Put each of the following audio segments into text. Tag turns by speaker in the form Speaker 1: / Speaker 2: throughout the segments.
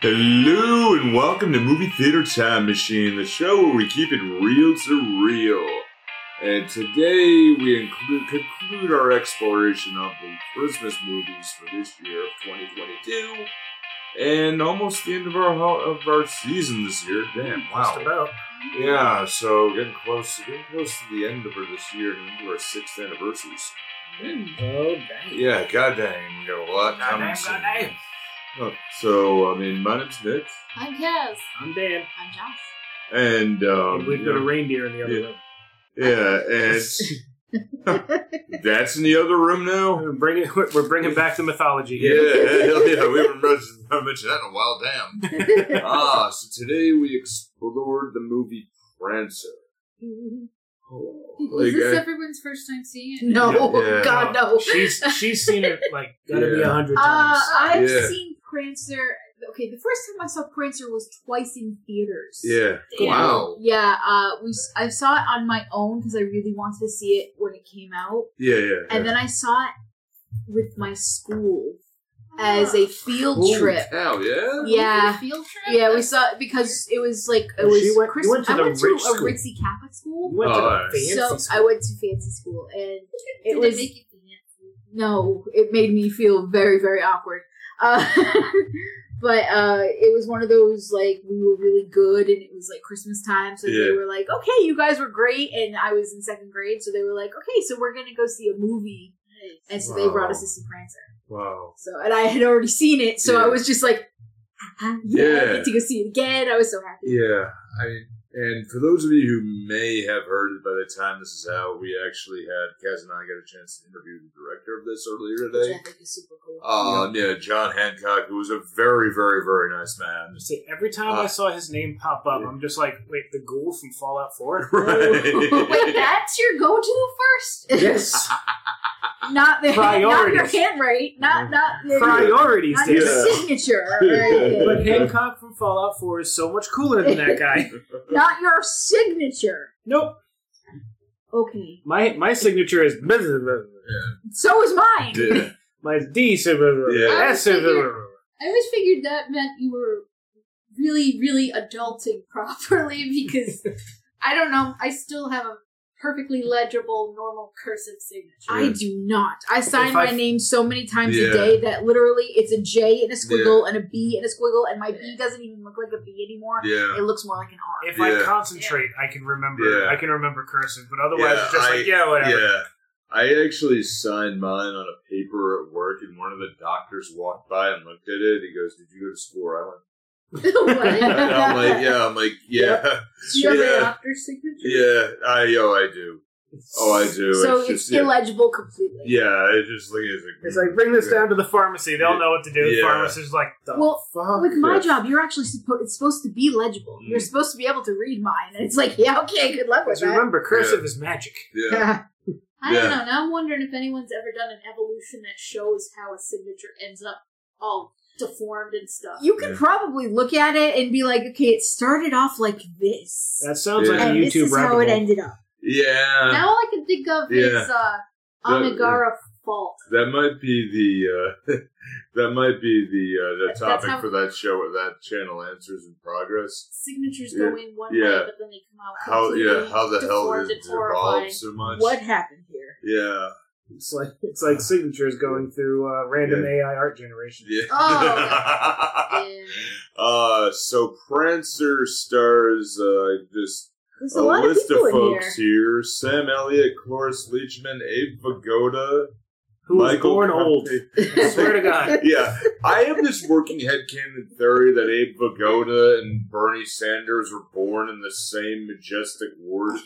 Speaker 1: Hello and welcome to Movie Theater Time Machine, the show where we keep it real to real. And today we include, conclude our exploration of the Christmas movies for this year of 2022, and almost the end of our ho- of our season this year. Damn!
Speaker 2: Just
Speaker 1: Wow.
Speaker 2: about.
Speaker 1: Yeah, so we're getting close, getting close to the end of our this year, and into our sixth anniversary. So,
Speaker 2: Oh, dang.
Speaker 1: yeah, god dang, we got a lot
Speaker 2: Goddamn,
Speaker 1: coming soon.
Speaker 2: goddamn.
Speaker 1: Huh. So, I mean, my name's Nick,
Speaker 3: I'm Kaz.
Speaker 2: I'm Dan.
Speaker 3: I'm Josh.
Speaker 1: and um,
Speaker 2: And we've
Speaker 1: you
Speaker 2: got
Speaker 1: know-
Speaker 2: a reindeer in the other
Speaker 1: Yeah.
Speaker 2: room.
Speaker 1: Yeah, and that's in the other room now.
Speaker 2: We're bringing, we're bringing back the mythology
Speaker 1: Yeah,
Speaker 2: here.
Speaker 1: hell yeah, we haven't mentioned haven't mentioned that in a while. Damn. ah, so today we explored the movie Prancer.
Speaker 3: Mm-hmm. Is this
Speaker 1: Like,
Speaker 3: everyone's first time seeing it?
Speaker 4: No,
Speaker 1: Yeah.
Speaker 4: God, no.
Speaker 2: She's she's seen it like gotta be
Speaker 1: Yeah.
Speaker 2: a hundred
Speaker 4: Uh,
Speaker 2: times.
Speaker 4: I've
Speaker 1: Yeah.
Speaker 4: seen Prancer. Okay, the first time I saw Prancer was twice in theaters.
Speaker 1: I- yeah.
Speaker 4: And,
Speaker 1: Wow.
Speaker 4: Yeah, uh, we, s- I saw it on my own because I really wanted to see it when it came out,
Speaker 1: Yeah, yeah.
Speaker 4: and then I saw it with my school as a field
Speaker 1: Holy
Speaker 4: trip.
Speaker 1: Cow, yeah?
Speaker 4: Yeah.
Speaker 3: Field trip?
Speaker 4: Yeah, we saw it because it was like it
Speaker 2: Well,
Speaker 4: was.
Speaker 2: she went- you
Speaker 4: Christ-
Speaker 2: went to
Speaker 4: I
Speaker 2: the
Speaker 4: went to
Speaker 2: rich
Speaker 4: a
Speaker 2: school.
Speaker 4: ritzy Catholic school,
Speaker 2: You went to
Speaker 1: Alright.
Speaker 2: the fancy
Speaker 4: so
Speaker 2: school.
Speaker 4: I went to fancy school, and
Speaker 3: Did
Speaker 4: it was
Speaker 3: make you fancy?
Speaker 4: no, it made me feel very, very awkward. Uh, but uh, it was one of those like we were really good, and it was like Christmas time, so
Speaker 1: Yeah.
Speaker 4: they were like, "Okay, you guys were great," and I was in second grade, so they were like, "Okay, so we're gonna go see a movie," and so they brought us to see Prancer.
Speaker 1: Wow.
Speaker 4: So, and I had already seen it, so
Speaker 1: Yeah.
Speaker 4: I was just like, ah, "Yeah,
Speaker 1: Yeah.
Speaker 4: I get to go see it again." I was so happy.
Speaker 1: Yeah. I and for those of you who may have heard it by the time this is out, we actually had Kaz and I got a chance to interview the director of this earlier
Speaker 4: Which
Speaker 1: today.
Speaker 4: I think is super cool.
Speaker 1: Uh, yeah, John Hancock, who was a very, very, very nice man.
Speaker 2: See, every time I
Speaker 1: Uh,
Speaker 2: saw his name pop up,
Speaker 1: yeah.
Speaker 2: I'm just like, wait, the ghoul from Fallout 4?
Speaker 4: Wait,
Speaker 1: right.
Speaker 4: that's your go-to first?
Speaker 2: yes.
Speaker 4: not the not your
Speaker 2: Priorities.
Speaker 4: handwriting, not not the,
Speaker 2: Priorities,
Speaker 4: not
Speaker 2: Dan.
Speaker 4: your
Speaker 1: Yeah.
Speaker 4: signature, or anything.
Speaker 2: But Hancock from Fallout 4 is so much cooler than that guy.
Speaker 4: not your signature.
Speaker 2: nope.
Speaker 4: Okay,
Speaker 2: My my signature is
Speaker 4: so is mine.
Speaker 1: Yeah.
Speaker 2: my D S
Speaker 1: Yeah.
Speaker 3: I always figured that meant you were really, really adulting properly because I don't know. I still have a perfectly legible, normal cursive signature.
Speaker 4: I do not. I sign
Speaker 2: If
Speaker 4: my
Speaker 2: I-
Speaker 4: name so many times
Speaker 1: Yeah.
Speaker 4: a day that literally it's a J and a squiggle and a B and a squiggle, and my B doesn't even look like a B anymore.
Speaker 1: Yeah.
Speaker 4: It looks more like an R.
Speaker 2: If
Speaker 1: Yeah.
Speaker 2: I concentrate, I can remember.
Speaker 1: Yeah.
Speaker 2: I can remember cursive, but otherwise,
Speaker 1: Yeah,
Speaker 2: it's just
Speaker 1: I-
Speaker 2: like yeah, whatever.
Speaker 1: Yeah. I actually signed mine on a paper at work, and one of the doctors walked by and looked at it. He goes, "Did you go to school?" I went,
Speaker 3: What?
Speaker 1: and I'm like, "Yeah." I'm like, "Yeah,
Speaker 4: Do you have
Speaker 1: Yeah.
Speaker 4: a doctor's signature?
Speaker 1: yeah." I oh, I do. Oh, I do.
Speaker 4: So it's,
Speaker 1: just, yeah.
Speaker 4: illegible completely.
Speaker 1: yeah, it's just like it's like,
Speaker 2: It's like bring this down to the pharmacy. They'll
Speaker 1: Yeah.
Speaker 2: know what to do. The
Speaker 1: Yeah.
Speaker 2: pharmacist's like, the
Speaker 4: Well,
Speaker 2: fuck?
Speaker 4: With my
Speaker 1: Yeah.
Speaker 4: job, you're actually supposed it's supposed to be legible.
Speaker 1: Mm.
Speaker 4: You're supposed to be able to read mine, and it's like, yeah, okay, good luck with
Speaker 2: Because
Speaker 4: that.
Speaker 2: remember, cursive is magic.
Speaker 1: Yeah,
Speaker 4: Yeah.
Speaker 3: I don't
Speaker 1: Yeah.
Speaker 3: know. Now I'm wondering if anyone's ever done an evolution that shows how a signature ends up all deformed and stuff.
Speaker 4: You could
Speaker 1: Yeah.
Speaker 4: probably look at it and be like, okay, it started off like this,
Speaker 2: That sounds
Speaker 1: Yeah.
Speaker 2: like a
Speaker 4: and Oh, this
Speaker 2: YouTube
Speaker 4: is how it
Speaker 2: rabbit hole.
Speaker 4: ended up.
Speaker 1: yeah.
Speaker 3: now all I can think of
Speaker 1: Yeah.
Speaker 3: is uh, Amigara Fault.
Speaker 1: That might be the uh, that might be the uh, the
Speaker 3: That's
Speaker 1: topic
Speaker 3: how-
Speaker 1: for that show or that channel answers in progress.
Speaker 3: Signatures go in one
Speaker 1: Yeah.
Speaker 3: way, but then they come out
Speaker 1: How yeah,
Speaker 3: completely
Speaker 1: how the hell
Speaker 3: deformed
Speaker 1: did it
Speaker 3: and horrifying.
Speaker 1: evolve so much?
Speaker 4: What happened here?
Speaker 1: Yeah,
Speaker 2: It's like it's like signatures going through uh, random AI art generation.
Speaker 1: yeah.
Speaker 3: Oh,
Speaker 4: Oh.
Speaker 3: Yeah.
Speaker 1: uh, so Prancer stars uh, just
Speaker 4: There's
Speaker 1: a,
Speaker 4: a, lot of
Speaker 1: list
Speaker 4: people
Speaker 1: of
Speaker 4: in
Speaker 1: folks here. Sam Elliott, Cloris Leachman, Abe Vigoda,
Speaker 2: Who was
Speaker 1: Michael
Speaker 2: born
Speaker 1: Conte.
Speaker 2: old? I
Speaker 4: here.
Speaker 2: swear to God.
Speaker 1: yeah, I have this working headcanon theory that Abe Vigoda and Bernie Sanders were born in the same majestic ward.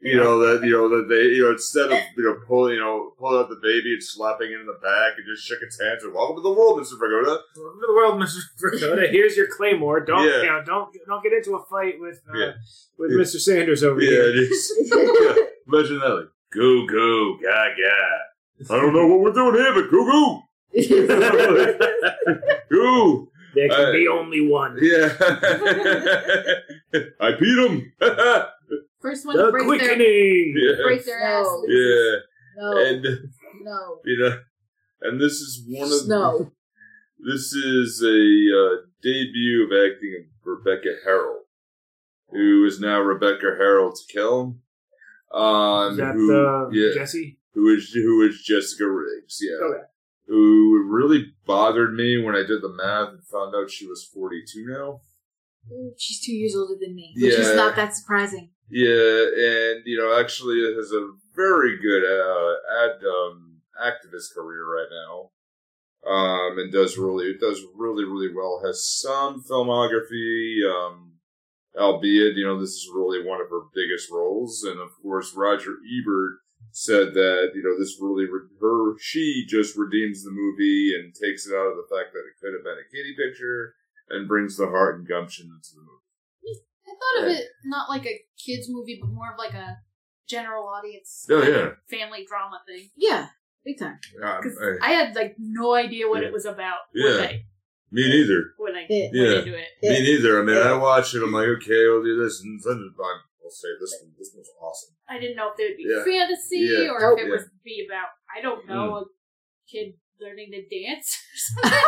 Speaker 1: You know that you know that they you know instead of you know pulling you know pulling out the baby and slapping it in the back and just shook its hands and welcome to the world, Mister Vigoda.
Speaker 2: Welcome to the world, Mr. Dakota. Here's your claymore. Don't
Speaker 1: Yeah.
Speaker 2: you know, don't don't get into a fight with uh,
Speaker 1: Yeah.
Speaker 2: with
Speaker 1: Yeah.
Speaker 2: Mr. Sanders over
Speaker 1: Yeah,
Speaker 2: here.
Speaker 1: it is. Yeah, imagine that. Like, go go gaga. I don't know what we're doing here, but go go go.
Speaker 2: There can
Speaker 1: Uh,
Speaker 2: be only one.
Speaker 1: Yeah, I beat him.
Speaker 3: First one to
Speaker 2: The
Speaker 3: break their,
Speaker 2: quickening.
Speaker 1: yeah.
Speaker 3: break their ass.
Speaker 4: No.
Speaker 1: yeah.
Speaker 4: no,
Speaker 1: and
Speaker 4: no,
Speaker 1: you know, and this is one of
Speaker 4: no.
Speaker 1: This is a uh, debut of acting of Rebecca Harrell, who is now Rebecca Harrell to kill. Um,
Speaker 2: Is that
Speaker 1: who,
Speaker 2: uh,
Speaker 1: yeah,
Speaker 2: Jesse?
Speaker 1: who is who is Jessica Riggs? Yeah,
Speaker 2: Okay.
Speaker 1: who really bothered me when I did the math and found out she was forty-two now.
Speaker 4: She's two years older than me, which
Speaker 1: Yeah.
Speaker 4: is not that surprising.
Speaker 1: Yeah, and you know, actually, it has a very good uh, ad um, activist career right now, um, and does really it does really really well. Has some filmography, um, albeit you know this is really one of her biggest roles, and of course, Roger Ebert said that you know this really re- her she just redeems the movie and takes it out of the fact that it could have been a kitty picture and brings the heart and gumption into the movie.
Speaker 3: I thought
Speaker 1: Yeah.
Speaker 3: of it not like a kids movie, but more of like a general audience
Speaker 1: Oh yeah,
Speaker 3: family drama thing.
Speaker 4: Yeah, big time.
Speaker 1: Um,
Speaker 3: Because
Speaker 1: I-
Speaker 3: I had like no idea what
Speaker 1: Yeah.
Speaker 3: it was about
Speaker 1: Yeah.
Speaker 3: when I
Speaker 1: me neither.
Speaker 3: when I
Speaker 4: Yeah.
Speaker 1: Yeah.
Speaker 3: went into it.
Speaker 1: Me
Speaker 4: Yeah.
Speaker 1: neither. I mean,
Speaker 4: Yeah.
Speaker 1: I watch it. I'm like, okay, we'll do this, and then I'll say this one. This one's awesome.
Speaker 3: I didn't know if it would be
Speaker 1: Yeah.
Speaker 3: fantasy
Speaker 1: Yeah. Mm.
Speaker 3: or
Speaker 4: Nope.
Speaker 3: if it
Speaker 1: Yeah.
Speaker 3: would be about I don't know a kid learning to dance or something.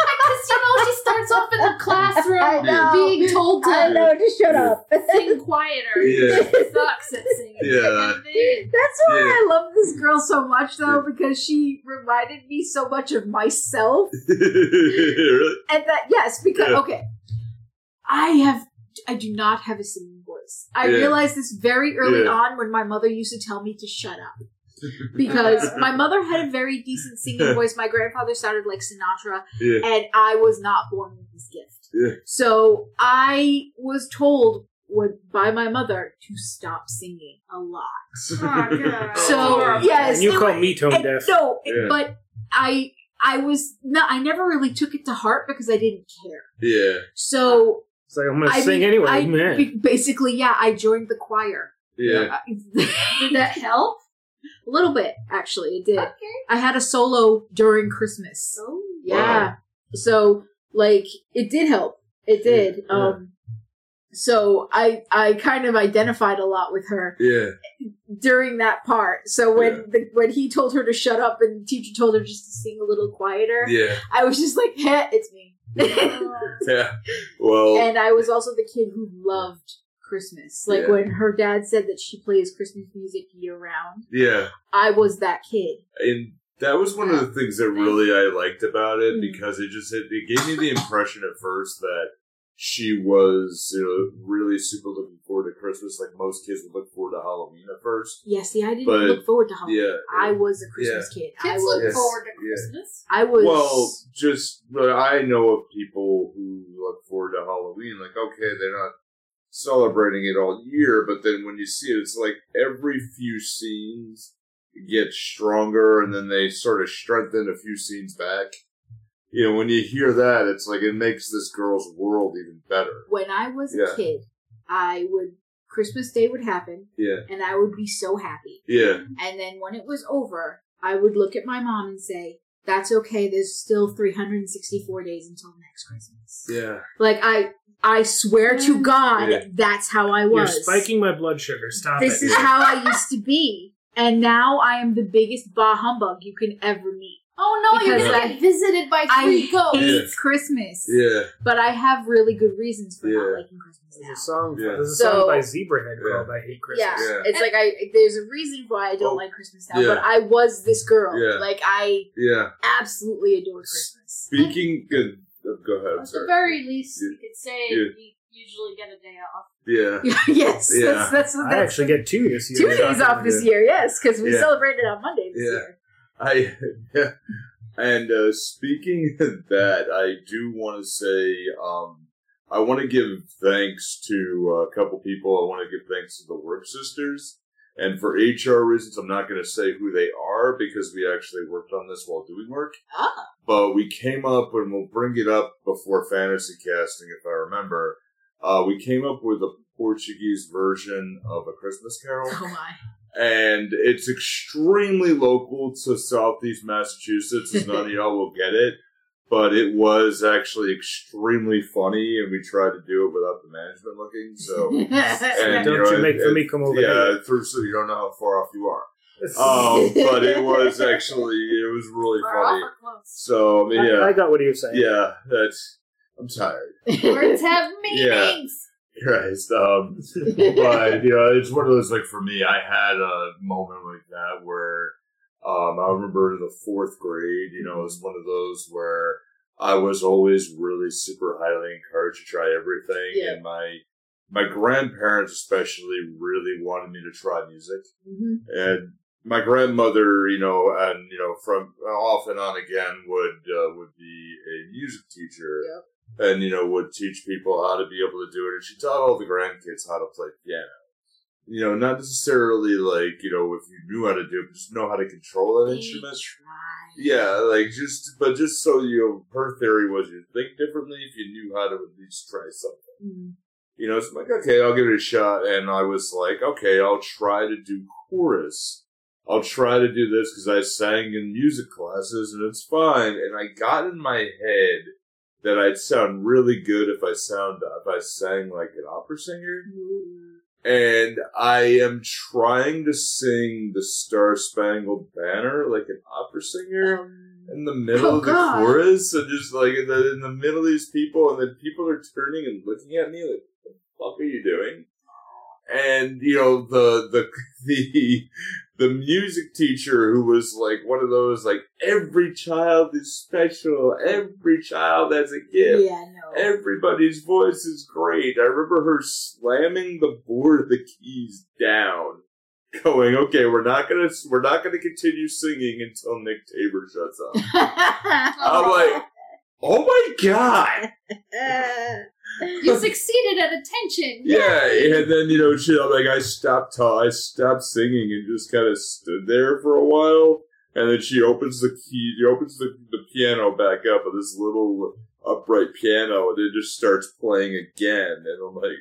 Speaker 3: Because you know she starts off in the
Speaker 4: I
Speaker 3: classroom
Speaker 4: know.
Speaker 3: being told
Speaker 4: I
Speaker 3: to
Speaker 4: know. Just shut
Speaker 1: Yeah.
Speaker 4: up.
Speaker 3: sing quieter.
Speaker 1: Yeah.
Speaker 3: She sucks at singing.
Speaker 1: Yeah.
Speaker 3: And then-
Speaker 4: That's why
Speaker 1: Yeah.
Speaker 4: I love this girl so much, though, because she reminded me so much of myself.
Speaker 1: really?
Speaker 4: And that, yes, because,
Speaker 1: Yeah.
Speaker 4: okay, I have, I do not have a singing voice. I
Speaker 1: Yeah.
Speaker 4: realized this very early
Speaker 1: Yeah.
Speaker 4: on when my mother used to tell me to shut up. Because my mother had a very decent singing voice. My grandfather sounded like Sinatra,
Speaker 1: Yeah.
Speaker 4: and I was not born with this gift.
Speaker 1: Yeah.
Speaker 4: So I was told with- by my mother to stop singing a lot.
Speaker 3: Oh, God.
Speaker 4: So yes,
Speaker 2: And you
Speaker 4: it
Speaker 2: call
Speaker 4: wa-
Speaker 2: me tone
Speaker 4: and
Speaker 2: deaf.
Speaker 4: No,
Speaker 1: Yeah.
Speaker 4: but I I was no, I never really took it to heart because I didn't care.
Speaker 1: yeah.
Speaker 4: So
Speaker 2: It's like I'm gonna
Speaker 4: I
Speaker 2: sing
Speaker 4: mean,
Speaker 2: anyway.
Speaker 4: I-
Speaker 2: man.
Speaker 4: be- basically, yeah, I joined the choir.
Speaker 1: Yeah.
Speaker 4: Did that help? A little bit, actually, it did. Oh,
Speaker 3: Okay.
Speaker 4: I had a solo during Christmas.
Speaker 3: So
Speaker 4: Yeah. So like it did help. It did.
Speaker 2: Yeah.
Speaker 4: Um so I I kind of identified a lot with her
Speaker 1: Yeah.
Speaker 4: during that part. So when
Speaker 1: Yeah.
Speaker 4: the, when he told her to shut up and the teacher told her just to sing a little quieter,
Speaker 1: Yeah.
Speaker 4: I was just like, "Heh, it's me."
Speaker 1: Yeah. Well.
Speaker 4: and I was also the kid who loved Christmas. Like
Speaker 1: Yeah.
Speaker 4: when her dad said that she plays Christmas music year round,
Speaker 1: Yeah.
Speaker 4: I was that kid.
Speaker 1: And that was one of the things that really I liked about it
Speaker 4: Mm.
Speaker 1: because it just it, it gave me the impression at first that she was you know, really super looking forward to Christmas, like most kids would look forward to Halloween at first.
Speaker 4: Yeah, see, I didn't
Speaker 1: But-
Speaker 4: look forward to Halloween.
Speaker 1: Yeah.
Speaker 4: Oh, I was a Christmas kid. I
Speaker 3: kids
Speaker 4: was.
Speaker 3: look
Speaker 1: Yes.
Speaker 3: forward to
Speaker 1: Yeah.
Speaker 3: Christmas.
Speaker 4: I was.
Speaker 1: Well, just but I know of people who look forward to Halloween. Like, okay, they're not celebrating it all year, but then when you see it, it's like every few scenes get stronger, and then they sort of strengthen a few scenes back. You know, when you hear that, it's like it makes this girl's world even better.
Speaker 4: when I was
Speaker 1: Yeah.
Speaker 4: a kid, I would Christmas Day would happen,
Speaker 1: Yeah,
Speaker 4: and I would be so happy.
Speaker 1: yeah,
Speaker 4: And then when it was over, I would look at my mom and say, "That's okay. There's still 364 days until next Christmas."
Speaker 1: yeah.
Speaker 4: Like I, I swear to God,
Speaker 1: Yeah.
Speaker 4: that's how I
Speaker 2: You're
Speaker 4: was.
Speaker 2: spiking my blood sugar. Stop
Speaker 4: This
Speaker 2: it.
Speaker 4: is how I used to be, and now I am the biggest bah humbug you can ever meet.
Speaker 3: Oh no,
Speaker 4: Because
Speaker 3: you're gonna
Speaker 4: I-
Speaker 3: get visited by
Speaker 4: I
Speaker 3: three ghosts.
Speaker 4: hate
Speaker 1: Yeah.
Speaker 4: Christmas,
Speaker 1: Yeah,
Speaker 4: but I have really good reasons for
Speaker 1: Yeah.
Speaker 4: not liking Christmas
Speaker 2: There's a
Speaker 4: now.
Speaker 2: song.
Speaker 1: Yeah.
Speaker 2: There's a
Speaker 4: So-
Speaker 2: song by Zebrahead
Speaker 1: Yeah.
Speaker 2: called "I Hate Christmas."
Speaker 4: Yeah.
Speaker 1: Yeah.
Speaker 4: it's like I there's a reason why I don't
Speaker 1: Oh,
Speaker 4: like Christmas now,
Speaker 1: yeah.
Speaker 4: but I was this girl.
Speaker 1: Yeah.
Speaker 4: Like I
Speaker 1: yeah.
Speaker 4: absolutely adore Christmas.
Speaker 1: Speaking, good. oh, Go ahead. I'm
Speaker 3: At the
Speaker 1: sorry.
Speaker 3: very least,
Speaker 1: Yeah.
Speaker 3: you could say
Speaker 1: Yeah.
Speaker 3: you usually get a day off.
Speaker 1: Yeah,
Speaker 4: yes,
Speaker 1: Yeah.
Speaker 4: that's that's what
Speaker 2: I
Speaker 4: that's
Speaker 2: actually get two this
Speaker 4: two
Speaker 2: year.
Speaker 4: days off this year. Yes, because we
Speaker 1: Yeah.
Speaker 4: celebrated on Monday this
Speaker 1: Yeah.
Speaker 4: year.
Speaker 1: I yeah. And uh, speaking of that, I do want to say um, I want to give thanks to a couple people. I want to give thanks to the Work Sisters, and for HR reasons, I'm not going to say who they are because we actually worked on this while doing work.
Speaker 4: Ah.
Speaker 1: But we came up, and we'll bring it up before fantasy casting, if I remember. Uh, we came up with a Portuguese version of a Christmas Carol
Speaker 4: Oh my.
Speaker 1: and it's extremely local to southeast Massachusetts. As none of y'all will get it, but it was actually extremely funny, and we tried to do it without the management looking. So
Speaker 2: Don't
Speaker 1: And,
Speaker 2: you,
Speaker 1: you know,
Speaker 2: make
Speaker 1: it-
Speaker 2: me come over
Speaker 1: yeah, through so you don't know how far off you are.
Speaker 2: here.
Speaker 4: Oh,
Speaker 1: Um, but it was actually it was really
Speaker 3: Or
Speaker 1: funny.
Speaker 3: off or close. close.
Speaker 1: So I mean,
Speaker 2: I,
Speaker 1: yeah,
Speaker 2: I got what you're saying.
Speaker 1: yeah, that's. I'm tired.
Speaker 3: Words have
Speaker 1: Yeah.
Speaker 3: meanings.
Speaker 1: Christ, um, but you know, it's one of those like for me, I had a moment like that where um, I remember the fourth grade. You know, it was one of those where I was always really super highly encouraged to try everything,
Speaker 4: Yeah.
Speaker 1: and my my grandparents especially really wanted me to try music
Speaker 4: Mhm.
Speaker 1: and my grandmother, you know, and you know, from off and on again would uh, would be a music teacher, and you know, would teach people how to be able to do it, and she taught all the grandkids how to play piano. You know, not necessarily like you know if you knew how to do it, but just know how to control that
Speaker 3: They
Speaker 1: instrument.
Speaker 3: try.
Speaker 1: Yeah, like just but just so you know, her theory was you think differently if you knew how to at least try something Mm-hmm.
Speaker 4: Mhm.
Speaker 1: you know, it's like, okay, I'll give it a shot. And I was like, okay, I'll try to do chorus. I'll try to do this because I sang in music classes and it's fine. And I got in my head that I'd sound really good if I sound if I sang like an opera singer. And I am trying to sing the Star Spangled Banner like an opera singer in the middle
Speaker 4: Oh,
Speaker 1: of the
Speaker 4: God.
Speaker 1: chorus, and just like in the, in the middle of these people, and then people are turning and looking at me like, "What the fuck are you doing?" And you know the the the the music teacher who was like one of those like every child is special, every child has a gift.
Speaker 4: Yeah, no.
Speaker 1: Everybody's voice is great. I remember her slamming the board of the keys down, going, "Okay, we're not gonna we're not gonna continue singing until Nick Tabor shuts up." I'm like, "Oh my god!"
Speaker 3: You succeeded at attention.
Speaker 1: Yeah, and then you know, shit. I'm like, I stopped ta- I stopped singing and just kind of stood there for a while, and then she opens the key, she opens the, the piano back up with this little upright piano, and it just starts playing again, and I'm like.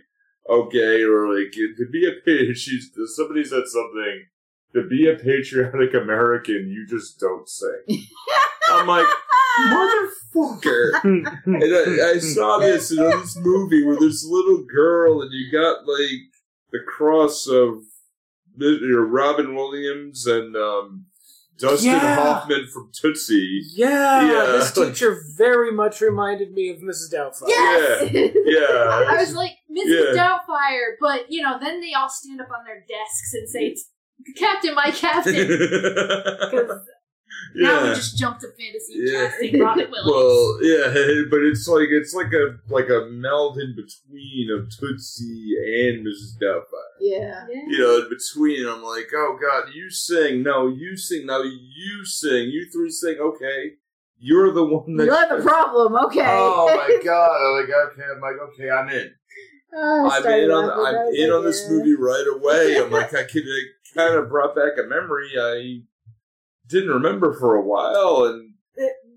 Speaker 1: okay, or like to be a pa- she's somebody said something to be a patriotic American, you just don't sing. I'm like motherfucker.
Speaker 2: Hmm.
Speaker 1: And I, I saw this in this movie where this little girl and you got like the cross of the- your Robin Williams and um, Dustin
Speaker 2: Yeah.
Speaker 1: Hoffman from Tootsie.
Speaker 2: Yeah,
Speaker 1: Yeah.
Speaker 2: this teacher very much reminded me of Mrs. Doubtfire.
Speaker 3: Yes.
Speaker 1: Yeah,
Speaker 3: I was like Mrs.
Speaker 1: Yeah.
Speaker 3: Doubtfire, but you know, then they all stand up on their desks and say, "Captain, my captain." Because now we
Speaker 1: yeah.
Speaker 3: just jumped to fantasy
Speaker 1: Yeah.
Speaker 3: casting Robin Williams.
Speaker 1: Well, yeah, but it's like it's like a like a meld in between of Tootsie and Mrs. Doubtfire.
Speaker 4: yeah.
Speaker 3: Yeah.
Speaker 1: You know, in between, I'm like, oh god, you sing, no, you sing, no, you sing, you three sing, okay, you're the one that.
Speaker 4: You're the problem. Okay.
Speaker 1: Oh my god! I'm like, okay, I'm like, okay, I'm in.
Speaker 4: Oh,
Speaker 1: I'm
Speaker 4: I
Speaker 1: in
Speaker 4: started
Speaker 1: on,
Speaker 4: laughing. I
Speaker 1: I'm
Speaker 4: was
Speaker 1: in
Speaker 4: like,
Speaker 1: on this
Speaker 4: yeah.
Speaker 1: movie right away. I'm like, I could it kind of brought back a memory I didn't remember for a while, and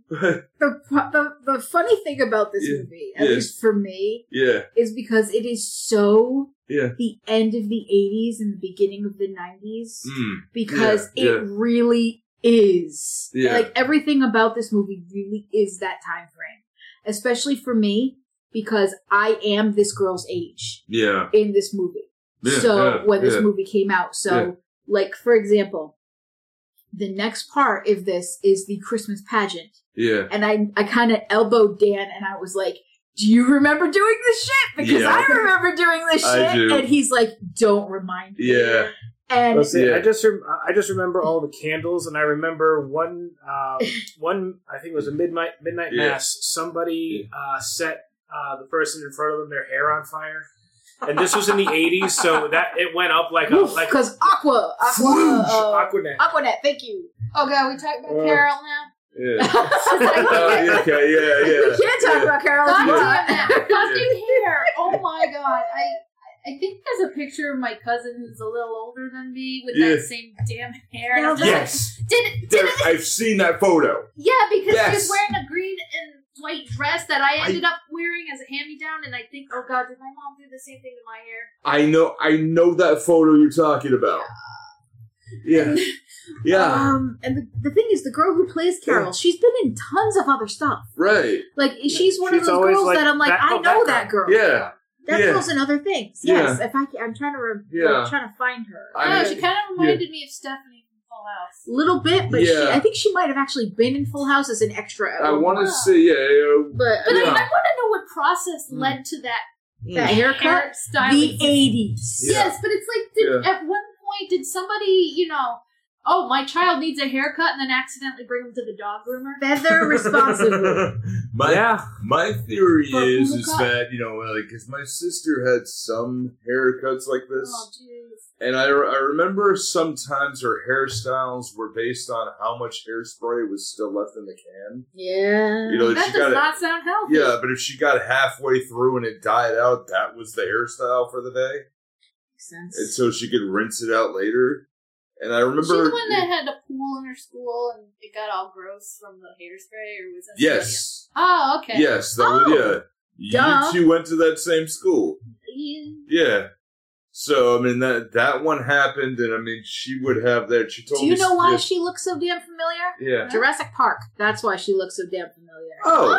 Speaker 4: The, pro- the, the funny thing about this
Speaker 1: Yeah.
Speaker 4: movie, at
Speaker 1: Yes.
Speaker 4: least for me,
Speaker 1: yeah,
Speaker 4: is because it is so
Speaker 1: yeah.
Speaker 4: the end of the 80s and the beginning of the 90s
Speaker 1: Mm.
Speaker 4: because
Speaker 1: Yeah,
Speaker 4: it really is.
Speaker 1: Yeah.
Speaker 4: Like everything about this movie really is that time frame. Especially for me because I am this girl's age
Speaker 1: Yeah.
Speaker 4: in this movie.
Speaker 1: Yeah,
Speaker 4: so
Speaker 1: yeah,
Speaker 4: when this
Speaker 1: yeah.
Speaker 4: movie came out. So
Speaker 1: Yeah.
Speaker 4: like for example, the next part of this is the Christmas pageant
Speaker 1: Yeah.
Speaker 4: and I, I kind of elbowed Dan and I was like, Do you remember doing this shit? Because
Speaker 1: Yeah.
Speaker 4: I remember doing this
Speaker 1: I
Speaker 4: shit.
Speaker 1: do.
Speaker 4: And he's like, Don't remind me.
Speaker 1: Yeah.
Speaker 4: And
Speaker 2: Let's see,
Speaker 1: Yeah.
Speaker 2: I just rem- I just remember all the candles, and I remember one um, one I think it was a midnight midnight
Speaker 1: Yeah.
Speaker 2: mass. Somebody uh, set uh, the person in front of them their hair on fire, and this was in the '80s, so that it went up like a like
Speaker 4: because Aqua,
Speaker 2: Whoosh!
Speaker 4: Aqua,
Speaker 2: Aquanet.
Speaker 4: uh, Aquanet, thank you.
Speaker 3: Oh god, we talk about
Speaker 1: Uh,
Speaker 3: Carol now.
Speaker 1: Yeah.
Speaker 4: I
Speaker 1: Uh, okay, yeah, yeah.
Speaker 4: we can't talk
Speaker 1: yeah.
Speaker 4: about Carol.
Speaker 3: God
Speaker 1: Yeah.
Speaker 3: damn it, fucking hair! Oh my god, I. I think there's a picture of my cousin who's a little older than me with
Speaker 1: Yeah.
Speaker 3: that same damn hair. And
Speaker 4: Now
Speaker 3: I'm just like,
Speaker 2: Yes,
Speaker 3: did,
Speaker 1: There,
Speaker 3: did
Speaker 1: I've seen that photo.
Speaker 3: Yeah, because she
Speaker 1: Yes.
Speaker 3: was wearing a green and white dress that I ended up wearing as a hand me down, and I think, oh god, did my mom do the same thing to my hair?
Speaker 1: I know I know that photo you're talking about. Yeah. Yeah.
Speaker 4: Um, and the, the thing is, the girl who plays Carol, she's been in tons of other stuff.
Speaker 1: Right.
Speaker 4: Like she's one
Speaker 2: She's
Speaker 4: of those
Speaker 2: always,
Speaker 4: girls
Speaker 2: like,
Speaker 4: that I'm like,
Speaker 2: that-
Speaker 4: I
Speaker 2: oh,
Speaker 4: know
Speaker 2: that girl.
Speaker 4: that girl.
Speaker 1: Yeah.
Speaker 4: that
Speaker 1: Yeah.
Speaker 4: girl's in other things. Yes, if I can, I'm trying to, re-
Speaker 1: Yeah.
Speaker 4: I'm trying to find her.
Speaker 1: I
Speaker 3: oh,
Speaker 1: mean-
Speaker 3: she kind of reminded me of Stephanie from Full House.
Speaker 4: little bit, but she,
Speaker 1: Yeah.
Speaker 4: I think she might have actually been in Full House as an extra. at
Speaker 1: I
Speaker 4: one
Speaker 1: want
Speaker 4: point.
Speaker 1: to see. Yeah, yeah,
Speaker 4: but,
Speaker 3: But I, I
Speaker 1: Yeah.
Speaker 3: want to know what process
Speaker 1: Mm.
Speaker 3: led to that
Speaker 4: that haircut,
Speaker 3: hair style.
Speaker 4: the eighties.
Speaker 1: Yeah.
Speaker 3: Yes, but it's like did, at one point did somebody, you know, oh my child needs a haircut and then accidentally bring him to the dog groomer?
Speaker 4: Feather responsibly.
Speaker 1: My
Speaker 2: yeah.
Speaker 1: my theory
Speaker 3: But
Speaker 1: is
Speaker 3: who
Speaker 1: is
Speaker 3: got-
Speaker 1: that you know like because my sister had some haircuts like this,
Speaker 3: Oh jeez.
Speaker 1: and I, I remember sometimes her hairstyles were based on how much hairspray was still left in the can.
Speaker 4: yeah.
Speaker 1: You know, if
Speaker 3: That
Speaker 1: she got
Speaker 3: does
Speaker 1: it.
Speaker 3: not sound healthy.
Speaker 1: Yeah, but if she got halfway through and it died out, that was the hairstyle for the day,
Speaker 4: Makes sense.
Speaker 1: and so she could rinse it out later. And I remember
Speaker 3: She's the one that had a pool in her school and it got all gross from the hairspray or was that
Speaker 1: yes.
Speaker 3: Oh, okay.
Speaker 1: Yes, that was, yeah. You
Speaker 4: Oh, Duh.
Speaker 1: two went to that same school.
Speaker 3: Yeah.
Speaker 1: Yeah. So I mean that that one happened, and I mean she would have that. She told
Speaker 4: Do you
Speaker 1: me
Speaker 4: know why
Speaker 1: yeah,
Speaker 4: she looks so damn familiar?
Speaker 1: yeah.
Speaker 4: Jurassic Park. That's why she looks so damn familiar.
Speaker 1: Oh,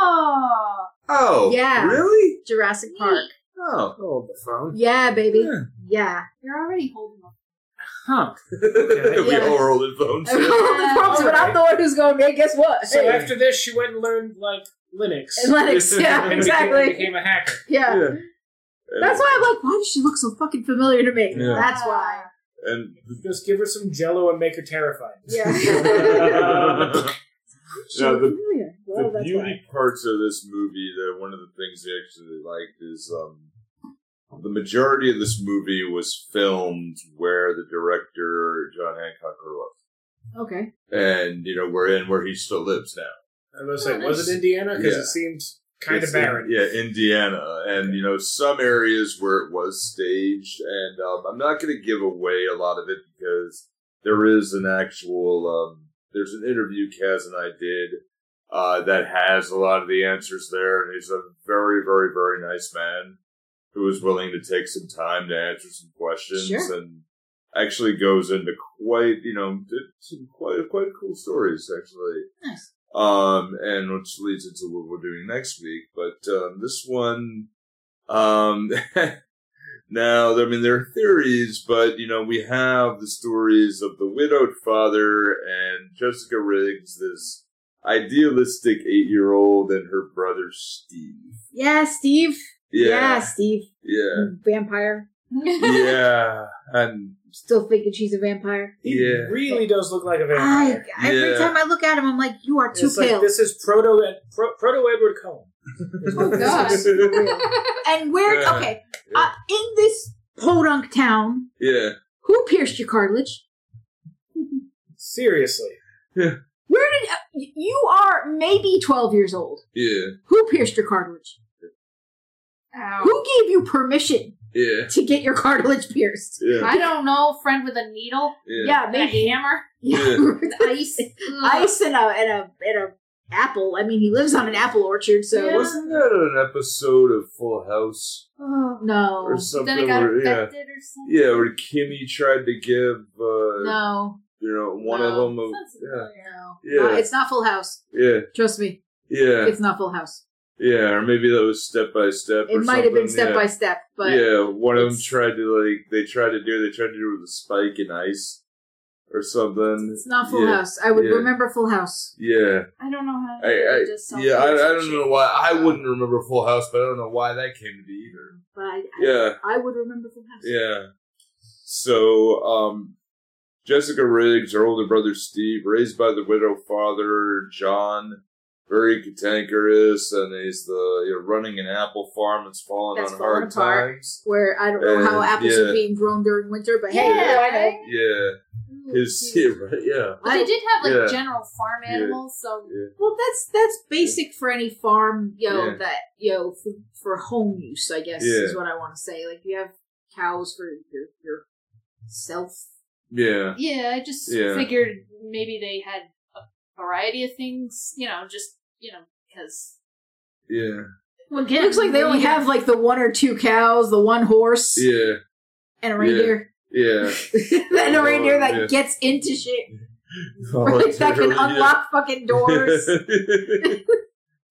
Speaker 3: Oh.
Speaker 1: oh,
Speaker 4: Yeah.
Speaker 1: really?
Speaker 4: Jurassic Park.
Speaker 3: Neat.
Speaker 1: Oh,
Speaker 2: Oh, the phone.
Speaker 4: Yeah, baby.
Speaker 1: Yeah.
Speaker 4: Yeah.
Speaker 3: You're already holding up.
Speaker 2: Huh.
Speaker 1: we
Speaker 4: Yeah.
Speaker 1: all rolled in phones.
Speaker 4: Everyone on the phones, but I'm the one who's going, hey, guess what?
Speaker 2: So
Speaker 4: Hey.
Speaker 2: after this, she went and learned like Linux.
Speaker 4: Linux, yeah,
Speaker 2: And became-
Speaker 4: exactly.
Speaker 2: Became, a hacker.
Speaker 4: yeah.
Speaker 1: Yeah.
Speaker 4: That's why I'm like, why does she look so fucking familiar to me?
Speaker 1: Yeah.
Speaker 4: That's why.
Speaker 1: And
Speaker 2: Just give her some Jello and make her terrified.
Speaker 4: Yeah. She
Speaker 1: Yeah,
Speaker 4: looked
Speaker 1: the-
Speaker 4: familiar. Well,
Speaker 1: the
Speaker 4: that's
Speaker 1: beauty
Speaker 4: why.
Speaker 1: parts of this movie that one of the things I actually liked is um, the majority of this movie was filmed where the director John Hancock grew up,
Speaker 4: Okay.
Speaker 1: and you know we're in where he still lives now.
Speaker 2: I was like, was it Indiana? Because
Speaker 1: Yeah.
Speaker 2: it seems kind
Speaker 1: It's
Speaker 2: of
Speaker 1: in-
Speaker 2: barren.
Speaker 1: yeah, Indiana, and you know some areas where it was staged, and um, I'm not going to give away a lot of it because there is an actual um, there's an interview Kaz and I did uh, that has a lot of the answers there, and he's a very, very, very nice man who was willing to take some time to answer some questions
Speaker 4: Sure.
Speaker 1: and actually goes into quite you know did some quite quite cool stories actually
Speaker 4: Nice.
Speaker 1: um, and which leads into what we're doing next week. But um, this one, um, now I mean there are theories, but you know we have the stories of the widowed father and Jessica Riggs, this idealistic eight-year-old, and her brother Steve.
Speaker 4: Yeah, Steve.
Speaker 1: Yeah,
Speaker 4: Steve.
Speaker 1: yeah,
Speaker 4: Vampire.
Speaker 1: yeah, and
Speaker 4: Still thinking she's a vampire.
Speaker 2: He
Speaker 1: Yeah.
Speaker 2: really does look like a
Speaker 4: I,
Speaker 2: vampire.
Speaker 4: Every
Speaker 1: Yeah.
Speaker 4: time I look at him, I'm like, you are too
Speaker 2: it's
Speaker 4: pale.
Speaker 2: like this is proto pro, proto Edward Cohen.
Speaker 3: Oh, God.
Speaker 4: and where?
Speaker 1: Yeah.
Speaker 4: Okay.
Speaker 1: Yeah.
Speaker 4: Uh, in this podunk town,
Speaker 1: yeah.
Speaker 4: who pierced your cartilage?
Speaker 2: Seriously,
Speaker 4: Where did uh, y- you are maybe 12 years old?
Speaker 1: Yeah,
Speaker 4: Who pierced your cartilage?
Speaker 3: Ow.
Speaker 4: Who gave you permission
Speaker 1: yeah,
Speaker 4: to get your cartilage pierced?
Speaker 1: yeah,
Speaker 3: I don't know, friend with a needle,
Speaker 1: yeah,
Speaker 4: Yeah,
Speaker 3: a
Speaker 4: maybe.
Speaker 3: hammer,
Speaker 4: Yeah.
Speaker 3: ice,
Speaker 4: Ice and a and a and a apple. I mean, he lives on an apple orchard, so
Speaker 3: Yeah.
Speaker 1: Wasn't that an episode of Full House?
Speaker 4: Oh, no,
Speaker 1: or something.
Speaker 3: Then it got
Speaker 1: where, yeah,
Speaker 3: infected or something.
Speaker 1: yeah, where Kimmy tried to give uh,
Speaker 4: no,
Speaker 1: you know one
Speaker 3: No,
Speaker 1: of them. A,
Speaker 3: sounds
Speaker 1: yeah,
Speaker 3: familiar.
Speaker 4: no.
Speaker 1: Yeah.
Speaker 4: No, it's not Full House.
Speaker 1: yeah,
Speaker 4: Trust me,
Speaker 1: yeah,
Speaker 4: it's not Full House.
Speaker 1: yeah, or maybe that was step by step.
Speaker 4: It
Speaker 1: or
Speaker 4: might have been
Speaker 1: something,
Speaker 4: step
Speaker 1: yeah.
Speaker 4: by step, but
Speaker 1: yeah, one of them
Speaker 4: it's-
Speaker 1: tried to like they tried to do they tried to do it with a spike and ice or something.
Speaker 4: it's not Full
Speaker 1: yeah,
Speaker 4: House. I would
Speaker 1: yeah.
Speaker 4: remember Full House.
Speaker 1: Yeah,
Speaker 3: I don't know how.
Speaker 1: I, I yeah, I, I don't know why I wouldn't remember Full House, but I don't know why that came to be either.
Speaker 4: But I,
Speaker 1: Yeah.
Speaker 4: I, I would remember Full House.
Speaker 1: Yeah. So, um, Jessica Riggs, her older brother Steve, raised by the widow father John, very cantankerous, and he's the you know, running an apple farm that's fallen
Speaker 4: That's
Speaker 1: on
Speaker 4: fallen
Speaker 1: hard
Speaker 4: apart.
Speaker 1: times.
Speaker 4: Where I don't know how
Speaker 1: Uh,
Speaker 4: apples
Speaker 1: yeah.
Speaker 4: are being grown during winter, but hey,
Speaker 3: Yeah,
Speaker 4: why not?
Speaker 3: right?
Speaker 1: Yeah, his yeah, right, yeah,
Speaker 3: But they did have like
Speaker 1: Yeah.
Speaker 3: general farm
Speaker 1: Yeah.
Speaker 3: animals, so
Speaker 1: yeah,
Speaker 4: Well, that's that's basic for any farm, yo.
Speaker 1: Yeah.
Speaker 4: That yo for, for home use, I guess,
Speaker 1: Yeah.
Speaker 4: is what I want to say. Like you have cows for your your self.
Speaker 1: yeah,
Speaker 3: yeah, I just
Speaker 1: Yeah.
Speaker 3: figured maybe they had a variety of things, you know, just you know, because
Speaker 1: yeah,
Speaker 4: It looks like they only have like the one or two cows, the one horse,
Speaker 1: yeah,
Speaker 4: and a reindeer,
Speaker 1: yeah.
Speaker 4: and a reindeer that
Speaker 1: Yeah. Oh,
Speaker 4: gets into shit, like, that can
Speaker 1: Voluntarily, yeah.
Speaker 4: unlock fucking doors.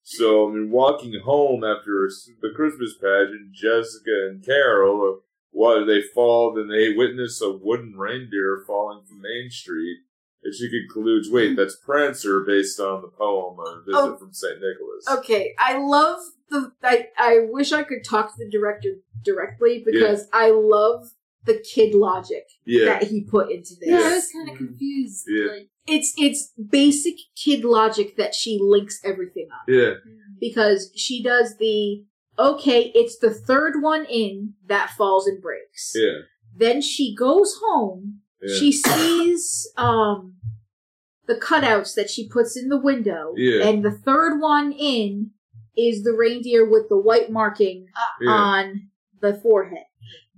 Speaker 1: so, I mean, walking home after the Christmas pageant, Jessica and Carol uh, What they fall, then they witness a wooden reindeer falling from Main Street. And she concludes, wait, that's Prancer based on the poem A Visit
Speaker 4: Oh.
Speaker 1: from St. Nicholas.
Speaker 4: Okay, I love the. I, I wish I could talk to the director directly because I love the kid logic
Speaker 1: Yeah.
Speaker 4: that he put into this.
Speaker 3: Yeah, I was kind
Speaker 2: Mhm.
Speaker 3: of confused.
Speaker 1: Mm-hmm. Yeah.
Speaker 3: Like,
Speaker 4: It's it's basic kid logic that she links everything on
Speaker 1: Yeah.
Speaker 4: because she does the okay. It's the third one in that falls and breaks.
Speaker 1: Yeah.
Speaker 4: Then she goes home.
Speaker 1: Yeah.
Speaker 4: She sees um the cutouts that she puts in the window,
Speaker 1: Yeah.
Speaker 4: and the third one in is the reindeer with the white marking
Speaker 1: yeah.
Speaker 4: on the forehead.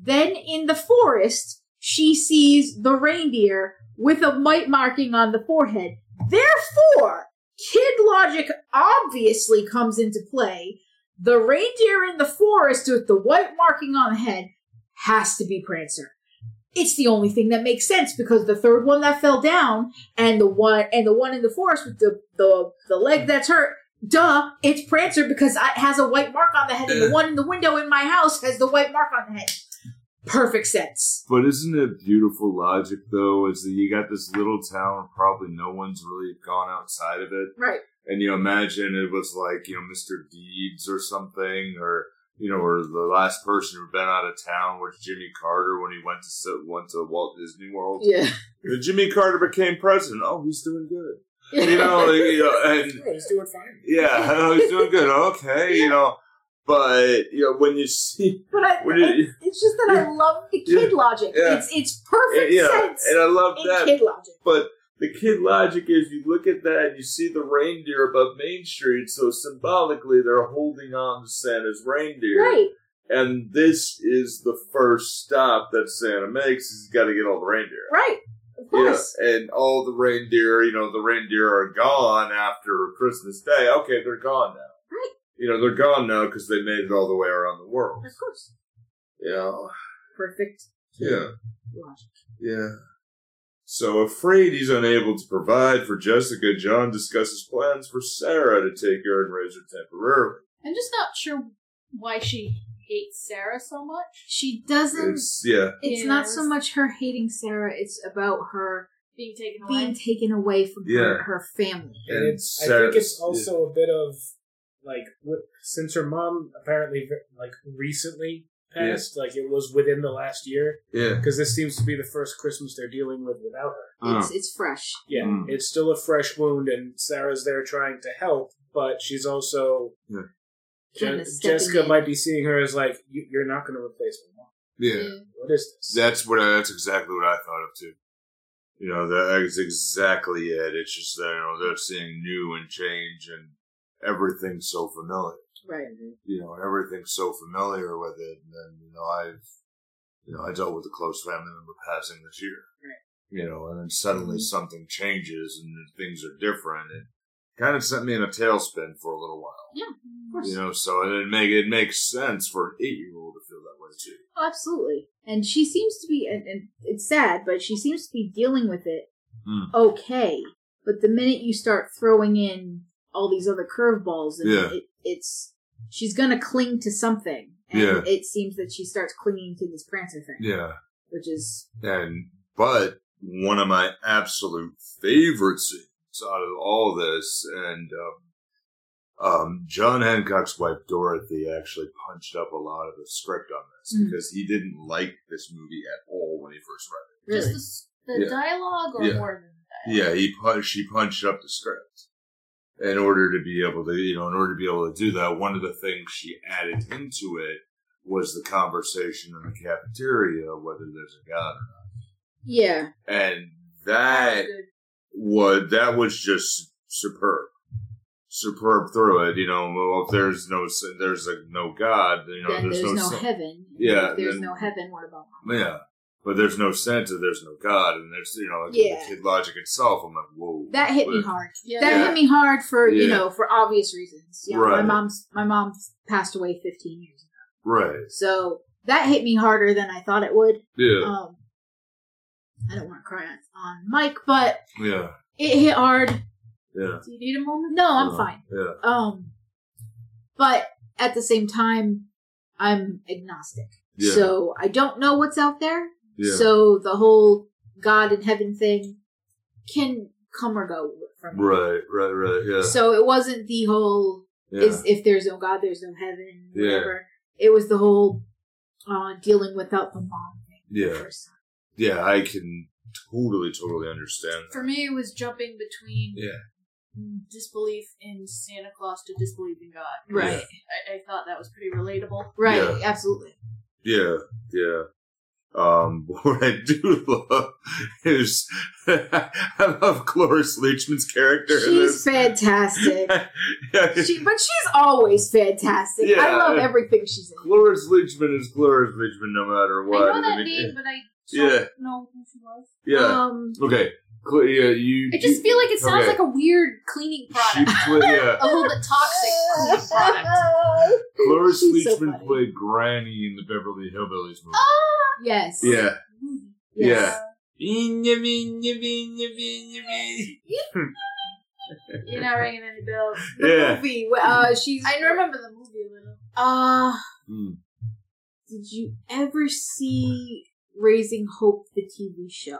Speaker 4: Then in the forest, she sees the reindeer with a white marking on the forehead. Therefore, kid logic obviously comes into play. The reindeer in the forest with the white marking on the head has to be Prancer. It's the only thing that makes sense because the third one that fell down and the one and the one in the forest with the the, the leg that's hurt, duh, it's Prancer because I- it has a white mark on the head and the one in the window in my house has the white mark on the head. Perfect sense.
Speaker 1: But isn't it beautiful logic though? Is that you got this little town, probably no one's really gone outside of it,
Speaker 4: Right.
Speaker 1: and you imagine it was like you know Mr. Deeds or something, or you know, or the last person who'd been out of town was Jimmy Carter when he went to sit- went to Walt Disney World.
Speaker 4: Yeah.
Speaker 1: Jimmy Carter became president. Oh, he's doing good.
Speaker 3: mm.
Speaker 1: You know, like, you know and
Speaker 2: Oh, he's doing fine.
Speaker 1: yeah, oh, he's doing good. Okay, you know, but you know when you see
Speaker 4: But I,
Speaker 1: when you,
Speaker 4: it's just that I love the kid logic.
Speaker 1: Yeah.
Speaker 4: It's it's perfect
Speaker 1: yeah,
Speaker 4: sense
Speaker 1: and I love
Speaker 4: in
Speaker 1: that.
Speaker 4: kid logic.
Speaker 1: But the kid logic is you look at that and you see the reindeer above Main Street, so symbolically they're holding on to Santa's reindeer.
Speaker 4: Right.
Speaker 1: And this is the first stop that Santa makes. He's got to get all the reindeer.
Speaker 4: Right. Of
Speaker 1: Yeah,
Speaker 4: course.
Speaker 1: and all the reindeer, you know, the reindeer are gone after Christmas Day. Okay, they're gone now.
Speaker 4: Right.
Speaker 1: You know, they're gone now because they made it all the way around the world.
Speaker 4: Of course.
Speaker 1: You know?
Speaker 4: Perfect
Speaker 1: Yeah.
Speaker 4: logic.
Speaker 1: Yeah. So, afraid he's unable to provide for Jessica, John discusses plans for Sarah to take her and raise her temporarily.
Speaker 3: I'm just not sure why she hates Sarah so much.
Speaker 4: She doesn't it's,
Speaker 1: It's, yeah,
Speaker 4: not
Speaker 3: Yes.
Speaker 4: so much her hating Sarah, it's about her
Speaker 3: Being taken away.
Speaker 4: being taken away from
Speaker 1: Yeah.
Speaker 4: her, her family.
Speaker 2: And
Speaker 1: And
Speaker 2: it's, I
Speaker 1: Sarah-
Speaker 2: think it's also a bit of like with, since her mom apparently like recently
Speaker 1: Yeah.
Speaker 2: passed, like it was within the last year
Speaker 1: yeah.
Speaker 2: because this seems to be the first Christmas they're dealing with without her.
Speaker 1: Uh.
Speaker 4: It's it's fresh.
Speaker 2: Yeah,
Speaker 1: Mm.
Speaker 2: it's still a fresh wound, and Sarah's there trying to help, but she's also
Speaker 1: Yeah.
Speaker 2: Je-
Speaker 4: Kinda stepping
Speaker 2: Jessica
Speaker 4: in.
Speaker 2: might be seeing her as like, "You- "You're not going to replace my mom.
Speaker 1: yeah.
Speaker 2: What is this?"
Speaker 1: That's what. I, that's exactly what I thought of too. You know, that is exactly it. It's just that you know they're seeing new and change and everything's so familiar.
Speaker 4: Right.
Speaker 1: You know, everything's so familiar with it. And then you know, I've you know I dealt with a close family member passing this year. you know, and then suddenly something changes and things are different. It kind of sent me in a tailspin for a little while,
Speaker 3: Yeah, of
Speaker 1: you know. So it make it makes sense for an eight year old to feel that way too.
Speaker 4: Oh, absolutely. And she seems to be, and, and it's sad, but she seems to be dealing with it
Speaker 1: Hmm.
Speaker 4: okay. But the minute you start throwing in all these other curveballs, and
Speaker 1: Yeah.
Speaker 4: it, it's she's gonna cling to something. And
Speaker 1: Yeah.
Speaker 4: it seems that she starts clinging to this Prancer thing,
Speaker 1: Yeah,
Speaker 4: which is
Speaker 1: and but one of my absolute favorite scenes out of all this, and um, um, John Hancock's wife Dorothy actually punched up a lot of the script on this
Speaker 4: Mm.
Speaker 1: because he didn't like this movie at all when he first read it.
Speaker 4: really
Speaker 3: Just the, the
Speaker 1: Yeah.
Speaker 3: dialogue or
Speaker 1: Yeah.
Speaker 3: more than that?
Speaker 1: Yeah, he pu- she punched up the script in order to be able to, you know, in order to be able to do that. One of the things she added into it was the conversation in the cafeteria, whether there's a God or
Speaker 4: yeah,
Speaker 1: not, and that was that was just superb, superb through it. You know, well, if there's no sin, there's like no God, you know,
Speaker 4: then
Speaker 1: Oh, there's, no, sin.
Speaker 4: heaven.
Speaker 1: Yeah,
Speaker 4: if there's
Speaker 1: then-
Speaker 4: no heaven. What about
Speaker 1: yeah. But there's no Santa, there's no God, and there's you know, like
Speaker 4: Yeah.
Speaker 1: the kid logic itself. I'm like, whoa,
Speaker 4: that? Hit me
Speaker 1: Well,
Speaker 4: hard.
Speaker 3: Yeah.
Speaker 4: That
Speaker 1: Yeah.
Speaker 4: hit me hard for you
Speaker 1: Yeah.
Speaker 4: know for obvious reasons. Yeah, my
Speaker 1: Right.
Speaker 4: mom's my mom passed away 15 years ago.
Speaker 1: right?
Speaker 4: So that hit me harder than I thought it would.
Speaker 1: Yeah,
Speaker 4: Um, I don't want to cry on, on Mike, but
Speaker 1: yeah,
Speaker 4: it hit hard.
Speaker 1: yeah.
Speaker 3: Do you need a moment?
Speaker 4: No, I'm
Speaker 1: Uh,
Speaker 4: fine.
Speaker 1: Yeah.
Speaker 4: Um, but at the same time, I'm agnostic.
Speaker 1: Yeah.
Speaker 4: So I don't know what's out there.
Speaker 1: yeah.
Speaker 4: So the whole God in heaven thing can come or go from me.
Speaker 1: right, right, right. Yeah.
Speaker 4: So it wasn't the whole
Speaker 1: yeah.
Speaker 4: is if there's no God, there's no heaven,
Speaker 1: Yeah.
Speaker 4: whatever. It was the whole uh, dealing without the mom thing. the
Speaker 1: yeah.
Speaker 4: first time.
Speaker 1: Yeah, I can totally, totally understand that.
Speaker 3: For me, it was jumping between
Speaker 1: Yeah.
Speaker 3: disbelief in Santa Claus to disbelief in God.
Speaker 4: Right.
Speaker 1: Yeah.
Speaker 3: I, I thought that was pretty relatable.
Speaker 4: Right. Absolutely.
Speaker 1: Yeah, yeah. Um, what I do love is I love Cloris Leachman's character. in this.
Speaker 4: She's fantastic.
Speaker 1: Yeah.
Speaker 4: she, but she's always fantastic.
Speaker 1: Yeah.
Speaker 4: I love everything she's in.
Speaker 1: Cloris Leachman is Cloris Leachman no matter what.
Speaker 3: I know that
Speaker 1: And it-
Speaker 3: name, but I don't
Speaker 1: Yeah.
Speaker 3: know who she was.
Speaker 1: Yeah.
Speaker 4: Um,
Speaker 1: okay. Cl- yeah, you.
Speaker 3: I just feel like it sounds
Speaker 1: okay.
Speaker 3: like a weird cleaning
Speaker 1: She
Speaker 3: product.
Speaker 1: pla- yeah.
Speaker 3: a little bit toxic cleaning product.
Speaker 1: Cloris
Speaker 4: She's so
Speaker 1: Leachman
Speaker 4: funny.
Speaker 1: played Granny in the Beverly Hillbillies
Speaker 3: Ah!
Speaker 1: movie.
Speaker 3: Oh,
Speaker 4: Yes.
Speaker 1: Yeah.
Speaker 4: Yes.
Speaker 3: You're not ringing any bells.
Speaker 1: Yeah.
Speaker 4: The
Speaker 1: Mm-hmm.
Speaker 4: movie. Uh, she's.
Speaker 3: I remember the movie a little.
Speaker 4: Uh,
Speaker 1: Hmm.
Speaker 4: did you ever see Raising Hope, the TV show?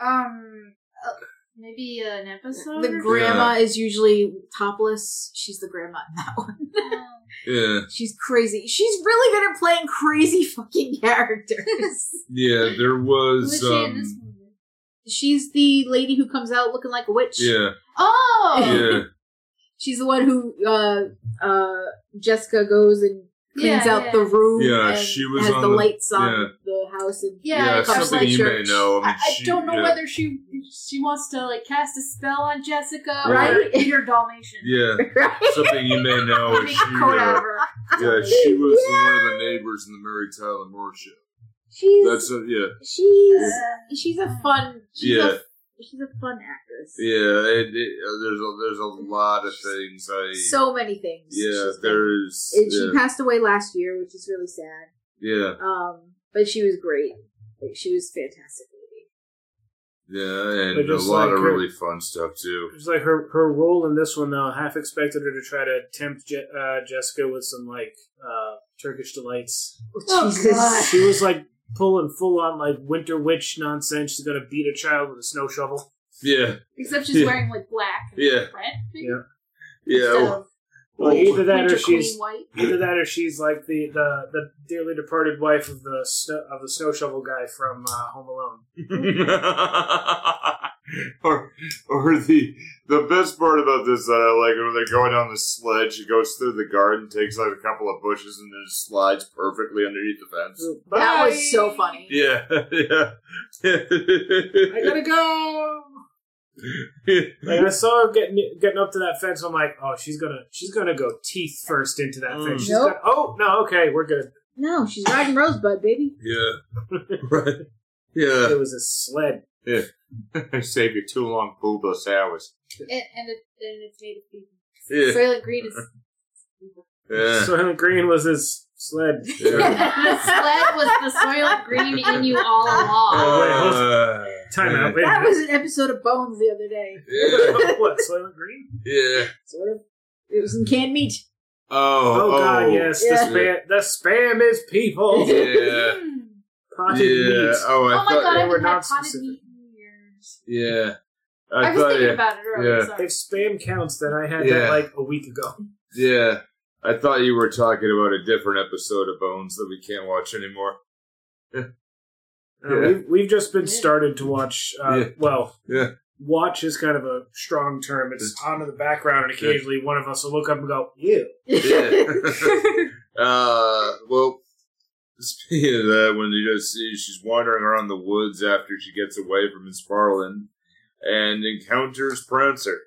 Speaker 3: Um, uh, maybe an episode.
Speaker 4: The
Speaker 3: or
Speaker 4: grandma is usually topless. She's the grandma in that one.
Speaker 3: something? Um,
Speaker 1: Yeah.
Speaker 4: She's crazy. She's really good at playing crazy fucking characters.
Speaker 1: Yeah, there
Speaker 3: who
Speaker 1: was.
Speaker 3: is she in this
Speaker 1: Um,
Speaker 3: movie?
Speaker 4: She's the lady who comes out looking like a witch.
Speaker 1: yeah.
Speaker 3: Oh,
Speaker 1: Yeah.
Speaker 4: She's the one who uh, uh, Jessica goes and cleans
Speaker 3: Yeah,
Speaker 4: out
Speaker 3: yeah.
Speaker 4: the room.
Speaker 1: Yeah,
Speaker 4: and
Speaker 1: she was
Speaker 4: has
Speaker 1: on
Speaker 4: the,
Speaker 1: the-
Speaker 4: lights on
Speaker 1: yeah.
Speaker 4: the house and
Speaker 3: Yeah,
Speaker 1: Yeah,
Speaker 3: I thought it was
Speaker 1: something
Speaker 3: like
Speaker 1: you
Speaker 4: church.
Speaker 1: may know. I, mean,
Speaker 3: I, I
Speaker 1: she-
Speaker 3: don't know
Speaker 1: yeah.
Speaker 3: whether she she wants to like cast a spell on Jessica
Speaker 4: Right.
Speaker 3: or eat her Dalmatian.
Speaker 1: Yeah,
Speaker 4: right?
Speaker 1: something you may know.
Speaker 3: Or
Speaker 1: is
Speaker 3: make
Speaker 1: she,
Speaker 3: a coat out
Speaker 1: uh,
Speaker 3: of her.
Speaker 1: yeah, she was one of the neighbors in the Mary Tyler Moore show.
Speaker 4: She's
Speaker 1: That's a, yeah,
Speaker 4: she's
Speaker 3: Uh,
Speaker 4: she's a fun she's
Speaker 1: Yeah.
Speaker 4: a she's a fun actress.
Speaker 1: yeah. It, it, uh, there's a there's a lot of things. I
Speaker 4: So many things.
Speaker 1: yeah,
Speaker 4: she's been-
Speaker 1: there is
Speaker 4: and she
Speaker 1: yeah,
Speaker 4: passed away last year, which is really sad.
Speaker 1: yeah,
Speaker 4: Um, but she was great. Like, she was fantastic. lady.
Speaker 1: yeah,
Speaker 2: I
Speaker 1: and a
Speaker 2: just
Speaker 1: lot
Speaker 2: like
Speaker 1: of
Speaker 2: her-
Speaker 1: really fun stuff too.
Speaker 2: It's like her her role in this one, though. I half expected her to try to tempt Je- uh, Jessica with some like uh, Turkish delights.
Speaker 3: Oh, God.
Speaker 2: She was like pulling full on like winter witch nonsense. She's gonna beat a child with a snow shovel.
Speaker 1: Yeah,
Speaker 3: Except she's
Speaker 1: Yeah.
Speaker 3: wearing like black and
Speaker 1: Yeah.
Speaker 3: red. maybe?
Speaker 2: Yeah.
Speaker 1: yeah.
Speaker 3: Instead
Speaker 1: well-
Speaker 3: of
Speaker 2: Well,
Speaker 1: well,
Speaker 2: either that or
Speaker 3: Winter Queen
Speaker 2: she's
Speaker 3: white.
Speaker 2: either that or she's like the, the, the dearly departed wife of the snow, of the snow shovel guy from uh, Home Alone.
Speaker 1: or or the the best part about this that I like when they're going on the sledge, it goes through the garden, takes out a couple of bushes, and then slides perfectly underneath the fence.
Speaker 4: That
Speaker 2: Bye.
Speaker 4: was so funny.
Speaker 1: Yeah, yeah.
Speaker 2: I gotta go. Like I saw her getting getting up to that fence. I'm like, oh, she's gonna she's gonna go teeth first into that
Speaker 1: Mm.
Speaker 2: fence. She's
Speaker 4: Nope.
Speaker 2: gonna- oh no, okay, we're good.
Speaker 4: No, she's riding Rosebud, baby.
Speaker 1: yeah. Right. Yeah.
Speaker 2: It was a sled.
Speaker 1: Save you two long boobless hours.
Speaker 3: And, and, it, and it's made of people.
Speaker 1: Yeah.
Speaker 3: Soylent Green is.
Speaker 1: Yeah.
Speaker 2: Soylent Green was his sled.
Speaker 1: yeah.
Speaker 3: the sled was the Soylent Green in you all along.
Speaker 1: Uh,
Speaker 2: Time out. Wait a
Speaker 4: That
Speaker 2: minute.
Speaker 4: was an episode of Bones the other day.
Speaker 1: Yeah.
Speaker 2: what Soylent Green?
Speaker 1: Yeah.
Speaker 4: Sort of. It was in canned meat.
Speaker 1: Oh.
Speaker 2: Oh, God, yes,
Speaker 4: Yeah.
Speaker 2: the spam. The spam is people.
Speaker 1: Yeah.
Speaker 3: Hmm.
Speaker 2: Potted
Speaker 1: Yeah.
Speaker 2: meat.
Speaker 1: Oh, I
Speaker 3: Oh my
Speaker 1: thought.
Speaker 3: god, I
Speaker 2: they were
Speaker 3: haven't had
Speaker 2: not
Speaker 3: potted
Speaker 2: specific.
Speaker 3: meat in years.
Speaker 1: Yeah.
Speaker 3: I, was
Speaker 1: thought.
Speaker 3: thinking
Speaker 1: Yeah.
Speaker 3: about it earlier.
Speaker 1: yeah.
Speaker 2: If
Speaker 3: Sorry.
Speaker 2: spam counts, then I had
Speaker 1: Yeah.
Speaker 2: that like a week ago.
Speaker 1: Yeah. I thought you were talking about a different episode of Bones that we can't watch anymore.
Speaker 2: Uh,
Speaker 1: Yeah.
Speaker 2: we've, we've just been
Speaker 3: Yeah.
Speaker 2: started to watch. Uh,
Speaker 1: Yeah.
Speaker 2: Well,
Speaker 1: Yeah.
Speaker 2: watch is kind of a strong term. It's on in the background, and occasionally one of us will look up and go, "Ew."
Speaker 1: Uh, well, speaking of that, when you just see she's wandering around the woods after she gets away from Miss Farland and encounters Prancer.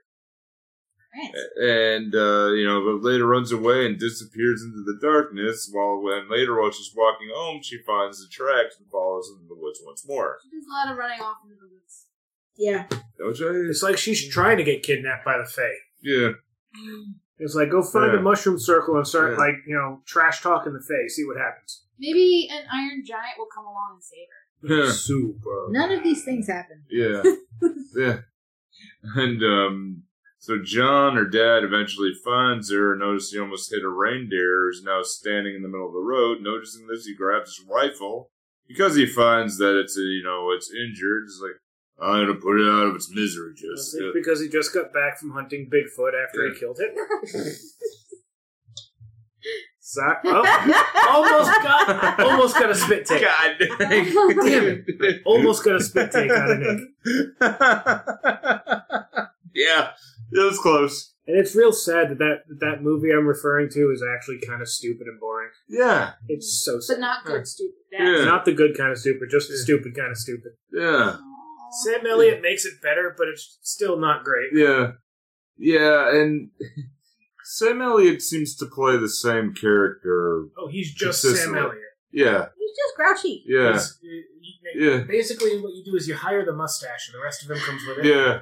Speaker 1: And, uh, you know, but later runs away and disappears into the darkness. While when later, while she's walking home, she finds the tracks and follows into the woods once more.
Speaker 3: There's a lot of running off into the woods.
Speaker 4: yeah.
Speaker 1: Don't you?
Speaker 2: It's like she's trying to get kidnapped by the Fae.
Speaker 1: Yeah,
Speaker 2: It's like go find
Speaker 1: Yeah.
Speaker 2: a mushroom circle and start
Speaker 1: Yeah.
Speaker 2: like you know trash talking the Fae. See what happens.
Speaker 3: Maybe an iron giant will come along and save her.
Speaker 1: Yeah.
Speaker 2: Super.
Speaker 4: None of these things happen.
Speaker 1: yeah, yeah. And um, So John, her dad, eventually finds her and notices he almost hit a reindeer who's now standing in the middle of the road. Noticing this, he grabs his rifle because he finds that it's, uh, you know, it's injured. He's like, I'm going to put it out of its misery,
Speaker 2: Is
Speaker 1: just. uh,
Speaker 2: it because he just got back from hunting Bigfoot after
Speaker 1: Yeah.
Speaker 2: he killed Hitler. Sorry. Oh, almost got almost got a spit take.
Speaker 1: God
Speaker 3: Damn
Speaker 2: Almost got a spit take out of Nick.
Speaker 1: yeah, it was close.
Speaker 2: And it's real sad that, that that movie I'm referring to is actually kind of stupid and boring.
Speaker 1: Yeah,
Speaker 2: It's so sad.
Speaker 3: But not good, stupid.
Speaker 1: Yeah.
Speaker 3: That's
Speaker 2: Not the good kind of stupid, just the stupid kind of stupid.
Speaker 1: yeah.
Speaker 2: Sam Elliott makes it better, but it's still not great.
Speaker 1: Yeah. Yeah, and Sam Elliott seems to play the same character.
Speaker 2: Oh, he's just Sam
Speaker 1: Consistently.
Speaker 2: Elliott.
Speaker 1: Yeah,
Speaker 4: He's just grouchy.
Speaker 1: yeah,
Speaker 2: He's- he- he-
Speaker 1: yeah,
Speaker 2: Basically, what you do is you hire the mustache, and the rest of him comes with it.
Speaker 1: yeah,
Speaker 4: I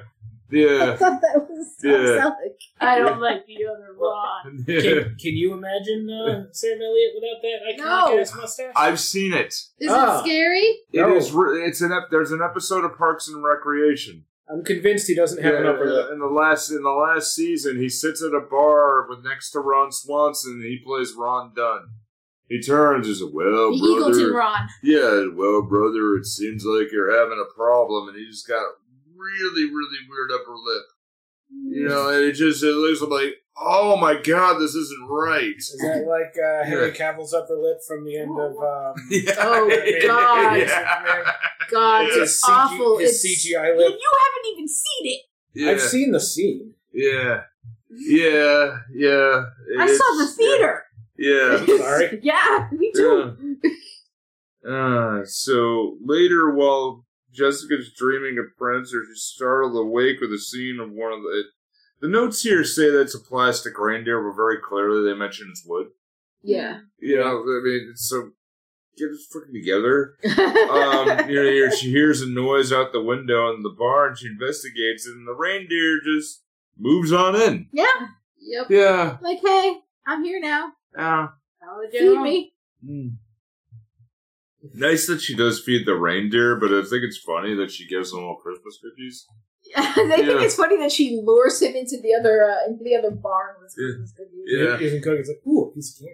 Speaker 1: yeah.
Speaker 4: thought that was so
Speaker 1: Yeah.
Speaker 4: Selleck.
Speaker 3: I don't like the other one.
Speaker 1: yeah.
Speaker 2: Can, can you imagine uh, Sam Elliott without that
Speaker 3: No.
Speaker 2: iconic-ass mustache?
Speaker 1: I've seen it.
Speaker 3: Is
Speaker 2: Ah.
Speaker 4: Oh,
Speaker 3: it scary?
Speaker 1: It
Speaker 2: No.
Speaker 1: is. Re- it's an. Ep- there's an episode of Parks and Recreation.
Speaker 2: I'm convinced he doesn't have an upper lip.
Speaker 1: in the last in the last season, he sits at a bar with next to Ron Swanson, and he plays Ron Dunn. He turns. He's a well,
Speaker 3: the
Speaker 1: brother.
Speaker 3: Eagleton Ron.
Speaker 1: Yeah, well, brother, it seems like you're having a problem, and he's got a really, really weird upper lip. You know, and it just it looks like, oh my god, this isn't right.
Speaker 2: Is that like uh, Henry Cavill's upper lip from the end of um,
Speaker 1: Yeah.
Speaker 4: Oh, God.
Speaker 1: Yeah.
Speaker 4: God,
Speaker 1: Yeah.
Speaker 4: it's
Speaker 2: his, CG,
Speaker 4: awful.
Speaker 2: his
Speaker 4: it's,
Speaker 2: CGI
Speaker 4: And
Speaker 2: lip?
Speaker 4: you haven't even seen it.
Speaker 1: Yeah.
Speaker 2: I've seen the scene.
Speaker 1: yeah, yeah, yeah.
Speaker 4: I saw the
Speaker 1: It's-
Speaker 4: theater.
Speaker 1: Yeah.
Speaker 2: Sorry.
Speaker 4: Yeah, me too.
Speaker 1: yeah. Uh, so later, while Jessica's dreaming of Prince, or she's startled awake with a scene of one of the. The notes here say that it's a plastic reindeer, but very clearly they mention it's wood.
Speaker 3: Yeah.
Speaker 1: You know, I mean, it's so get it freaking together. Um, you know, here she hears a noise out the window in the bar, and she investigates, and the reindeer just moves on in.
Speaker 4: Yeah.
Speaker 3: Yep.
Speaker 1: Yeah.
Speaker 4: Like, hey, I'm here now.
Speaker 1: Ow.
Speaker 4: Feed me.
Speaker 1: Mm. Nice that she does feed the reindeer, but I think it's funny that she gives them all Christmas cookies.
Speaker 4: they think
Speaker 1: Yeah.
Speaker 4: it's funny that she lures him into the other uh, into the other barn with
Speaker 1: Yeah.
Speaker 4: his cookies.
Speaker 1: Yeah.
Speaker 2: He's in Cookie's like, ooh, a piece of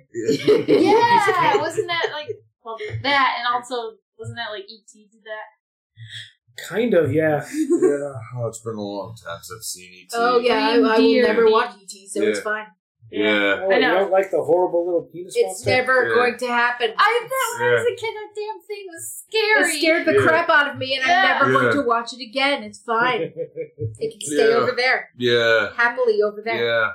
Speaker 2: candy.
Speaker 3: yeah, wasn't that like well that and also wasn't that like ET did that?
Speaker 2: Kind of, yeah.
Speaker 1: yeah. Oh, it's been a long time since I've seen ET.
Speaker 4: Oh yeah, I, I will
Speaker 3: Reindeer.
Speaker 4: never watch ET, so it's
Speaker 1: Yeah.
Speaker 4: fine.
Speaker 1: Yeah.
Speaker 2: Oh,
Speaker 3: I
Speaker 2: you
Speaker 3: know.
Speaker 2: don't like the horrible little penis
Speaker 4: It's
Speaker 2: monster?
Speaker 4: never
Speaker 1: Yeah.
Speaker 4: going to happen.
Speaker 3: I that when I was
Speaker 1: Yeah.
Speaker 3: a kid that damn thing was scary.
Speaker 4: It scared the
Speaker 1: Yeah.
Speaker 4: crap out of me, and
Speaker 3: Yeah.
Speaker 4: I'm never
Speaker 1: Yeah.
Speaker 4: going to watch it again. It's fine. It can stay
Speaker 1: Yeah.
Speaker 4: over there
Speaker 1: Yeah.
Speaker 4: happily over there.
Speaker 1: Yeah.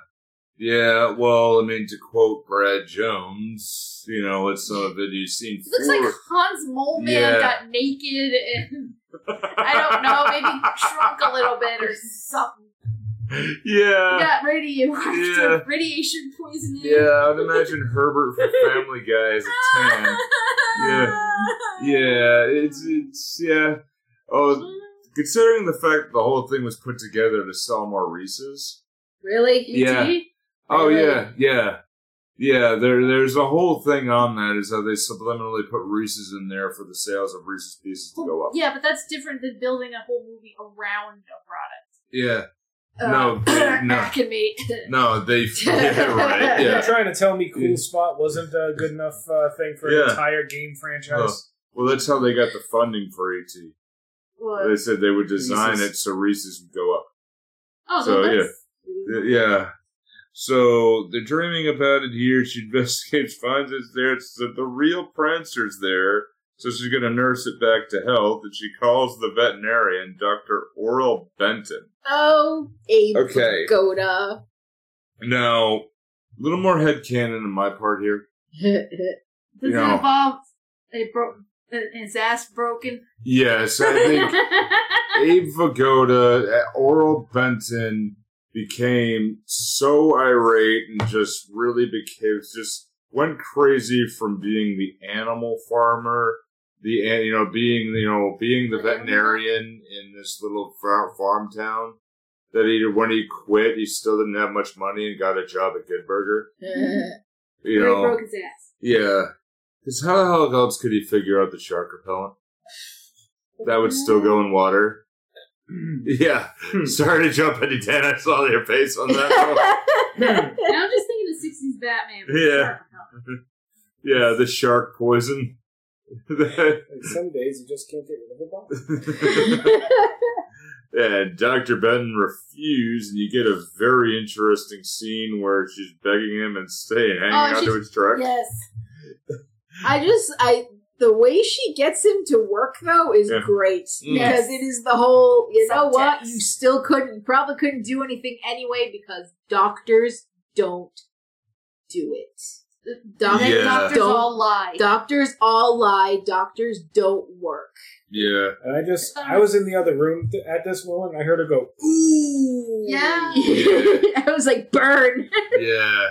Speaker 1: Yeah. Well, I mean, to quote Brad Jones, you know, it's some of it you've seen.
Speaker 3: It looks like Hans Moleman
Speaker 1: Yeah.
Speaker 3: got naked and I don't know, maybe shrunk a little bit or something.
Speaker 1: maybe. Yeah.
Speaker 3: got radioactive
Speaker 1: Yeah.
Speaker 3: radiation poisoning.
Speaker 1: Yeah, I'd imagine Herbert from Family Guy as a tan. Yeah, it's it's yeah. Oh, considering the fact the whole thing was put together to sell more Reese's.
Speaker 4: Really?
Speaker 1: Yeah. Oh
Speaker 4: Really?
Speaker 1: yeah, yeah, yeah. There, there's a whole thing on that is how they subliminally put Reese's in there for the sales of Reese's pieces to go up.
Speaker 3: Yeah, but that's different than building a whole movie around a product.
Speaker 1: Yeah,
Speaker 4: Uh,
Speaker 1: No, dude, no.
Speaker 3: Can be.
Speaker 1: no, they. Yeah, right.
Speaker 2: You're
Speaker 1: Yeah.
Speaker 2: trying to tell me
Speaker 1: Yeah.
Speaker 2: Cool Spot wasn't a good enough uh, thing for
Speaker 1: Yeah.
Speaker 2: an entire game franchise?
Speaker 1: Well, that's how they got the funding for ET. They
Speaker 3: What?
Speaker 1: said they would design
Speaker 2: Reese's.
Speaker 1: it so Reese's would go up.
Speaker 3: Oh,
Speaker 1: So,
Speaker 3: so, that's,
Speaker 1: Yeah. So they're dreaming about it here. She investigates, finds it's there. It's the, the real Prancer's there. So she's going to nurse it back to health. And she calls the veterinarian, Dr. Oral Benton.
Speaker 4: Oh, Abe
Speaker 1: Okay.
Speaker 4: Goda.
Speaker 1: Now, a little more headcanon on my part here.
Speaker 3: Does
Speaker 1: You know.
Speaker 3: it involve a bro- uh, his ass broken?
Speaker 1: Yes, I think Abe Vagoda, uh, Oral Benton became so irate and just really became just went crazy from being the animal farmer, the an- you know being you know being the veterinarian in this little far- farm town. That he when he quit, he still didn't have much money and got a job at Good Burger. You
Speaker 3: Or he
Speaker 1: know,
Speaker 3: broke his ass.
Speaker 1: yeah. Because how the hell else could he figure out the shark repellent? That would still go in water. Yeah. Sorry to jump into 10. I saw your face on that.
Speaker 3: Now I'm just thinking of 60s Batman. with
Speaker 1: Yeah.
Speaker 3: shark repellent.
Speaker 1: yeah, the shark poison.
Speaker 2: Like some days you just can't get rid of a bottle.
Speaker 1: and Dr. Benton refused, and you get a very interesting scene where she's begging him and staying, hanging
Speaker 4: Oh,
Speaker 1: onto
Speaker 4: she's-
Speaker 1: his truck.
Speaker 4: Yes. I just I the way she gets him to work though is
Speaker 1: Yeah. Mm.
Speaker 4: great
Speaker 1: Yes.
Speaker 4: because it is the whole you know what
Speaker 3: Subtext.
Speaker 4: you still couldn't probably couldn't do anything anyway because doctors don't do it.
Speaker 3: And
Speaker 4: Doctors
Speaker 3: then
Speaker 1: Yeah.
Speaker 3: doctors
Speaker 4: don't
Speaker 3: all lie.
Speaker 4: doctors all lie. Doctors don't work.
Speaker 1: Yeah.
Speaker 2: And I just, I was in the other room th- at this moment. I heard her go,
Speaker 4: Ooh.
Speaker 3: Yeah.
Speaker 4: I was like burn.
Speaker 1: Yeah.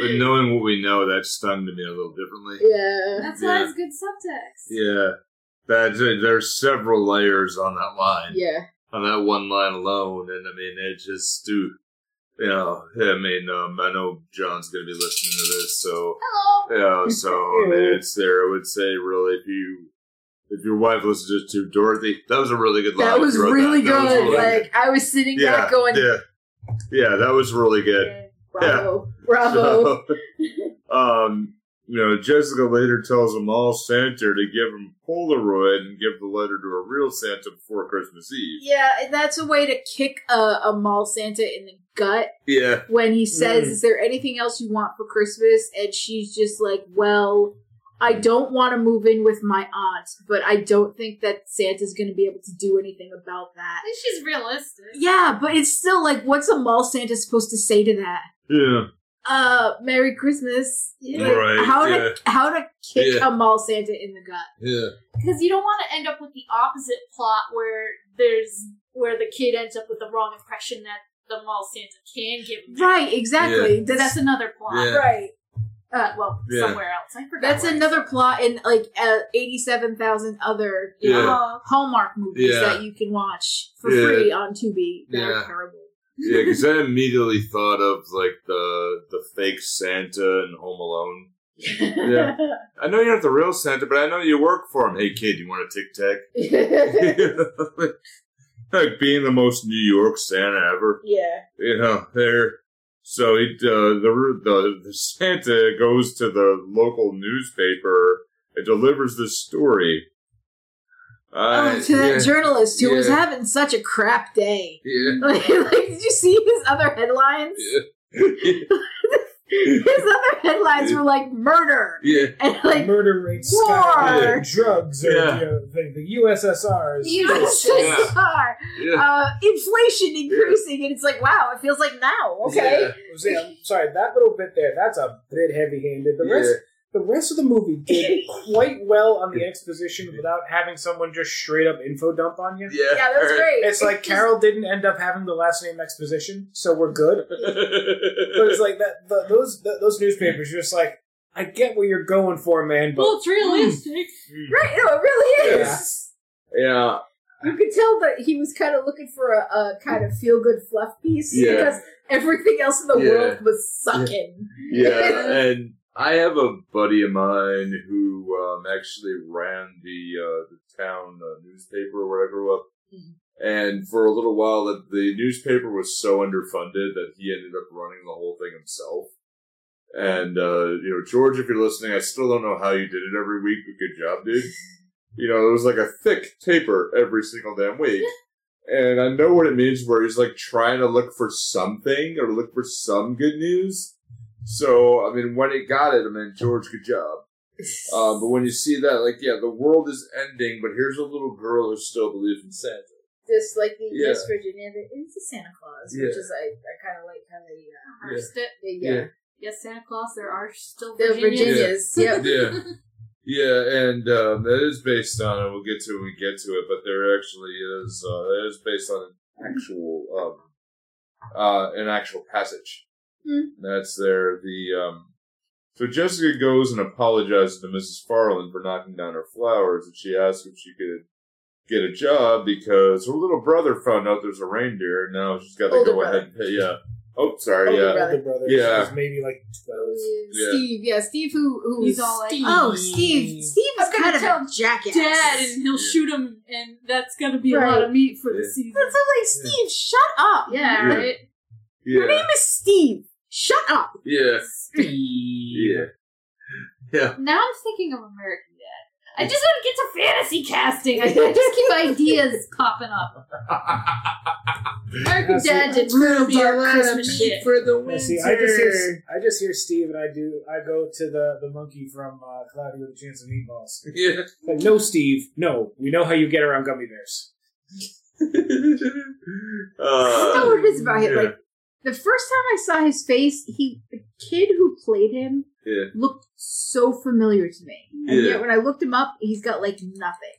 Speaker 1: But knowing what we know, that stung me a little differently.
Speaker 4: Yeah.
Speaker 3: That's why
Speaker 1: Yeah.
Speaker 3: it's good subtext.
Speaker 1: Yeah. That's it. There's several layers on that line,
Speaker 4: Yeah.
Speaker 1: on that one line alone. And I mean, it just, dude, you know, I mean, um, I know John's going to be listening to this, so
Speaker 3: Hello.
Speaker 1: Yeah, so I mean, it's there. I would say, really, if you if your wife listens to Dorothy, that was a really good line.
Speaker 4: That was
Speaker 1: You wrote
Speaker 4: really
Speaker 1: That was
Speaker 4: good.
Speaker 1: really
Speaker 4: like I was sitting
Speaker 1: yeah,
Speaker 4: back going
Speaker 1: yeah, yeah, that was really good.
Speaker 4: bravo. Bravo.
Speaker 1: So, um, you know, Jessica later tells them all Santa to give him Polaroid and give the letter to a real Santa before Christmas Eve.
Speaker 4: Yeah, and that's a way to kick a, a mall Santa in the gut
Speaker 1: Yeah,
Speaker 4: when he says,
Speaker 2: Mm.
Speaker 4: Is there anything else you want for Christmas? And she's just like, Well, I don't want to move in with my aunt, but I don't think that Santa's going to be able to do anything about
Speaker 3: At
Speaker 4: that.
Speaker 3: least she's realistic.
Speaker 4: Yeah, but it's still like, what's a mall Santa supposed to say to that?
Speaker 1: yeah,
Speaker 4: Uh, Merry Christmas. Like,
Speaker 1: Right,
Speaker 4: how to
Speaker 1: yeah.
Speaker 4: how to kick
Speaker 1: Yeah.
Speaker 4: a mall Santa in the gut?
Speaker 1: yeah,
Speaker 3: Because you don't want to end up with the opposite plot where there's where the kid ends up with the wrong impression that the mall Santa can give him.
Speaker 4: Right, exactly.
Speaker 3: That's,
Speaker 4: That's
Speaker 3: another plot.
Speaker 1: Yeah.
Speaker 4: right.
Speaker 3: Uh, well,
Speaker 1: Yeah.
Speaker 3: somewhere else. I forgot.
Speaker 4: That's
Speaker 3: where.
Speaker 4: another plot in like uh, 87,000 other you
Speaker 1: Yeah.
Speaker 4: know,
Speaker 3: Oh,
Speaker 4: Hallmark movies
Speaker 1: Yeah.
Speaker 4: that you can watch for
Speaker 1: Yeah.
Speaker 4: free on Tubi. They're
Speaker 1: Yeah.
Speaker 4: terrible.
Speaker 1: yeah. Because I immediately thought of like the the fake Santa and Home Alone. Yeah. I know you're not the real Santa, but I know you work for him. Hey, kid, you want a tic tac? like being the most New York Santa ever,
Speaker 4: yeah.
Speaker 1: you know. There, so he uh, the, the the Santa goes to the local newspaper and delivers the story. Uh,
Speaker 4: oh, to that
Speaker 1: yeah,
Speaker 4: journalist who was
Speaker 1: Yeah.
Speaker 4: having such a crap day.
Speaker 1: yeah,
Speaker 4: Like, like, did you see his other headlines? His other headlines were like murder
Speaker 1: yeah,
Speaker 4: and like
Speaker 2: murder rate
Speaker 4: war.
Speaker 2: skyrocketed, drugs, or
Speaker 1: Yeah.
Speaker 2: you know, the, the USSR.
Speaker 3: the
Speaker 2: Is
Speaker 3: universe.
Speaker 4: USSR,
Speaker 1: yeah.
Speaker 4: uh, inflation increasing, and it's like wow, it feels like now. Okay,
Speaker 1: Yeah.
Speaker 2: See, I'm sorry, that little bit there, that's a bit heavy handed. The rest the rest of the movie did quite well on the exposition without having someone just straight up info dump on you.
Speaker 1: yeah,
Speaker 4: yeah, that's great.
Speaker 2: It's like Carol didn't end up having the last name exposition, so we're good. But it's like that the, those the, those newspapers, you're just like, I get what you're going for, man, but
Speaker 3: Well, it's realistic.
Speaker 4: Right? No, it really is.
Speaker 2: Yeah.
Speaker 1: yeah,
Speaker 4: You could tell that he was kind of looking for a, a kind of feel good fluff piece
Speaker 1: Yeah.
Speaker 4: because everything else in the
Speaker 1: Yeah.
Speaker 4: world was sucking.
Speaker 1: Yeah, and I have a buddy of mine who um, actually ran the uh, the town uh, newspaper where I grew up, and for a little while, the, the newspaper was so underfunded that he ended up running the whole thing himself. And uh, you know, George, if you're listening, I still don't know how you did it every week, but good job, dude. You know, it was like a thick paper every single damn week. And I know what it means where he's like trying to look for something or look for some good news. So, I mean, when it got it, I mean, George, good job. Uh, but when you see that, like, yeah, the world is ending, but here's a little girl who still believes in Santa.
Speaker 4: Just like the
Speaker 1: Yeah.
Speaker 4: Miss Virginia, the, it's the Santa Claus, which
Speaker 1: Yeah.
Speaker 4: is I, I kind of like how they, uh,
Speaker 1: Yeah.
Speaker 3: First it-
Speaker 4: they
Speaker 1: Yeah.
Speaker 4: yeah.
Speaker 3: Yes, Santa Claus. There are still
Speaker 4: the
Speaker 3: Virginians.
Speaker 4: Virginias. Yep.
Speaker 1: Yeah. Yeah, and um, that is based on, and we'll get to it when we get to it, but there actually is, uh, that is based on an actual, um, uh, an actual passage.
Speaker 4: Hmm.
Speaker 1: That's there, the, um, so Jessica goes and apologizes to Mrs. Farland for knocking down her flowers, and she asks if she could get a job because her little brother found out there's a reindeer, and now she's got to
Speaker 4: Older
Speaker 1: go ahead
Speaker 4: brother.
Speaker 1: and pay, yeah, Oh, sorry.
Speaker 4: Oh,
Speaker 1: Yeah.
Speaker 4: right.
Speaker 2: Older brother.
Speaker 1: Yeah.
Speaker 2: She was maybe like 12.
Speaker 1: Yeah.
Speaker 4: Steve, yeah, Steve, who who
Speaker 3: He's
Speaker 4: is-
Speaker 3: all like,
Speaker 4: oh, Steve, Steve is
Speaker 3: I'm gonna
Speaker 4: kind of
Speaker 3: tell
Speaker 4: a jackass.
Speaker 3: Dead, and he'll
Speaker 1: Yeah.
Speaker 3: shoot him, and that's gonna be
Speaker 4: Right.
Speaker 3: a lot of meat for the
Speaker 1: Yeah.
Speaker 3: season.
Speaker 4: But it's like, Steve, shut up.
Speaker 3: Yeah,
Speaker 1: Yeah.
Speaker 3: right.
Speaker 1: Yeah.
Speaker 4: Your name is Steve. Shut up.
Speaker 1: Yeah.
Speaker 2: Steve.
Speaker 1: Yeah.
Speaker 3: Now I'm thinking of American Dad. I just want to get to fantasy casting. I, I just keep ideas popping up. American
Speaker 2: Yeah, see,
Speaker 3: Dad did real dark Christmas shit.
Speaker 4: for the
Speaker 2: Yeah, see, I just hear I just hear Steve, and I do I go to the the monkey from uh, Cloudy with a Chance of Meatballs.
Speaker 1: Yeah.
Speaker 2: Like, no, Steve, no. We know how you get around gummy bears.
Speaker 4: I don't know
Speaker 1: uh,
Speaker 4: what it is about him.
Speaker 1: yeah.
Speaker 4: Oh, Like the first time I saw his face, he the kid who played him
Speaker 1: Yeah.
Speaker 4: looked so familiar to me. And
Speaker 1: Yeah.
Speaker 4: yet when I looked him up, he's got like nothing.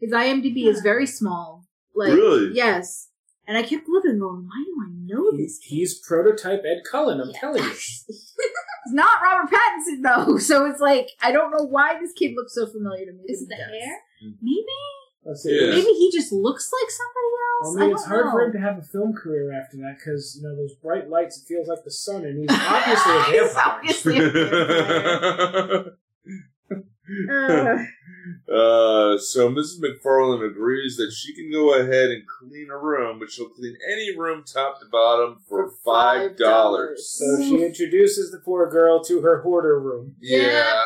Speaker 4: His IMDb is very small. Like
Speaker 1: Really?
Speaker 4: yes. And I kept looking going, why do I know
Speaker 2: He's,
Speaker 4: this?
Speaker 2: he's prototype Ed Cullen. I'm
Speaker 3: Yeah.
Speaker 2: telling you.
Speaker 4: It's not Robert Pattinson though, so it's like I don't know why this kid looks so familiar to me.
Speaker 3: Is
Speaker 4: but
Speaker 3: it the
Speaker 4: he does.
Speaker 3: hair?
Speaker 4: Maybe
Speaker 2: Let's see.
Speaker 1: Mm. Yeah.
Speaker 4: maybe he just looks like somebody else.
Speaker 2: Well, I mean,
Speaker 4: I
Speaker 2: it's
Speaker 4: don't
Speaker 2: hard
Speaker 4: know.
Speaker 2: for him to have a film career after that because you know those bright lights. It feels like the sun, and he's obviously a
Speaker 4: He's
Speaker 2: vampire.
Speaker 4: obviously a vampire. Uh,
Speaker 1: Uh, so Mrs. McFarlane agrees that she can go ahead and clean a room, but she'll clean any room top to bottom for
Speaker 4: For
Speaker 1: five dollars.
Speaker 4: $5.
Speaker 2: So she introduces the poor girl to her hoarder room.
Speaker 1: Yeah,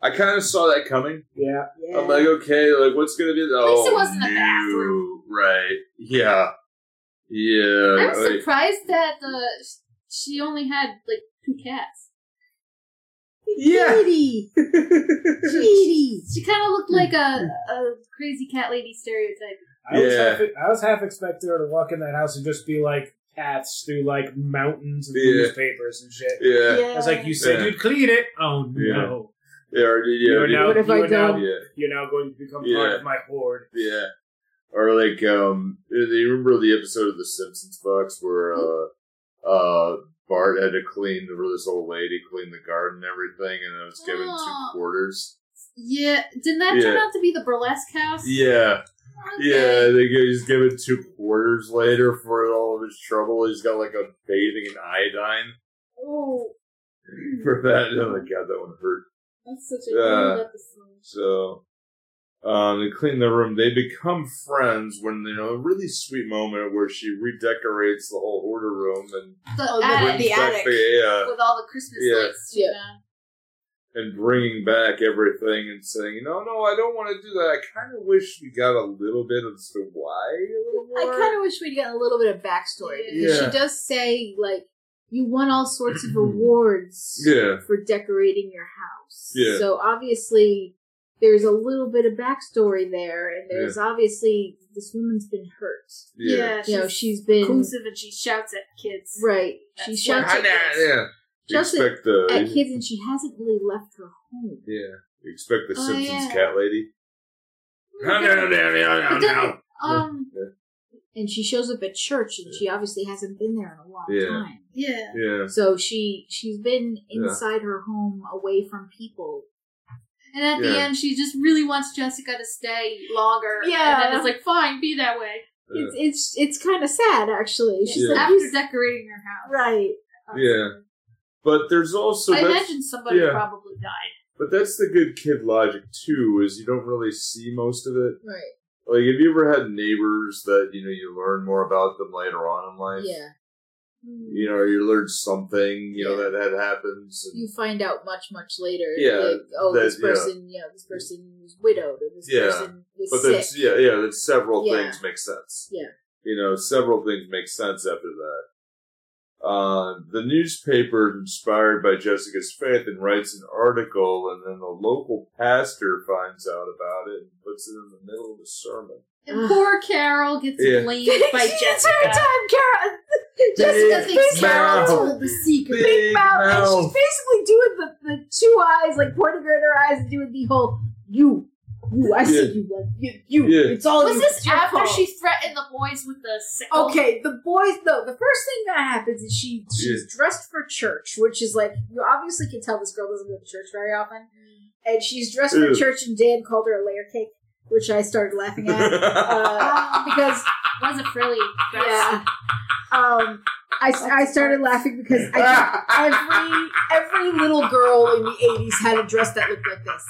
Speaker 1: I kind of saw that coming.
Speaker 2: Yeah,
Speaker 4: yeah.
Speaker 1: I'm like, okay, like what's gonna be? The,
Speaker 3: At least
Speaker 1: oh,
Speaker 3: it wasn't a
Speaker 1: no.
Speaker 3: bathroom.
Speaker 1: right? Yeah,
Speaker 3: I
Speaker 1: yeah.
Speaker 3: was
Speaker 1: like-
Speaker 3: surprised that the she only had like two cats.
Speaker 1: Yeah.
Speaker 4: Kitty. Kitty.
Speaker 3: She kind of looked like a, a crazy cat lady stereotype.
Speaker 2: I was
Speaker 1: Yeah.
Speaker 2: half I was half expecting her to walk in that house and just be like paths through like mountains and
Speaker 1: Yeah.
Speaker 2: newspapers and shit.
Speaker 1: yeah,
Speaker 4: Yeah.
Speaker 2: I was like, you said
Speaker 1: Yeah.
Speaker 2: you'd clean it. Oh no,
Speaker 1: yeah, or- yeah,
Speaker 2: you're
Speaker 1: yeah,
Speaker 2: now
Speaker 4: What have
Speaker 2: you
Speaker 4: I
Speaker 2: are now
Speaker 4: done?
Speaker 1: yeah.
Speaker 2: you're now going to become part
Speaker 1: Yeah.
Speaker 2: of my hoard.
Speaker 1: Yeah. Or like um you remember the episode of The Simpsons Bucks where uh uh Bart had to clean the this old lady clean the garden and everything and it was given
Speaker 3: Oh.
Speaker 1: two quarters.
Speaker 3: Yeah, didn't that turn
Speaker 1: Yeah.
Speaker 3: out to be the burlesque house?
Speaker 1: Yeah.
Speaker 3: Okay.
Speaker 1: Yeah, they go he's given two quarters later for all of his trouble. He's got like a bathing in iodine
Speaker 3: Oh,
Speaker 1: for that. Oh my god, that one hurt.
Speaker 3: that's such a
Speaker 1: Yeah.
Speaker 3: good episode.
Speaker 1: So um, they clean the room. They become friends when you know a really sweet moment where she redecorates the whole order room and
Speaker 3: The
Speaker 4: Oh, the-
Speaker 3: attic
Speaker 4: At
Speaker 1: brings back
Speaker 4: attic.
Speaker 1: the,
Speaker 3: with all the Christmas
Speaker 1: Yeah.
Speaker 3: lights. she
Speaker 4: Yeah.
Speaker 1: uh,
Speaker 3: found.
Speaker 1: and bringing back everything and saying, no, no, I don't want to do that. I kind of wish we got a little bit of the why a little
Speaker 4: I
Speaker 1: more.
Speaker 4: kind of wish we'd gotten a little bit of backstory because
Speaker 1: Yeah.
Speaker 4: she does say like you won all sorts of awards
Speaker 1: yeah,
Speaker 4: for decorating your house.
Speaker 1: Yeah.
Speaker 4: So obviously there's a little bit of backstory there, and there's obviously this woman's been hurt.
Speaker 1: yeah.
Speaker 4: you know, she's been
Speaker 3: inclusive and she shouts at kids.
Speaker 4: right. She
Speaker 3: That's
Speaker 4: shouts
Speaker 3: what
Speaker 4: at,
Speaker 3: I-
Speaker 1: yeah, yeah. You
Speaker 4: Just
Speaker 1: expect the
Speaker 4: at kids, and she hasn't really left her home.
Speaker 1: yeah, you expect the
Speaker 3: Oh,
Speaker 1: Simpsons
Speaker 3: yeah.
Speaker 1: cat lady. No, no, no, no, no, no, no.
Speaker 3: Um,
Speaker 4: and she shows up at church and she obviously hasn't been there in a long
Speaker 1: Yeah.
Speaker 4: time
Speaker 3: yeah.
Speaker 1: Yeah,
Speaker 4: so she she's been
Speaker 1: Yeah.
Speaker 4: inside her home away from people
Speaker 3: And at the
Speaker 1: Yeah.
Speaker 3: end, she just really wants Jessica to stay longer.
Speaker 4: Yeah.
Speaker 3: And then it's like, fine, be that way.
Speaker 1: yeah.
Speaker 4: it's it's it's kind of sad actually she's
Speaker 1: Yeah.
Speaker 4: like
Speaker 3: After
Speaker 4: "He's-"
Speaker 3: decorating her house.
Speaker 4: right
Speaker 1: Yeah. But there's also
Speaker 3: I
Speaker 1: that's-
Speaker 3: imagine somebody
Speaker 1: yeah.
Speaker 3: probably died.
Speaker 1: But that's the good kid logic too, is you don't really see most of it.
Speaker 4: right
Speaker 1: Like, have you ever had neighbors that you know you learn more about them later on in life?
Speaker 4: yeah Mm.
Speaker 1: You know, you learn something you know that that happens. And,
Speaker 4: you find out much much later
Speaker 1: Yeah,
Speaker 4: like, oh
Speaker 1: that-
Speaker 4: this
Speaker 1: yeah.
Speaker 4: person yeah. this person was widowed or this
Speaker 1: Yeah.
Speaker 4: person was
Speaker 1: but
Speaker 4: sick
Speaker 1: that's yeah, yeah. That's several
Speaker 4: Yeah.
Speaker 1: things make sense.
Speaker 4: Yeah.
Speaker 1: You know, several things make sense after that. Uh, the newspaper is inspired by Jessica's faith and writes an article, and then the local pastor finds out about it and puts it in the middle of a sermon.
Speaker 3: And
Speaker 4: Ugh.
Speaker 3: poor Carol gets
Speaker 1: Yeah.
Speaker 3: blamed by
Speaker 4: It's her
Speaker 3: Jessica.
Speaker 4: time Carol
Speaker 3: Jessica
Speaker 1: Big
Speaker 3: thinks Carol
Speaker 1: mouth.
Speaker 3: told the secret.
Speaker 1: Big
Speaker 4: mouth, and
Speaker 1: mouth.
Speaker 4: she's basically doing the, the two eyes, like pointing her in her eyes and doing the whole you, you, I see
Speaker 1: Yeah.
Speaker 4: you, like you, you.
Speaker 1: Yeah.
Speaker 4: It's all
Speaker 3: Was
Speaker 4: you.
Speaker 3: this
Speaker 4: It's your
Speaker 3: after
Speaker 4: fault."
Speaker 3: she threatened the boys with the sickle?
Speaker 4: Okay, the boys though. The first thing that happens is she she's dressed for church, which is like you obviously can tell this girl doesn't go to church very often,
Speaker 3: Mm.
Speaker 4: and she's dressed for
Speaker 1: Ew.
Speaker 4: church. And Dan called her a layer cake, which I started laughing at uh, because
Speaker 3: Was a frilly dress.
Speaker 4: yeah. Um, I, I started laughing because I every every little girl in the '80s had a dress that looked like this.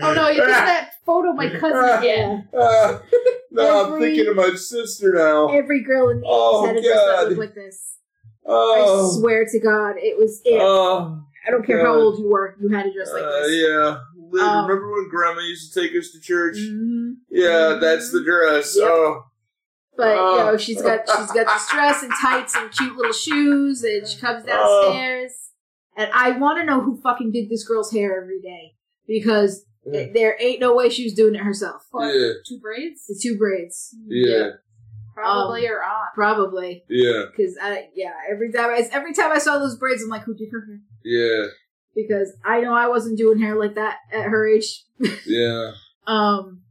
Speaker 3: Oh no, you look at that photo Oh, my cousin did.
Speaker 1: Uh, no, I'm
Speaker 4: Every-
Speaker 1: thinking of my sister now.
Speaker 4: Every girl in the '80s
Speaker 1: Oh,
Speaker 4: had a dress that
Speaker 1: God.
Speaker 4: looked like this. I
Speaker 1: Oh,
Speaker 4: swear to God, it was it.
Speaker 1: oh,
Speaker 4: I don't care how
Speaker 1: God.
Speaker 4: old you were, you had a dress like
Speaker 1: uh,
Speaker 4: this.
Speaker 1: yeah. Lynn,
Speaker 4: Um,
Speaker 1: remember when Grandma used to take us to church?
Speaker 4: Mhm.
Speaker 1: Yeah, that's the dress.
Speaker 4: Yep.
Speaker 1: Oh,
Speaker 4: But you
Speaker 1: Oh.
Speaker 4: know, she's got she's got this dress and tights and cute little shoes, and she comes downstairs. And I want to know who fucking did this girl's hair every day because th- there ain't no way she was doing it herself.
Speaker 3: Or
Speaker 1: Yeah.
Speaker 3: two braids?
Speaker 4: The two braids, Um,
Speaker 1: yeah,
Speaker 3: Probably or on.
Speaker 4: probably.
Speaker 1: yeah,
Speaker 4: Because I, yeah, every time I, every time I saw those braids, I'm like, who did her hair?
Speaker 1: yeah,
Speaker 4: Because I know I wasn't doing hair like that at her age.
Speaker 1: yeah.
Speaker 4: Um,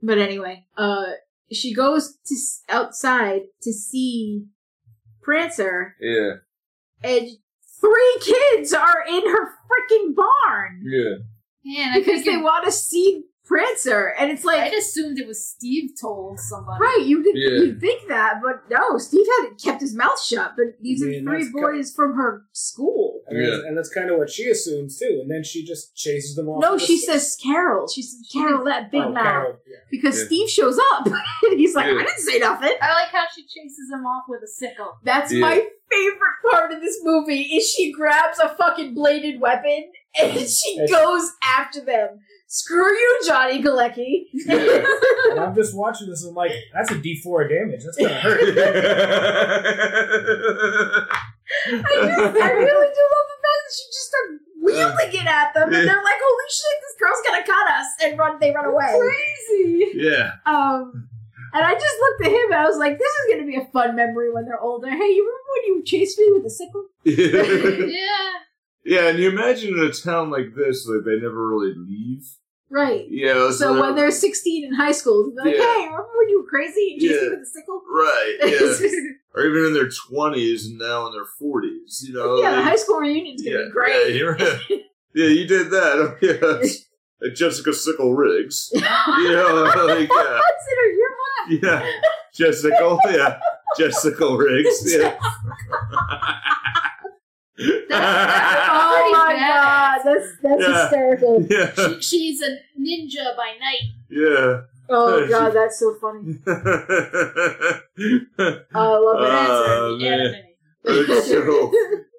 Speaker 4: but anyway, uh, she goes to s- outside to see Prancer,
Speaker 1: Yeah,
Speaker 4: and three kids are in her freaking barn
Speaker 1: yeah.
Speaker 3: Man, I
Speaker 4: because
Speaker 3: because
Speaker 4: they want to see Prancer, and it's like.
Speaker 3: I'd assumed it was Steve told somebody.
Speaker 4: Right, you did,
Speaker 1: Yeah.
Speaker 4: you think that, but no, Steve had kept his mouth shut. But these
Speaker 2: Yeah,
Speaker 4: are three
Speaker 2: that's good.
Speaker 4: boys from her school.
Speaker 2: And, that's, and that's kind of what she assumes too. And then she just chases them off.
Speaker 4: No,
Speaker 2: with a
Speaker 4: she
Speaker 2: stick.
Speaker 4: says Carol. She says Carol, that big
Speaker 2: Oh,
Speaker 4: mouth,
Speaker 2: Carol, yeah.
Speaker 4: because
Speaker 1: Yeah.
Speaker 4: Steve shows up. and he's like,
Speaker 1: Yeah.
Speaker 4: I didn't say nothing.
Speaker 3: I like how she chases him off with a sickle.
Speaker 4: That's
Speaker 1: Yeah.
Speaker 4: my favorite part of this movie is she grabs a fucking bladed weapon and she
Speaker 2: And she-
Speaker 4: goes after them. Screw you, Johnny Galecki.
Speaker 1: Yeah.
Speaker 2: And I'm just watching this and I'm like, that's a D4 of damage. That's gonna hurt.
Speaker 4: I, just, I really do love the fact that she just started wielding it at them and they're like, holy shit, this girl's gonna cut us and run they run away.
Speaker 3: Crazy!
Speaker 1: yeah.
Speaker 4: Um and I just looked at him and I was like, this is gonna be a fun memory when they're older. Hey, you remember when you chased me with a sickle?
Speaker 3: yeah.
Speaker 1: yeah, and you imagine in a town like this, like they never really leave.
Speaker 4: Right.
Speaker 1: Yeah,
Speaker 4: So when they're 16 in high school, they're like,
Speaker 1: Yeah.
Speaker 4: hey, remember when you were crazy and chased
Speaker 1: Yeah.
Speaker 4: me with a sickle?
Speaker 1: right, yeah,
Speaker 4: It's just-
Speaker 1: or even in their twenties and now in their forties, you know,
Speaker 4: yeah, the
Speaker 1: like-
Speaker 4: high school reunion's gonna be
Speaker 1: Yeah,
Speaker 4: great.
Speaker 1: you're right. yeah, you did that. Yeah. At Jessica Sickle Riggs. Yeah, like, yeah.
Speaker 4: What's in her yearbook?
Speaker 1: yeah. Jessica, yeah. Jessica Riggs, yeah.
Speaker 3: That's-
Speaker 4: Oh
Speaker 3: Pretty
Speaker 4: my
Speaker 3: badass.
Speaker 4: god, that's that's
Speaker 1: Yeah.
Speaker 4: hysterical.
Speaker 1: yeah,
Speaker 3: She, she's a ninja by night.
Speaker 1: yeah.
Speaker 4: Oh
Speaker 1: Yeah,
Speaker 4: god, that's so funny. Oh, I
Speaker 3: But
Speaker 4: love it.
Speaker 1: Uh,
Speaker 3: that's her in the
Speaker 1: man.
Speaker 3: anime.
Speaker 1: That's so-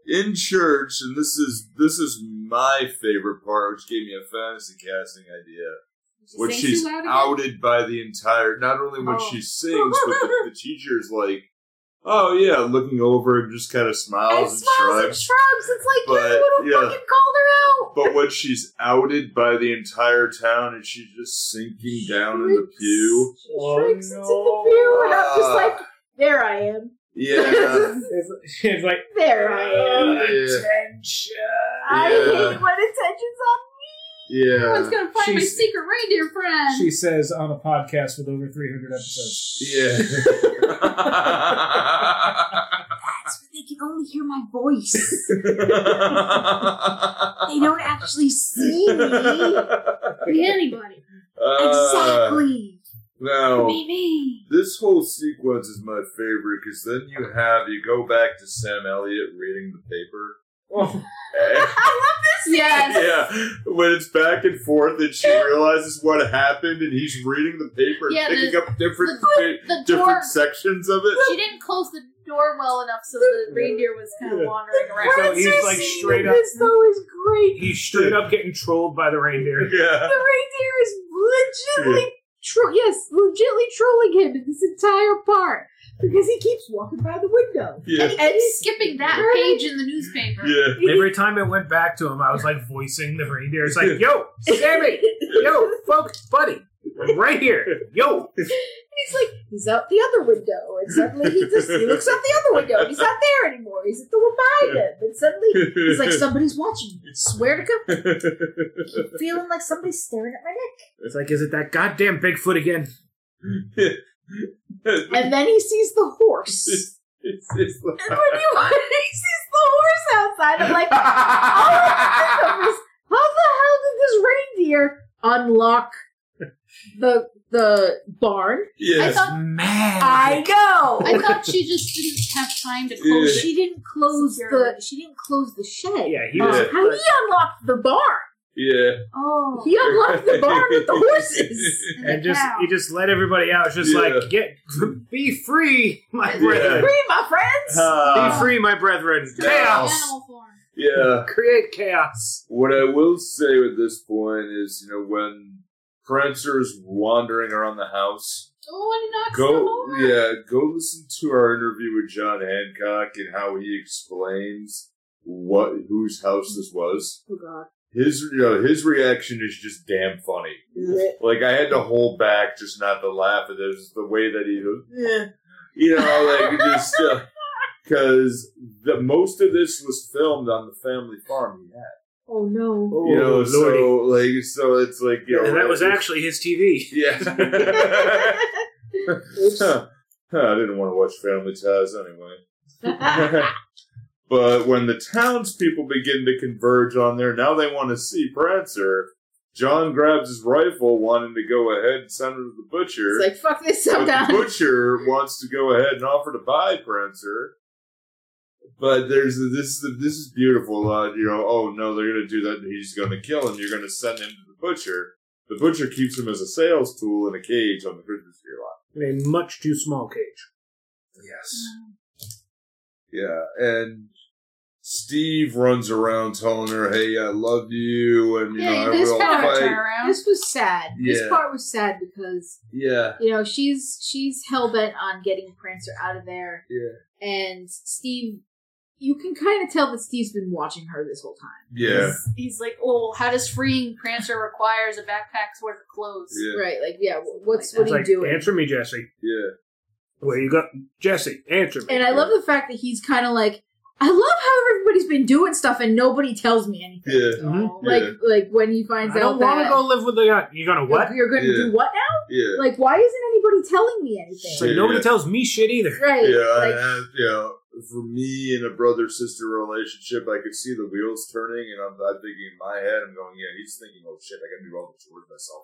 Speaker 1: in church, and this is this is my favorite part, which gave me a fantasy casting idea.
Speaker 3: She
Speaker 1: When
Speaker 3: sings
Speaker 1: she's
Speaker 3: too loud again?
Speaker 1: outed by the entire, not only when
Speaker 4: Oh.
Speaker 1: she sings, but the, the teacher's like, "Oh yeah," looking over and just kind of
Speaker 4: and
Speaker 1: smiles and,
Speaker 4: smiles and
Speaker 1: shrugs.
Speaker 4: shrugs. It's like
Speaker 1: But,
Speaker 4: you're the one who
Speaker 1: yeah.
Speaker 4: fucking called her out.
Speaker 1: But when she's outed by the entire town and she's just sinking down in the
Speaker 4: Shrinks.
Speaker 1: pew,
Speaker 4: She
Speaker 2: Oh,
Speaker 4: shrinks into the
Speaker 2: no.
Speaker 4: pew, and I'm just
Speaker 1: Ah.
Speaker 4: like, there I am.
Speaker 1: yeah,
Speaker 2: It's, it's like
Speaker 4: There I am.
Speaker 1: Yeah.
Speaker 2: attention.
Speaker 4: I
Speaker 1: Yeah.
Speaker 4: hate when attention's on
Speaker 3: Everyone's
Speaker 1: yeah,
Speaker 3: gonna find my
Speaker 2: She's-
Speaker 3: secret reindeer friend.
Speaker 2: She says on a podcast with over 300 episodes.
Speaker 4: That's where they can only hear my voice.
Speaker 1: yeah.
Speaker 4: they don't actually see me.
Speaker 3: Be anybody.
Speaker 1: Uh,
Speaker 4: Exactly.
Speaker 1: now,
Speaker 3: Be me.
Speaker 1: this whole sequence is my favorite because then you have you go back to Sam Elliott reading the paper.
Speaker 2: Oh,
Speaker 1: And-
Speaker 4: I love this.
Speaker 3: Yes.
Speaker 1: yeah, when it's back and forth and she realizes what happened and he's reading the paper and
Speaker 3: Yeah,
Speaker 1: picking
Speaker 3: the-
Speaker 1: up different
Speaker 3: the-
Speaker 1: pa-
Speaker 3: the
Speaker 1: different
Speaker 3: door-
Speaker 1: sections of it.
Speaker 3: She didn't close the door well enough, so the reindeer was kind of
Speaker 2: Yeah.
Speaker 3: wandering around.
Speaker 2: So he's,
Speaker 4: Prancer
Speaker 2: like,
Speaker 4: scene in
Speaker 2: straight up-
Speaker 4: This though is great.
Speaker 2: he's straight up getting trolled by the reindeer.
Speaker 4: The
Speaker 1: Yeah,
Speaker 4: reindeer is legitly, tro- yes, legitly trolling him in this entire part because he keeps walking by the window.
Speaker 1: yeah,
Speaker 3: And he's skipping that
Speaker 4: Right.
Speaker 3: page in the newspaper.
Speaker 1: yeah.
Speaker 2: Every time it went back to him, I was like voicing the reindeer. It's like, yo, Sammy, yo, folks, buddy, I'm right here, yo.
Speaker 4: He's like, he's out the other window, and suddenly he just he looks out the other window, and he's not there anymore. He's at the one behind him, and suddenly he's like, somebody's watching me. Swear to God, I'm feeling like somebody's staring at my neck.
Speaker 2: It's like, is it that goddamn Bigfoot again?
Speaker 4: And then he sees the horse.
Speaker 1: it's just like,
Speaker 4: And when he, when he sees the horse outside, I'm like, oh, how the hell did this reindeer unlock the the barn.
Speaker 3: I
Speaker 1: Yes.
Speaker 3: thought
Speaker 2: Mad.
Speaker 4: I know.
Speaker 3: I thought she just didn't have time to
Speaker 1: Yeah.
Speaker 3: close
Speaker 4: she didn't close the she didn't close the shed. Uh,
Speaker 2: Yeah, he
Speaker 1: Yeah.
Speaker 2: was.
Speaker 4: How he unlocked the barn.
Speaker 1: yeah.
Speaker 3: Oh,
Speaker 4: He unlocked the barn with the horses.
Speaker 3: and,
Speaker 2: And
Speaker 3: the
Speaker 2: just
Speaker 3: cow.
Speaker 2: he just let everybody out. It's Just
Speaker 1: Yeah.
Speaker 2: like get be free, my
Speaker 1: Yeah.
Speaker 2: brethren.
Speaker 4: Free, my friends.
Speaker 2: Be
Speaker 1: Uh,
Speaker 2: free, my brethren.
Speaker 3: Still in
Speaker 2: Chaos.
Speaker 3: Animal form.
Speaker 1: yeah.
Speaker 2: Create chaos.
Speaker 1: What I will say at this point is, you know, when Prancer's wandering around the house,
Speaker 3: Oh, and knocks them
Speaker 1: go
Speaker 3: over.
Speaker 1: yeah, go listen to our interview with John Hancock and how he explains what whose house this was.
Speaker 4: oh god.
Speaker 1: His you know, his reaction is just damn funny. Like I had to hold back just not to laugh at it. It's the way that he goes, "Eh," you know, like just because the most of this was filmed on the family farm he had.
Speaker 4: Oh no.
Speaker 2: Oh,
Speaker 1: you know,
Speaker 2: lordy.
Speaker 1: so like, so it's like, you know,
Speaker 2: and that was
Speaker 1: it's-
Speaker 2: actually his TV.
Speaker 1: yeah. Huh. Huh, I didn't want to watch Family Ties anyway. but when the townspeople begin to converge on there, now they want to see Prancer. John grabs his rifle, wanting to go ahead and send him to the butcher.
Speaker 4: It's like fuck this.
Speaker 1: But
Speaker 4: I'm
Speaker 1: the
Speaker 4: done.
Speaker 1: butcher wants to go ahead and offer to buy Prancer. But there's this this is beautiful. Uh, you know, oh no, they're gonna do that. and He's gonna kill him. You're gonna send him to the butcher. The butcher keeps him as a sales tool in a cage on the Christmas tree lot.
Speaker 2: In a much too small cage.
Speaker 1: Yes. Yeah, and Steve runs around telling her, "Hey, I love you," and you
Speaker 3: Yeah,
Speaker 1: know, I
Speaker 3: this
Speaker 1: will
Speaker 3: kind of a
Speaker 1: fight.
Speaker 3: turnaround.
Speaker 4: This was sad. This
Speaker 1: Yeah.
Speaker 4: part was sad because
Speaker 1: Yeah,
Speaker 4: you know she's she's hell bent on getting Prancer out of there. Yeah. And Steve, you can kind of tell that Steve's been watching her this whole time.
Speaker 1: yeah,
Speaker 3: He's, he's like, oh, how does freeing Prancer requires a backpack's worth of clothes?
Speaker 1: yeah,
Speaker 4: Right. Like yeah. wh- What's
Speaker 2: It's
Speaker 4: what are
Speaker 2: like,
Speaker 4: you doing?
Speaker 2: Answer me, Jesse.
Speaker 1: yeah.
Speaker 2: Where you got Jesse? Answer me.
Speaker 4: And I love the fact that he's kind of like, I love how everybody's been doing stuff and nobody tells me anything.
Speaker 1: Yeah.
Speaker 4: Oh,
Speaker 1: Mhm.
Speaker 4: Like
Speaker 1: Yeah.
Speaker 4: like when he finds
Speaker 2: Mm-hmm. I don't
Speaker 4: out
Speaker 2: want to
Speaker 4: that
Speaker 2: go live with the guy. You're gonna what?
Speaker 4: you're going to
Speaker 1: Yeah.
Speaker 4: do what now?
Speaker 1: yeah.
Speaker 4: Like why isn't anybody telling me anything?
Speaker 2: So
Speaker 1: Yeah.
Speaker 2: nobody tells me shit either.
Speaker 4: right.
Speaker 1: Yeah,
Speaker 4: like,
Speaker 1: I have, you know, for me in a brother sister relationship, I could see the wheels turning, and I'm, I'm thinking in my head, I'm going, yeah, he's thinking, oh shit, I gotta do all the chores myself.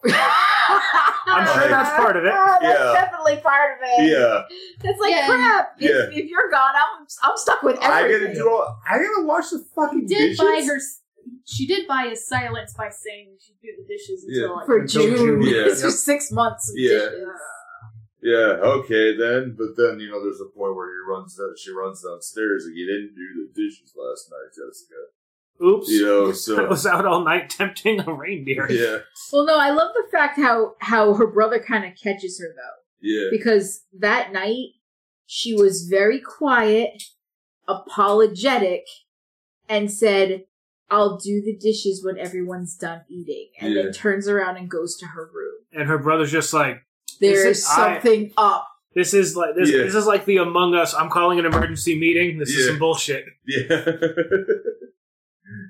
Speaker 2: I'm sure
Speaker 1: Right.
Speaker 2: that's part of it.
Speaker 4: Ah, that's
Speaker 1: Yeah.
Speaker 4: definitely part of it.
Speaker 1: yeah,
Speaker 4: It's like
Speaker 3: Yeah.
Speaker 4: crap.
Speaker 1: Yeah.
Speaker 4: If, if you're gone, I'm I'm stuck with
Speaker 1: I
Speaker 4: everything.
Speaker 1: gotta do all. I gotta wash the fucking
Speaker 3: She did
Speaker 1: dishes.
Speaker 3: buy her. She did buy his silence by saying she'd do the dishes until like
Speaker 4: for
Speaker 2: Until
Speaker 4: June.
Speaker 2: June.
Speaker 1: Yeah.
Speaker 4: It's for six months. Of
Speaker 1: Yeah.
Speaker 4: dishes.
Speaker 1: yeah, okay then. But then you know, there's a point where he runs that she runs downstairs, and you didn't do the dishes last night, Jessica.
Speaker 2: Oops.
Speaker 1: You know,
Speaker 2: I
Speaker 1: so
Speaker 2: was out all night tempting a reindeer.
Speaker 1: yeah,
Speaker 4: Well, no, I love the fact how how her brother kind of catches her though.
Speaker 1: yeah,
Speaker 4: because that night she was very quiet, apologetic, and said, "I'll do the dishes when everyone's done eating," and
Speaker 1: Yeah.
Speaker 4: then turns around and goes to her room.
Speaker 2: And her brother's just like,
Speaker 4: There
Speaker 2: This
Speaker 4: is
Speaker 2: is- I-
Speaker 4: something up.
Speaker 2: this is like this.
Speaker 1: Yeah.
Speaker 2: This is like the Among Us. I'm calling an emergency meeting. This is
Speaker 1: Yeah.
Speaker 2: some bullshit.
Speaker 1: yeah.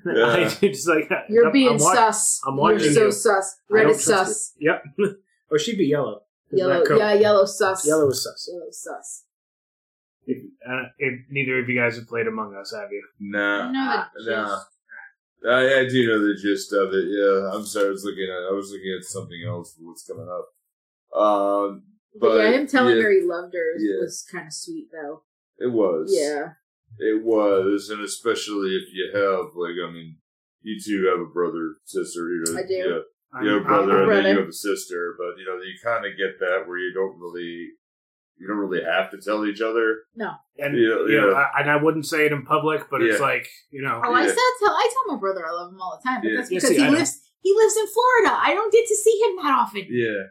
Speaker 2: I
Speaker 1: Yeah.
Speaker 2: just like
Speaker 4: You're
Speaker 2: I'm-
Speaker 4: being
Speaker 2: I'm wa-
Speaker 4: sus.
Speaker 2: I'm
Speaker 4: You're
Speaker 2: watching
Speaker 4: so
Speaker 2: you.
Speaker 4: sus.
Speaker 2: I
Speaker 4: Red
Speaker 2: don't
Speaker 4: is
Speaker 2: trust
Speaker 4: sus.
Speaker 2: it. Yep. or Oh, she'd be yellow.
Speaker 4: Yellow,
Speaker 2: That coat.
Speaker 4: yeah, yellow sus.
Speaker 2: Yellow is sus.
Speaker 4: Yellow sus.
Speaker 2: If, uh, if neither of you guys have played Among Us, have you?
Speaker 1: nah, ah,
Speaker 3: no,
Speaker 1: nah. I, I do know the gist of it. Yeah, I'm sorry. I was looking at I was looking at something else. for What's coming up? Um,
Speaker 4: But,
Speaker 1: But,
Speaker 4: yeah, him telling
Speaker 1: yeah.
Speaker 4: her he loved her was-
Speaker 1: Yeah.
Speaker 4: was kind of sweet though.
Speaker 1: it was.
Speaker 4: Yeah,
Speaker 1: it was, and especially if you have like, I mean, you two have a brother, sister. You know,
Speaker 4: I do.
Speaker 1: Yeah,
Speaker 2: I'm-
Speaker 1: you have a brother,
Speaker 2: I'm-
Speaker 1: and then
Speaker 4: brother.
Speaker 1: you have a sister. But you know, you kind of get that where you don't really, you don't really have to tell each other.
Speaker 2: and
Speaker 1: Yeah,
Speaker 2: you know,
Speaker 1: yeah.
Speaker 2: I, and I wouldn't say it in public, but it's
Speaker 1: Yeah.
Speaker 2: like you know,
Speaker 4: Oh, I
Speaker 1: Yeah.
Speaker 4: still tell I tell my brother I love him all the time, but
Speaker 1: Yeah.
Speaker 4: that's
Speaker 2: Yeah,
Speaker 4: because
Speaker 2: see,
Speaker 4: he
Speaker 2: I know.
Speaker 4: lives he lives in Florida. I don't get to see him that often.
Speaker 1: Yeah,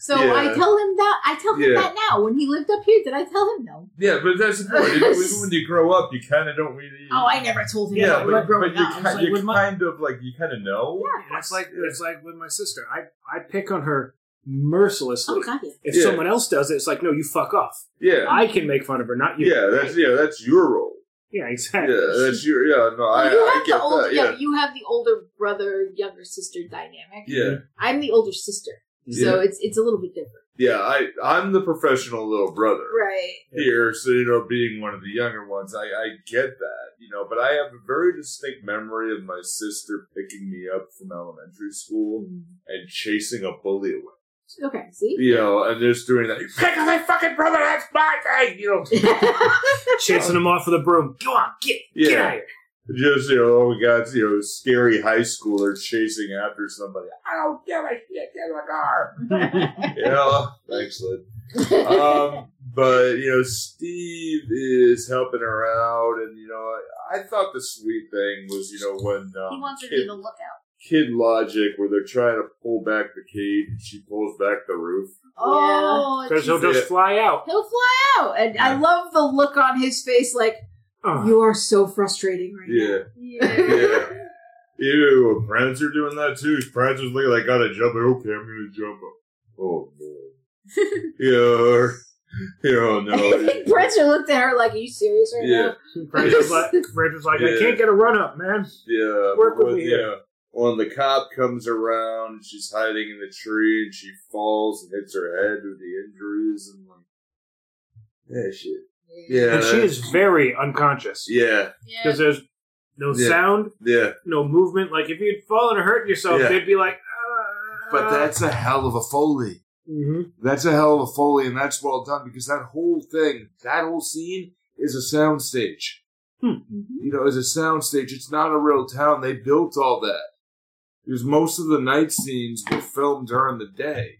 Speaker 4: So
Speaker 1: Yeah.
Speaker 4: I tell him that I tell him
Speaker 1: Yeah.
Speaker 4: that now. When he lived up here, did I tell him no?
Speaker 1: yeah, but that's the point. Even when you grow up, you kind of don't really.
Speaker 4: Oh, I never told him
Speaker 1: yeah,
Speaker 4: that
Speaker 1: but,
Speaker 4: growing
Speaker 1: but you,
Speaker 4: up.
Speaker 1: ki-
Speaker 2: I was like,
Speaker 1: you
Speaker 2: with my-
Speaker 1: kind of like you kind of know.
Speaker 4: Yeah, of
Speaker 2: it's
Speaker 4: course.
Speaker 2: like it's like with my sister. I I pick on her mercilessly.
Speaker 4: Oh god, yeah.
Speaker 2: If
Speaker 1: Yeah.
Speaker 2: someone else does it, it's like no, you fuck off.
Speaker 1: Yeah,
Speaker 2: I can make fun of her, not you.
Speaker 1: yeah, that's yeah, that's your role.
Speaker 2: yeah, exactly.
Speaker 1: Yeah, that's your yeah. No, I,
Speaker 4: you
Speaker 1: I
Speaker 4: have
Speaker 1: get
Speaker 4: the older
Speaker 1: that. Yeah,
Speaker 4: you have the older brother younger sister dynamic.
Speaker 1: yeah,
Speaker 4: I'm the older sister, so it's it's a little bit different.
Speaker 1: yeah. I I'm the professional little brother
Speaker 4: Right.
Speaker 1: here, so you know, being one of the younger ones, I I get that, you know. But I have a very distinct memory of my sister picking me up from elementary school and chasing a bully away.
Speaker 4: Okay, see?
Speaker 1: you know, and just doing that. You pick up my fucking brother, that's my guy, you know.
Speaker 2: Chasing him off with a broom. Go on, get, get
Speaker 1: Yeah.
Speaker 2: out of here.
Speaker 1: Just, you know, oh my god, you know, scary high schooler chasing after somebody. I don't give a shit, get in the car. yeah, thanks, Lynn. um, but you know, Steve is helping her out, and you know, I thought the sweet thing was you know when um,
Speaker 3: He wants her to be
Speaker 1: kid,
Speaker 3: the lookout.
Speaker 1: kid logic where they're trying to pull back the cage, and she pulls back the roof.
Speaker 4: Oh,
Speaker 3: Oh,
Speaker 2: Because he'll
Speaker 1: Jesus.
Speaker 2: just fly out.
Speaker 4: He'll fly out. And I love the look on his face like,
Speaker 2: Oh,
Speaker 4: you are so frustrating right
Speaker 1: Yeah,
Speaker 3: yeah.
Speaker 1: yeah. Ew, Prancer doing that too. Prancer's looking like I gotta jump it. Okay, I'm gonna jump it. Oh no. yeah, or- yeah, oh,
Speaker 4: now. I
Speaker 1: no.
Speaker 4: think Brenzer looked at her like, are you serious right
Speaker 1: Yeah.
Speaker 4: now?
Speaker 2: Bridget's like, Bridget's like I
Speaker 1: Yeah.
Speaker 2: can't get a run up, man.
Speaker 1: Yeah,
Speaker 2: Work
Speaker 1: but
Speaker 2: with
Speaker 1: when-
Speaker 2: me
Speaker 1: yeah. When the cop comes around, and she's hiding in the tree, and she falls and hits her head with the injuries, and like, yeah, shit. Yeah,
Speaker 2: and she is very unconscious.
Speaker 1: yeah,
Speaker 3: yeah.
Speaker 2: Because there's no
Speaker 1: Yeah.
Speaker 2: sound,
Speaker 1: yeah.
Speaker 2: no movement. Like, if you'd fallen or hurt yourself,
Speaker 1: Yeah.
Speaker 2: they'd be like, ah.
Speaker 1: But that's a hell of a foley.
Speaker 2: Mhm.
Speaker 1: That's a hell of a foley, and that's well done because that whole thing, that whole scene, is a sound stage.
Speaker 4: Mhm.
Speaker 1: You know, is a sound stage. It's not a real town. They built all that because most of the night scenes were filmed during the day.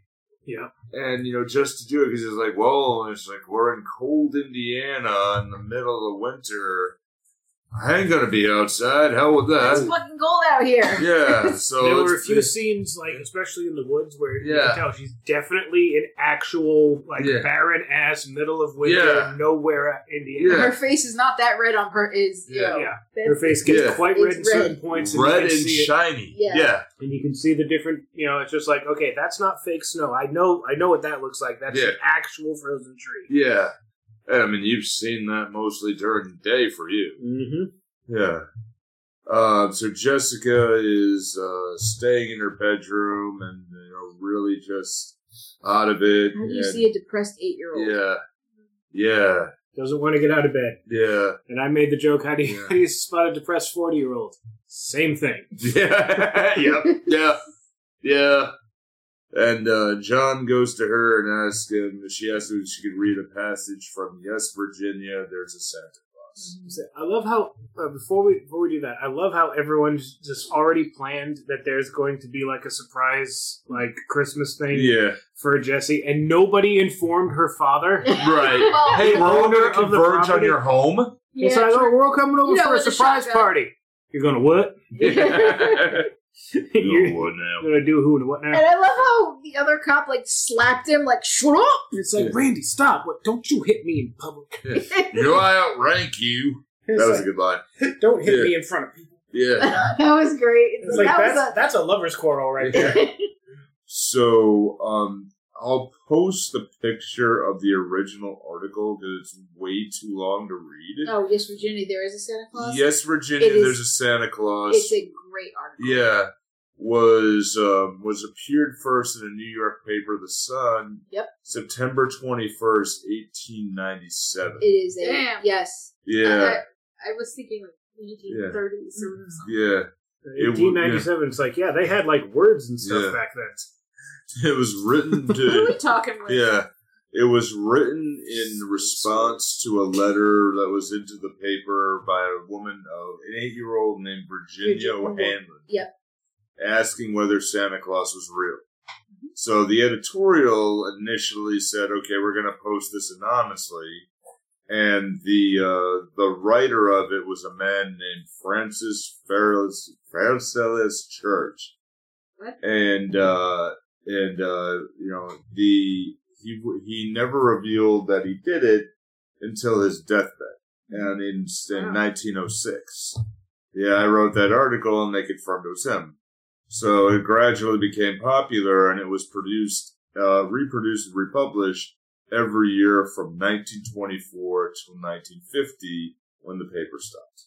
Speaker 2: Yeah.
Speaker 1: and you know just to do it because it's like well it's like we're in cold indiana in the middle of winter i ain't gonna be outside hell with
Speaker 4: It's
Speaker 1: that
Speaker 4: fucking cold out here.
Speaker 1: yeah so
Speaker 2: there were a
Speaker 1: it's-
Speaker 2: few scenes, like, especially in the woods, where you
Speaker 1: Yeah.
Speaker 2: can tell she's definitely in actual, like,
Speaker 1: Yeah.
Speaker 2: barren ass, middle of winter,
Speaker 1: Yeah.
Speaker 2: nowhere, Indiana.
Speaker 4: Her face is not that red on her. Is you
Speaker 1: Yeah.
Speaker 4: know,
Speaker 2: Yeah.
Speaker 4: that's-
Speaker 2: Her face gets
Speaker 1: Yeah.
Speaker 2: quite
Speaker 4: It's
Speaker 2: red in certain
Speaker 4: red.
Speaker 2: points. And
Speaker 1: red
Speaker 2: you
Speaker 1: and
Speaker 2: can see it,
Speaker 1: shiny
Speaker 4: Yeah.
Speaker 1: yeah
Speaker 2: and you can see the different. You know, it's just like okay, that's not fake snow. I know, I know what that looks like. That's
Speaker 1: Yeah.
Speaker 2: an actual frozen tree.
Speaker 1: yeah, And, i mean you've seen that mostly during the day for you
Speaker 2: Mm-hmm.
Speaker 1: yeah uh, so jessica is uh, staying in her bedroom and you know really just out of it
Speaker 4: How do you
Speaker 1: and-
Speaker 4: see a depressed eight year old?
Speaker 1: yeah yeah
Speaker 2: Doesn't want to get out of bed.
Speaker 1: yeah
Speaker 2: And I made the joke, how do you,
Speaker 1: Yeah.
Speaker 2: how do you spot a depressed forty year old? Same thing.
Speaker 1: Yeah. yep. Yeah. Yeah. And uh, John goes to her and asks him. She asks him if she could read a passage from Yes, Virginia. There's a Santa Claus.
Speaker 2: I love how uh, before we before we do that, I love how everyone's just already planned that there's going to be like a surprise like Christmas thing
Speaker 1: Yeah.
Speaker 2: for Jesse, and nobody informed her father.
Speaker 1: Right.
Speaker 3: Oh,
Speaker 1: Hey, we're all
Speaker 2: Owner
Speaker 1: going
Speaker 2: of
Speaker 1: to
Speaker 2: the
Speaker 1: converge on
Speaker 2: property.
Speaker 1: your home.
Speaker 2: It's like, oh, we're all coming over
Speaker 3: You know,
Speaker 2: for a
Speaker 3: with a
Speaker 2: surprise
Speaker 3: shotgun.
Speaker 2: party. You're gonna what?
Speaker 1: You
Speaker 2: You're
Speaker 1: would now.
Speaker 2: gonna do who and what
Speaker 4: And
Speaker 2: now?
Speaker 4: I love how the other cop like slapped him like shut up.
Speaker 2: It's
Speaker 1: Yeah.
Speaker 2: like Randy, stop! What? Don't you hit me in public?
Speaker 1: You know, I outrank you.
Speaker 2: It's
Speaker 1: That was a
Speaker 2: like,
Speaker 1: good line.
Speaker 2: don't hit
Speaker 1: yeah.
Speaker 2: me in front of people.
Speaker 1: Yeah.
Speaker 4: that was great.
Speaker 2: It's like
Speaker 4: that
Speaker 2: that's that's a lover's quarrel right there.
Speaker 1: So, um, I'll post the picture of the original article because it's way too long to read.
Speaker 4: oh yes, Virginia, there is a Santa Claus.
Speaker 1: Yes, Virginia,
Speaker 4: It is-
Speaker 1: there's a Santa Claus.
Speaker 4: It's a great article.
Speaker 1: yeah, was um, was appeared first in a New York paper, The Sun.
Speaker 4: Yep.
Speaker 1: September twenty first, eighteen ninety seven.
Speaker 4: It uh, is a
Speaker 3: Damn.
Speaker 4: yes.
Speaker 1: Yeah,
Speaker 3: I, I was thinking like 1930s or something.
Speaker 1: yeah. It would- yeah.
Speaker 2: 1897. It's like yeah, they had like words and stuff
Speaker 1: Yeah.
Speaker 2: back then.
Speaker 1: It was written
Speaker 3: What are
Speaker 1: to
Speaker 3: we talking with?
Speaker 1: yeah. It was written in response to a letter that was into the paper by a woman of an eight year old named Virginia
Speaker 4: Virginia Woolf.
Speaker 1: O'Hanlon.
Speaker 4: Yep.
Speaker 1: Asking whether Santa Claus was real.
Speaker 4: Mm-hmm.
Speaker 1: So the editorial initially said, okay, we're going to post this anonymously. And the uh, the writer of it was a man named Francis Fairless, Faircellus Church.
Speaker 3: What?
Speaker 1: And uh, and uh, you know the he he never revealed that he did it until his deathbed, and in, in
Speaker 3: Wow.
Speaker 1: 1906. Yeah, I wrote that article, and they confirmed it was him. So it gradually became popular, and it was produced, uh, reproduced, and republished every year from 1924 to 1950 when the paper stopped.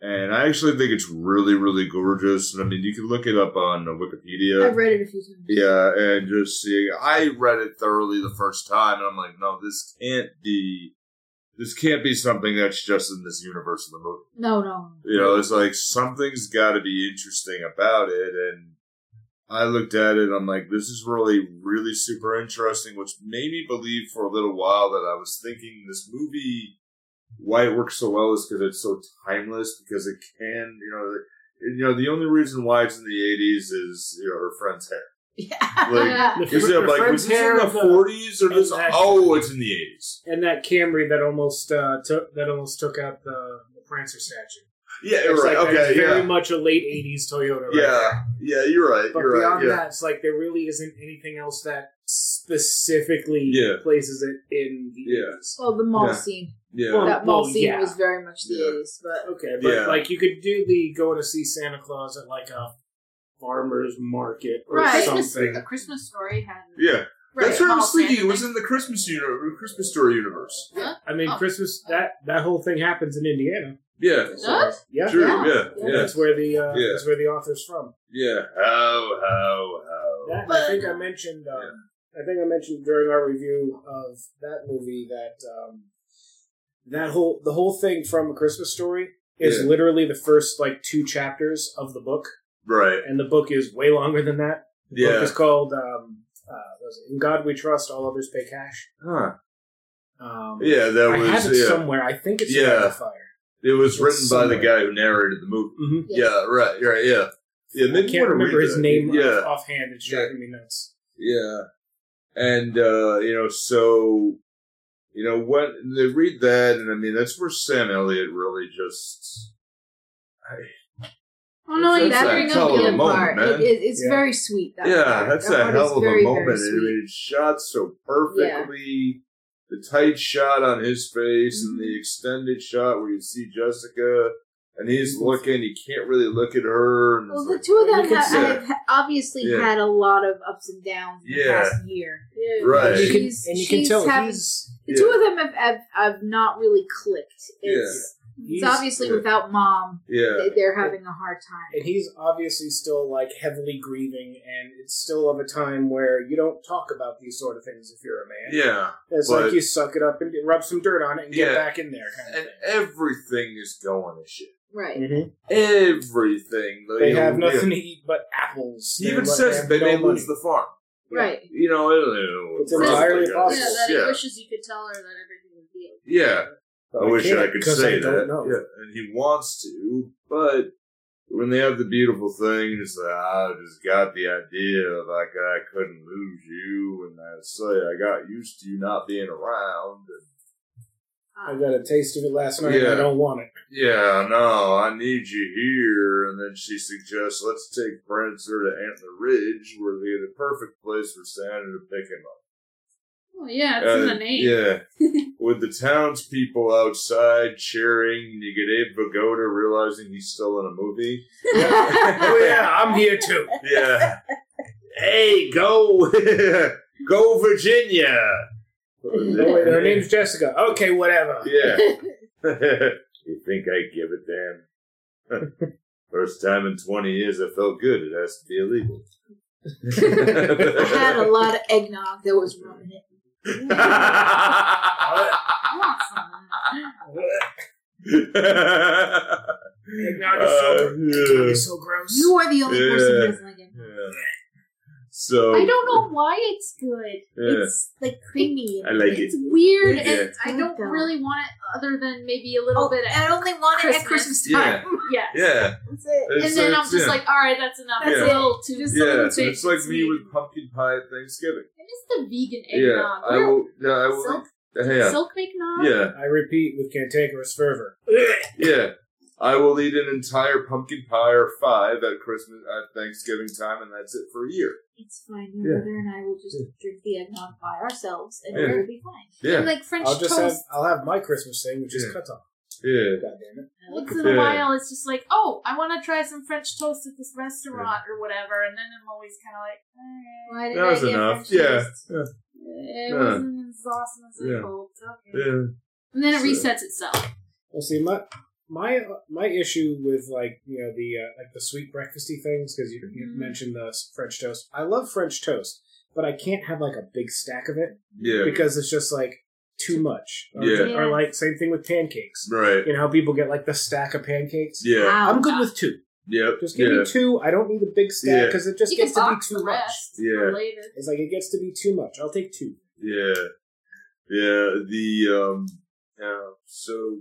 Speaker 1: And I actually think it's really, really gorgeous. And I mean, you can look it up on Wikipedia.
Speaker 4: I've read it a few times.
Speaker 1: Yeah, and just seeing I read it thoroughly the first time and I'm like, no, this can't be this can't be something that's just in this universe of the movie.
Speaker 4: No, no.
Speaker 1: You know, it's like something's gotta be interesting about it and I looked at it. I'm like, this is really, really super interesting, which made me believe for a little while that I was thinking this movie, why it works so well is because it's so timeless. Because it can, you know, the, you know, the only reason why it's in the 80s is you know her friend's hair.
Speaker 4: Yeah.
Speaker 1: Like,
Speaker 3: yeah.
Speaker 2: The
Speaker 1: is
Speaker 2: fr-
Speaker 1: it
Speaker 2: the
Speaker 1: like
Speaker 2: friend's
Speaker 1: was this in
Speaker 2: hair
Speaker 1: the
Speaker 2: of the-
Speaker 1: 40s or this?
Speaker 2: Exactly.
Speaker 1: Oh, it's in the 80s.
Speaker 2: And that Camry that almost uh, took that almost took out the, the Prancer statue.
Speaker 1: Yeah,
Speaker 2: It's
Speaker 1: right.
Speaker 2: like that's
Speaker 1: okay,
Speaker 2: very
Speaker 1: yeah,
Speaker 2: much a late '80s Toyota. Right there.
Speaker 1: yeah, yeah. You're right.
Speaker 2: But
Speaker 1: you're
Speaker 2: beyond
Speaker 1: right. Yeah.
Speaker 2: that, it's like there really isn't anything else that specifically
Speaker 1: Yeah.
Speaker 2: places it in the
Speaker 1: Yeah.
Speaker 2: 80s.
Speaker 4: Well, Oh, the mall
Speaker 1: Yeah.
Speaker 4: scene.
Speaker 1: Yeah.
Speaker 2: Well,
Speaker 4: that
Speaker 2: Oh,
Speaker 4: mall
Speaker 2: well,
Speaker 4: scene
Speaker 2: yeah.
Speaker 4: was very much the
Speaker 1: Yeah.
Speaker 4: 80s, but
Speaker 2: Okay, but
Speaker 1: Yeah.
Speaker 2: like you could do the going to see Santa Claus at like a farmer's market or
Speaker 4: Right.
Speaker 3: Christmas, a
Speaker 2: something.
Speaker 3: Christmas story had.
Speaker 1: yeah. That's what I was
Speaker 3: Mall
Speaker 1: thinking. It was
Speaker 3: Santa
Speaker 1: in the Christmas uni- Christmas story universe.
Speaker 3: Huh?
Speaker 2: I mean,
Speaker 3: Oh.
Speaker 2: Christmas that that whole thing happens in Indiana.
Speaker 1: Yeah.
Speaker 3: It does?
Speaker 2: Yeah,
Speaker 1: True.
Speaker 3: Yeah.
Speaker 1: Yeah.
Speaker 2: Yeah,
Speaker 1: Yeah.
Speaker 2: that's where the uh,
Speaker 1: Yeah.
Speaker 2: that's where the author's from.
Speaker 1: Yeah. How? How? How?
Speaker 2: That, I
Speaker 3: But-
Speaker 2: think I mentioned. Uh, I think I mentioned during our review of that movie that um, that whole the whole thing from A Christmas Story is
Speaker 1: Yeah.
Speaker 2: literally the first like two chapters of the book,
Speaker 1: Right.
Speaker 2: and the book is way longer than that. The book
Speaker 1: Yeah.
Speaker 2: is called um, uh, what was it? "In God We Trust, All Others Pay Cash."
Speaker 1: Huh.
Speaker 2: Um,
Speaker 1: Yeah. That
Speaker 2: I
Speaker 1: was.
Speaker 2: have it
Speaker 1: Yeah.
Speaker 2: somewhere. I think it's
Speaker 1: Yeah.
Speaker 2: yeah. Fire.
Speaker 1: it was
Speaker 2: it's
Speaker 1: written by the
Speaker 2: somewhere.
Speaker 1: guy who narrated the movie.
Speaker 2: Mm-hmm.
Speaker 4: Yeah.
Speaker 1: Yeah. Right. Right. Yeah. Yeah.
Speaker 2: I
Speaker 1: maybe you
Speaker 2: can't
Speaker 1: wanna
Speaker 2: remember
Speaker 1: read
Speaker 2: his
Speaker 1: that.
Speaker 2: name
Speaker 1: Yeah.
Speaker 2: off- offhand. It's
Speaker 1: Yeah.
Speaker 2: driving me nuts.
Speaker 1: Yeah. And uh, you know, so you know what they read that and I mean that's where Sam Elliott really just
Speaker 4: oh no, you
Speaker 1: That's
Speaker 4: bring
Speaker 1: a
Speaker 4: up
Speaker 1: hell
Speaker 4: the
Speaker 1: of a
Speaker 4: other
Speaker 1: moment,
Speaker 4: part.
Speaker 1: man.
Speaker 4: It, it, it's
Speaker 2: Yeah.
Speaker 4: very sweet. That
Speaker 1: Yeah,
Speaker 4: part.
Speaker 1: that's
Speaker 4: That
Speaker 1: a
Speaker 4: part is
Speaker 1: hell of
Speaker 4: very,
Speaker 1: a
Speaker 4: very
Speaker 1: moment. I
Speaker 4: sweet.
Speaker 1: mean, it's shot so perfectly. The tight shot on his face and
Speaker 4: Mm-hmm.
Speaker 1: the extended shot where you see Jessica and he's looking, he can't really look at her. And it's
Speaker 4: Mm-hmm. Well, the
Speaker 1: like,
Speaker 4: two of
Speaker 2: you
Speaker 4: them
Speaker 2: can
Speaker 4: have,
Speaker 1: see it.
Speaker 4: have ha- obviously
Speaker 1: Yeah.
Speaker 4: had a lot of ups and downs in
Speaker 1: Yeah.
Speaker 4: the past year.
Speaker 3: Yeah.
Speaker 1: Right.
Speaker 2: And you can,
Speaker 4: She's-
Speaker 2: and you can
Speaker 4: she's
Speaker 2: tell
Speaker 4: having-
Speaker 2: he's
Speaker 4: The
Speaker 1: Yeah.
Speaker 4: two of them have, have, have not really clicked.
Speaker 1: Yeah.
Speaker 4: It's, it's
Speaker 2: He's-
Speaker 4: obviously
Speaker 1: yeah.
Speaker 4: without mom,
Speaker 1: yeah.
Speaker 4: they- they're having a hard time.
Speaker 2: and he's obviously still like heavily grieving, and it's still of a time where you don't talk about these sort of things if you're a man.
Speaker 1: Yeah.
Speaker 2: it's
Speaker 1: but-
Speaker 2: like you suck it up and rub some dirt on it and
Speaker 1: Yeah.
Speaker 2: get back in there. Kind of
Speaker 1: And E-, everything is going to shit.
Speaker 4: Right.
Speaker 2: thing.
Speaker 1: Everything.
Speaker 2: They
Speaker 1: you know,
Speaker 2: have
Speaker 1: yeah.
Speaker 2: nothing to eat but apples.
Speaker 1: He
Speaker 2: They're
Speaker 1: even
Speaker 2: like-
Speaker 1: says
Speaker 2: have
Speaker 1: they
Speaker 2: no
Speaker 1: may
Speaker 2: money.
Speaker 1: lose the farm.
Speaker 2: Yeah.
Speaker 4: Right.
Speaker 1: You know, it,
Speaker 2: It's entirely
Speaker 3: Yeah,
Speaker 2: possible.
Speaker 3: that
Speaker 1: Yeah.
Speaker 3: he wishes you could tell her that everything would be okay.
Speaker 1: Yeah.
Speaker 2: But
Speaker 1: I wish I
Speaker 2: can't
Speaker 1: could
Speaker 2: 'cause
Speaker 1: say
Speaker 2: I
Speaker 1: that.
Speaker 2: don't know.
Speaker 1: Yeah, and he wants to, but when they have the beautiful thing, it's like I just got the idea of like I couldn't lose you, and I say I got used to you not being around. And,
Speaker 2: I got a taste of it last night.
Speaker 1: Yeah.
Speaker 2: and I don't want it.
Speaker 1: yeah, no, I need you here. And then she suggests let's take Prancer to Antler Ridge, where they're the perfect place for Santa to pick him up.
Speaker 3: Oh, yeah, it's in
Speaker 1: Uh,
Speaker 3: the name.
Speaker 1: Yeah. With the townspeople outside cheering, you get Abe Vigoda realizing he's still in a movie.
Speaker 2: oh yeah, I'm here too.
Speaker 1: Yeah. hey, go. go, Virginia.
Speaker 2: No, wait, her name's Jessica. Okay, whatever.
Speaker 1: Yeah. you think I give a damn? First time in 20 years I felt good. It has to be illegal.
Speaker 4: I had a lot of eggnog that was rum in it.
Speaker 3: I want some of that.
Speaker 2: Eggnog is so-
Speaker 1: Uh, yeah.
Speaker 2: It's so gross.
Speaker 4: You are the only person
Speaker 1: Yeah.
Speaker 4: who doesn't like it.
Speaker 1: Yeah. So
Speaker 4: I don't know why it's good.
Speaker 1: Yeah.
Speaker 4: It's like creamy.
Speaker 1: I like
Speaker 4: it's
Speaker 1: it.
Speaker 4: weird.
Speaker 3: Weird,
Speaker 1: Yeah.
Speaker 3: and I don't really want it other than maybe a little
Speaker 4: Oh,
Speaker 3: bit.
Speaker 4: and I only want it at Christmas
Speaker 3: Christmas.
Speaker 4: time.
Speaker 3: yeah.
Speaker 1: Yeah,
Speaker 4: That's it.
Speaker 1: It's-
Speaker 3: and then I'm
Speaker 1: it's-
Speaker 3: just
Speaker 1: yeah.
Speaker 3: like, all right, that's enough.
Speaker 1: That's
Speaker 3: That's
Speaker 4: it.
Speaker 3: a little too. Just a
Speaker 1: yeah.
Speaker 3: little
Speaker 1: It's,
Speaker 3: bit
Speaker 1: it's like me
Speaker 3: sweet.
Speaker 1: with pumpkin pie at Thanksgiving.
Speaker 3: I miss the vegan
Speaker 1: yeah,
Speaker 3: eggnog.
Speaker 1: I
Speaker 3: Where-
Speaker 1: will. Yeah, I will.
Speaker 3: Silk,
Speaker 1: yeah,
Speaker 3: silk eggnog.
Speaker 1: yeah,
Speaker 2: I repeat with cantankerous fervor.
Speaker 1: yeah. I will eat an entire pumpkin pie or five at Christmas at Thanksgiving time, and that's it for a year.
Speaker 4: It's fine.
Speaker 1: Yeah.
Speaker 4: My brother and I will just drink the eggnog by ourselves, and
Speaker 1: Yeah.
Speaker 4: we'll be fine.
Speaker 3: And
Speaker 1: Yeah,
Speaker 3: like French
Speaker 2: I'll just
Speaker 3: toast.
Speaker 2: have I'll have my Christmas thing, which
Speaker 1: Yeah.
Speaker 2: is cut off.
Speaker 1: yeah,
Speaker 2: God damn it.
Speaker 3: Once in a
Speaker 1: Yeah.
Speaker 3: while, it's just like, oh, I want to try some French toast at this restaurant or whatever, and then I'm always kind of like, eh,
Speaker 4: Why did
Speaker 1: That
Speaker 4: I
Speaker 1: was
Speaker 4: get
Speaker 1: enough.
Speaker 4: French
Speaker 1: Yeah.
Speaker 4: toast? Eh,
Speaker 3: it
Speaker 1: Yeah.
Speaker 3: wasn't as awesome as I
Speaker 1: Yeah.
Speaker 3: hoped. Okay.
Speaker 1: yeah.
Speaker 3: And then it
Speaker 1: So-
Speaker 3: resets itself.
Speaker 2: Well, see, my my my issue with like you know the uh, like the sweet breakfasty things because you, you
Speaker 3: Mhm.
Speaker 2: mentioned the French toast. I love French toast, but I can't have like a big stack of it
Speaker 1: Yeah.
Speaker 2: because it's just like too much. Or,
Speaker 1: Yeah.
Speaker 2: or like same thing with pancakes.
Speaker 1: Right.
Speaker 2: You know how people get like the stack of pancakes.
Speaker 1: Yeah.
Speaker 3: Um,
Speaker 4: Wow.
Speaker 2: I'm good with two.
Speaker 1: Yep.
Speaker 2: Just give
Speaker 1: yeah.
Speaker 2: me two. I don't need a big stack
Speaker 1: Yeah.
Speaker 2: because it just
Speaker 3: you
Speaker 2: gets
Speaker 3: can
Speaker 2: to be
Speaker 3: box
Speaker 2: too
Speaker 3: the
Speaker 2: much.
Speaker 3: rest
Speaker 1: Yeah.
Speaker 3: for later.
Speaker 2: It's like it gets to be too much. I'll take two.
Speaker 1: Yeah, yeah. The um, yeah. So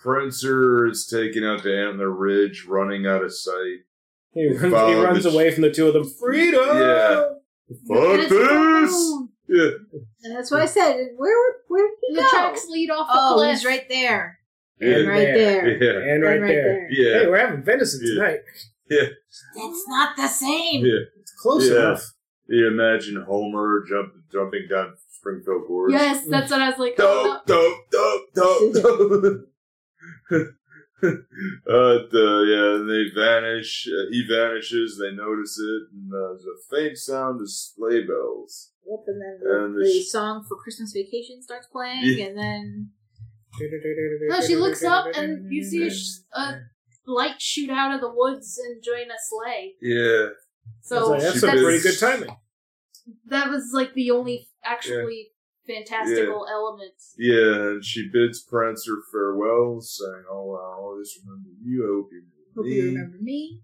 Speaker 1: Prancer is taken out to Antler Ridge, running out of sight.
Speaker 2: He runs, he
Speaker 1: Follow
Speaker 2: runs
Speaker 1: the-
Speaker 2: away from the two of them. Freedom.
Speaker 1: Yeah.
Speaker 3: And
Speaker 1: Fuck
Speaker 3: it's all
Speaker 1: this!
Speaker 3: alone.
Speaker 1: Yeah,
Speaker 4: And that's what I said. Where where did he
Speaker 3: And
Speaker 4: go?
Speaker 3: the tracks lead off the
Speaker 4: oh,
Speaker 3: cliff.
Speaker 4: he's right there.
Speaker 1: yeah,
Speaker 4: And
Speaker 2: And
Speaker 4: right there.
Speaker 1: yeah,
Speaker 2: And right, there.
Speaker 1: yeah.
Speaker 2: Hey, we're having venison
Speaker 1: Yeah.
Speaker 2: tonight.
Speaker 4: That's not the same.
Speaker 1: Yeah.
Speaker 2: It's close
Speaker 1: Yeah.
Speaker 2: enough.
Speaker 1: You imagine Homer jump, jumping down Springfield Gorge.
Speaker 3: Yes, that's what I was like. "Oh,
Speaker 1: Dope, dope, dope, dope, dope. uh, the, yeah, they vanish. Uh, he vanishes. They notice it, and uh, there's a faint sound of sleigh bells.
Speaker 4: Yep, and then
Speaker 1: And
Speaker 4: the,
Speaker 1: the
Speaker 4: the
Speaker 1: sh-
Speaker 4: song for Christmas Vacation starts playing,
Speaker 1: Yeah.
Speaker 4: and then
Speaker 3: No, she looks up and you see a, sh- a light shoot out of the woods and join a sleigh.
Speaker 1: Yeah.
Speaker 2: So
Speaker 3: So
Speaker 1: like,
Speaker 2: that's
Speaker 1: she
Speaker 2: some
Speaker 1: does-
Speaker 2: pretty good timing.
Speaker 3: that was like the only actually fantastical element.
Speaker 1: Yeah, and she bids Prancer farewell, saying, "Oh, well, I'll always remember you. I hope you
Speaker 4: hope
Speaker 1: remember
Speaker 4: you
Speaker 1: me."
Speaker 4: remember me.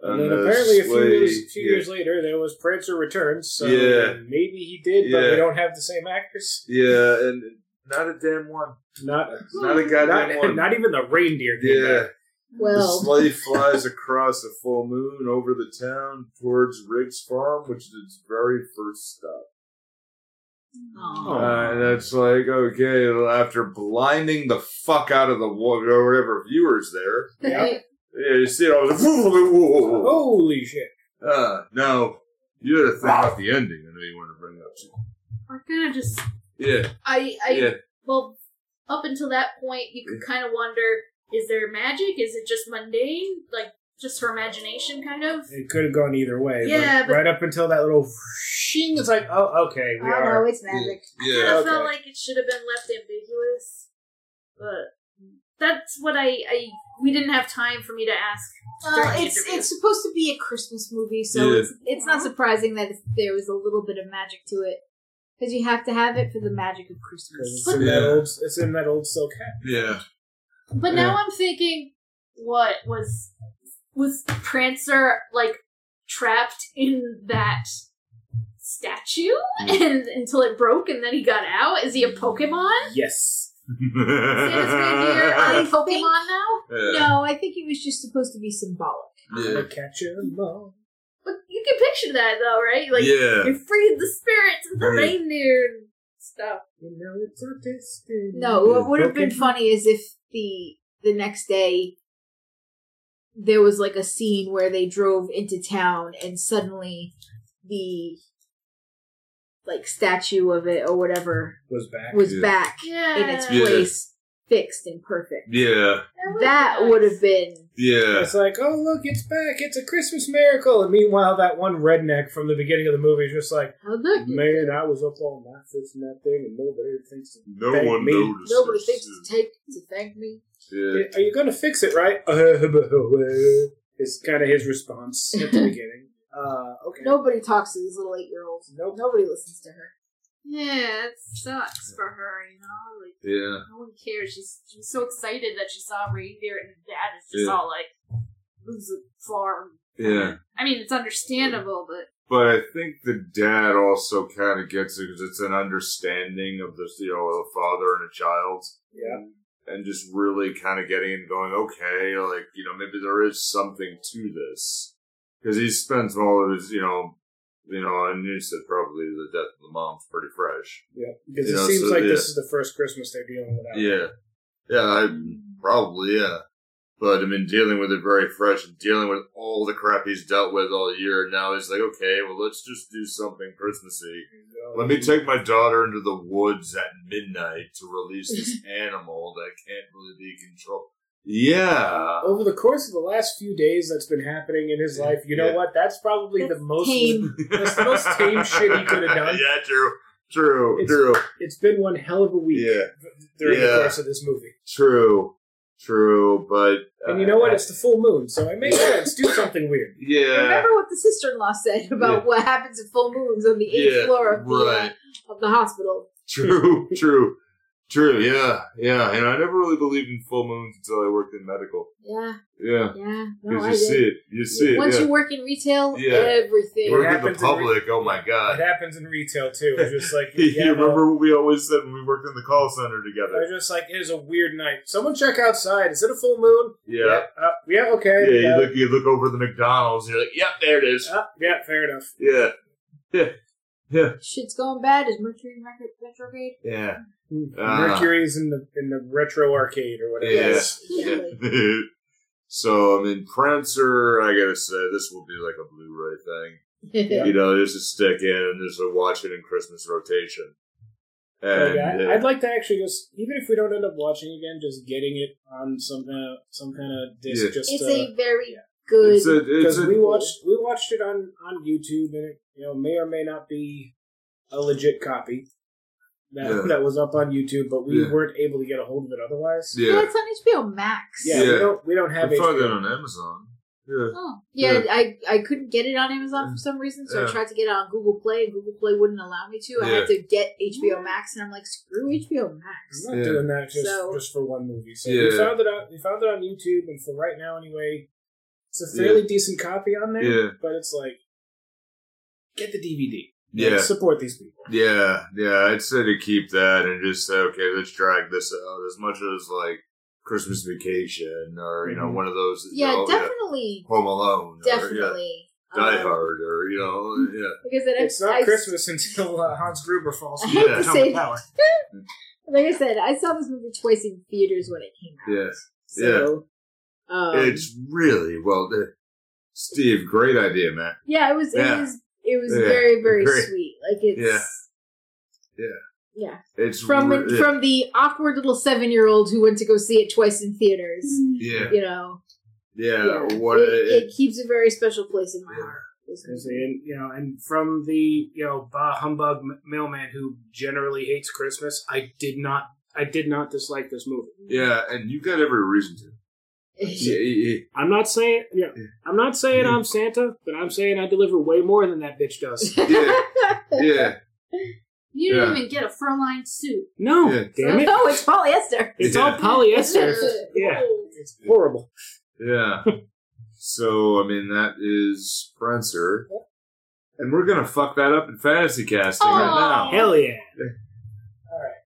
Speaker 2: And then
Speaker 1: the
Speaker 2: apparently, a few,
Speaker 1: sleigh-
Speaker 2: years, a few
Speaker 1: yeah,
Speaker 2: years later, there was Prancer Returns. So
Speaker 1: Yeah.
Speaker 2: maybe he did, but
Speaker 1: Yeah.
Speaker 2: we don't have the same actors.
Speaker 1: yeah, and not a damn one,
Speaker 2: Not,
Speaker 1: not a
Speaker 2: not,
Speaker 1: goddamn one.
Speaker 2: not even the reindeer. came
Speaker 1: yeah,
Speaker 2: back.
Speaker 1: the
Speaker 4: Well,
Speaker 1: sleigh flies across a full moon over the town towards Riggs Farm, which is its very first stop.
Speaker 4: aw.
Speaker 1: Uh, and that's like okay, after blinding the fuck out of the wa- whatever viewers there.
Speaker 2: Yeah.
Speaker 1: Yeah, you see it. I was like, whoa, whoa, whoa, whoa, whoa.
Speaker 2: Holy shit.
Speaker 1: Uh, no. You had a thing about the ending. I know you wanted to bring it up. too.
Speaker 3: We're kind of just
Speaker 1: Yeah,
Speaker 3: I I
Speaker 1: yeah,
Speaker 3: well up until that point you could kind of wonder is there magic? Is it just mundane? Like just her imagination kind of?
Speaker 2: It could have gone either way.
Speaker 3: Yeah,
Speaker 2: but
Speaker 3: but-
Speaker 2: right up until that little shing, it's like, oh, okay, we
Speaker 4: I don't
Speaker 2: are.
Speaker 4: know. It's magic.
Speaker 3: kind
Speaker 1: yeah.
Speaker 3: of
Speaker 2: Okay.
Speaker 3: felt like it should have been left ambiguous. But that's what I, I we didn't have time for me to ask.
Speaker 4: Well,
Speaker 3: During the
Speaker 4: it's
Speaker 3: interview.
Speaker 4: it's supposed to be a Christmas movie, so
Speaker 1: Yeah.
Speaker 4: it's, it's not surprising that if there was a little bit of magic to it, because you have to have it for the magic of
Speaker 2: 'Cause
Speaker 4: Christmas.
Speaker 2: It's in, that
Speaker 1: Yeah.
Speaker 2: old, it's in that old silk hat.
Speaker 1: Yeah.
Speaker 3: But now I'm thinking, what was was Prancer like trapped in that statue and until it broke and then he got out? Is he a Pokemon?
Speaker 2: Yes.
Speaker 3: Santa's reindeer are
Speaker 4: I
Speaker 3: a
Speaker 1: yeah.
Speaker 4: think-
Speaker 3: Pokemon now?
Speaker 4: No, I think it was just supposed to be symbolic.
Speaker 1: Yeah.
Speaker 2: I'll Catch 'em all.
Speaker 3: But you can picture that though, right? Like
Speaker 1: yeah.
Speaker 3: you freed the spirits of the
Speaker 1: Right.
Speaker 3: reindeer and stuff.
Speaker 2: You know it's a destiny.
Speaker 4: No, what would have been
Speaker 2: Okay.
Speaker 4: funny is if the the next day there was like a scene where they drove into town and suddenly the like statue of it or whatever
Speaker 2: Was back.
Speaker 4: was
Speaker 1: Yeah.
Speaker 4: back
Speaker 3: Yeah.
Speaker 4: in its
Speaker 1: Yeah.
Speaker 4: place, fixed and perfect.
Speaker 1: Yeah.
Speaker 4: That would have been
Speaker 1: Yeah.
Speaker 2: It's like, oh look, it's back! It's a Christmas miracle. And meanwhile, that one redneck from the beginning of the movie is just like,
Speaker 4: oh, look,
Speaker 2: man, I was up all night fixing that thing, and nobody thinks. To...
Speaker 1: No
Speaker 2: Thank
Speaker 1: one
Speaker 2: me.
Speaker 1: noticed.
Speaker 4: nobody thinks to take to thank me.
Speaker 1: Yeah.
Speaker 2: Are you going to fix it, right? It's kind of his response at the beginning. Uh, okay.
Speaker 4: Nobody talks to this little eight year old.
Speaker 2: Nope.
Speaker 4: Nobody listens to her.
Speaker 3: Yeah, it sucks for her, you know? Like
Speaker 1: Yeah.
Speaker 3: no one cares. She's she was so excited that she saw a reindeer and her dad is just
Speaker 1: Yeah.
Speaker 3: all like lose the farm.
Speaker 1: Yeah.
Speaker 3: I mean, it's understandable, but
Speaker 1: But I think the dad also kind of gets it because it's an understanding of the you know, a father and a child.
Speaker 2: Yeah.
Speaker 1: And just really kind of getting and going, okay, like, you know, maybe there is something to this. Because he spends all of his, you know, you know, and you said probably the death of the mom's pretty fresh.
Speaker 2: Yeah. Because
Speaker 1: You
Speaker 2: it
Speaker 1: know,
Speaker 2: seems
Speaker 1: so,
Speaker 2: like this
Speaker 1: yeah.
Speaker 2: is the first Christmas they're dealing with. that.
Speaker 1: Yeah. Yeah, I, probably, yeah. But I mean, dealing with it very fresh and dealing with all the crap he's dealt with all year. Now he's like, okay, well, let's just do something Christmassy.
Speaker 2: You know,
Speaker 1: Let me take my daughter into the woods at midnight to release this animal that can't really be controlled. Yeah.
Speaker 2: Uh, Over the course of the last few days, that's been happening in his life. You know
Speaker 1: Yeah.
Speaker 2: what? That's probably the most.
Speaker 4: tame.
Speaker 2: That's the most tame shit he could have done.
Speaker 1: Yeah, true. True,
Speaker 2: It's-
Speaker 1: true.
Speaker 2: It's been one hell of a week
Speaker 1: Yeah.
Speaker 2: during
Speaker 1: Yeah.
Speaker 2: the course of this movie.
Speaker 1: True. True, but. uh,
Speaker 2: And you know what? It's the full moon, so it makes sense. Do something weird.
Speaker 1: Yeah.
Speaker 4: Remember what the sister in law said about
Speaker 1: Yeah.
Speaker 4: what happens at full moons on the eighth
Speaker 1: Yeah,
Speaker 4: floor of the,
Speaker 1: right.
Speaker 4: uh, of the hospital.
Speaker 1: True, true. True, yeah, yeah. And I never really believed in full moons until I worked in medical.
Speaker 4: Yeah,
Speaker 1: Yeah.
Speaker 4: yeah. No,
Speaker 1: Because
Speaker 4: I
Speaker 1: you see
Speaker 4: did.
Speaker 1: it. You see it.
Speaker 4: Once
Speaker 1: yeah.
Speaker 4: you work in retail,
Speaker 1: Yeah.
Speaker 4: everything.
Speaker 1: Work in
Speaker 2: We're-
Speaker 1: the
Speaker 2: happens in re-
Speaker 1: public, oh my
Speaker 2: It
Speaker 1: god.
Speaker 2: happens in retail too. It's just like
Speaker 1: You
Speaker 2: yeah,
Speaker 1: remember what we always said when we worked in the call center
Speaker 2: They're
Speaker 1: together?
Speaker 2: just like it is a weird night. Someone check outside. Is it a full moon?
Speaker 1: Yeah.
Speaker 2: Uh, yeah. Okay.
Speaker 1: Yeah, you
Speaker 2: Uh,
Speaker 1: look you look over the McDonald's, you're like, Yep, there it is.
Speaker 2: uh, yeah. Fair enough.
Speaker 1: Yeah.
Speaker 4: Shit's going bad. Is Mercury retro- retrograde?
Speaker 1: Yeah. Ah.
Speaker 2: Mercury's in the in the retro arcade or whatever. it
Speaker 1: Yeah.
Speaker 2: is.
Speaker 1: yeah. so I'm in Prancer, I gotta say, this will be like a Blu-ray thing. You know, there's a stick in and there's a watch it in Christmas rotation. And
Speaker 2: Like,
Speaker 1: uh,
Speaker 2: Oh, I, I'd like to actually just, even if we don't end up watching again, just getting it on some kind of some kind of disc.
Speaker 1: Yeah.
Speaker 2: Just
Speaker 3: It's
Speaker 2: to,
Speaker 3: a very
Speaker 2: yeah.
Speaker 3: good.
Speaker 1: it's a, it's
Speaker 2: because
Speaker 1: a,
Speaker 2: we watched we watched it on on YouTube, and it you know may or may not be a legit copy that
Speaker 1: Yeah.
Speaker 2: that was up on YouTube, but we
Speaker 1: Yeah.
Speaker 2: weren't able to get a hold of it otherwise.
Speaker 1: yeah.
Speaker 4: it's on HBO Max.
Speaker 2: Yeah,
Speaker 1: Yeah.
Speaker 2: we don't we don't have
Speaker 1: I found
Speaker 2: it.
Speaker 1: that on Amazon. Yeah.
Speaker 4: Oh.
Speaker 1: Yeah.
Speaker 4: Yeah, I, I couldn't get it on Amazon for some reason, so
Speaker 1: Yeah.
Speaker 4: I tried to get it on Google Play, and Google Play wouldn't allow me to. I had to get HBO Max, and I'm like, screw HBO Max.
Speaker 2: I'm not
Speaker 1: Yeah.
Speaker 2: doing that just
Speaker 4: So-
Speaker 2: just for one movie. So
Speaker 1: Yeah.
Speaker 2: we found it on we found it on YouTube, and for right now anyway, it's a fairly decent copy on there.
Speaker 1: Yeah.
Speaker 2: But it's like get the DVD.
Speaker 1: Yeah.
Speaker 2: support these people.
Speaker 1: Yeah, yeah, I'd say to keep that and just say, okay, let's drag this out as much as like Christmas Vacation or you know
Speaker 2: Mhm.
Speaker 1: one of those. you
Speaker 4: Yeah,
Speaker 1: know,
Speaker 4: definitely.
Speaker 1: Home Alone, Or,
Speaker 4: Definitely.
Speaker 1: yeah, Die
Speaker 4: Um,
Speaker 1: Hard, or you know, yeah,
Speaker 4: Because then I-
Speaker 2: It's not
Speaker 4: I-
Speaker 2: Christmas until uh, Hans Gruber falls.
Speaker 4: I
Speaker 2: from
Speaker 1: hate
Speaker 2: the
Speaker 1: to
Speaker 2: top
Speaker 4: say
Speaker 2: of power.
Speaker 4: Like I said, I saw this movie twice in theaters when it came out.
Speaker 1: yeah.
Speaker 4: So, Um,
Speaker 1: it's really well. done. Steve, great idea, man.
Speaker 4: yeah, it was, it
Speaker 1: Yeah.
Speaker 4: was, it was
Speaker 1: Yeah.
Speaker 4: very, very
Speaker 1: Great.
Speaker 4: sweet. Like it's,
Speaker 1: Yeah.
Speaker 4: yeah,
Speaker 1: It's
Speaker 4: From
Speaker 1: re- yeah,
Speaker 4: from the awkward little seven year old who went to go see it twice in theaters,
Speaker 1: yeah,
Speaker 4: you know.
Speaker 1: yeah,
Speaker 4: Yeah.
Speaker 1: What
Speaker 4: it,
Speaker 1: a-
Speaker 4: it keeps a very special place in my
Speaker 1: Yeah.
Speaker 4: heart. This
Speaker 2: And,
Speaker 4: movie.
Speaker 2: you know, and from the you know bah humbug m- mailman who generally hates Christmas, I did not, I did not dislike this movie.
Speaker 1: yeah, and you got every reason to. Yeah, yeah,
Speaker 2: I'm not saying, yeah,
Speaker 1: Yeah.
Speaker 2: I'm not saying
Speaker 1: Yeah.
Speaker 2: I'm Santa, but I'm saying I deliver way more than that bitch does.
Speaker 1: yeah, yeah,
Speaker 3: you didn't
Speaker 1: yeah.
Speaker 3: even get a fur-lined suit.
Speaker 2: No,
Speaker 1: Yeah.
Speaker 2: damn it,
Speaker 4: Oh, No, it's polyester.
Speaker 2: it's
Speaker 1: Yeah.
Speaker 2: all polyester. yeah, it's horrible.
Speaker 1: Yeah. so I mean that is Prancer. And we're gonna fuck that up in fantasy casting right now.
Speaker 2: Hell yeah. All right,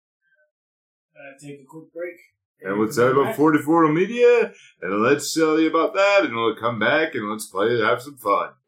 Speaker 2: uh, take a quick break.
Speaker 1: And what's that about 44 Media? And let's tell you about that, and we'll come back and let's play it, have some fun.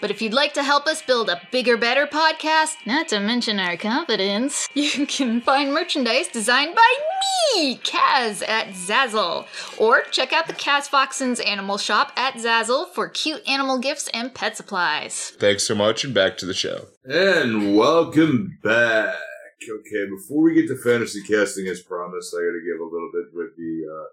Speaker 5: But if you'd like to help us build a bigger, better podcast, not to mention our confidence, you can find merchandise designed by me, Kaz, at Zazzle. Or check out the Kaz Foxen's Animal Shop at Zazzle for cute animal gifts and pet supplies.
Speaker 6: Thanks so much, and back to the show.
Speaker 1: And welcome back. Okay, before we get to fantasy casting as promised, I gotta give a little bit with the uh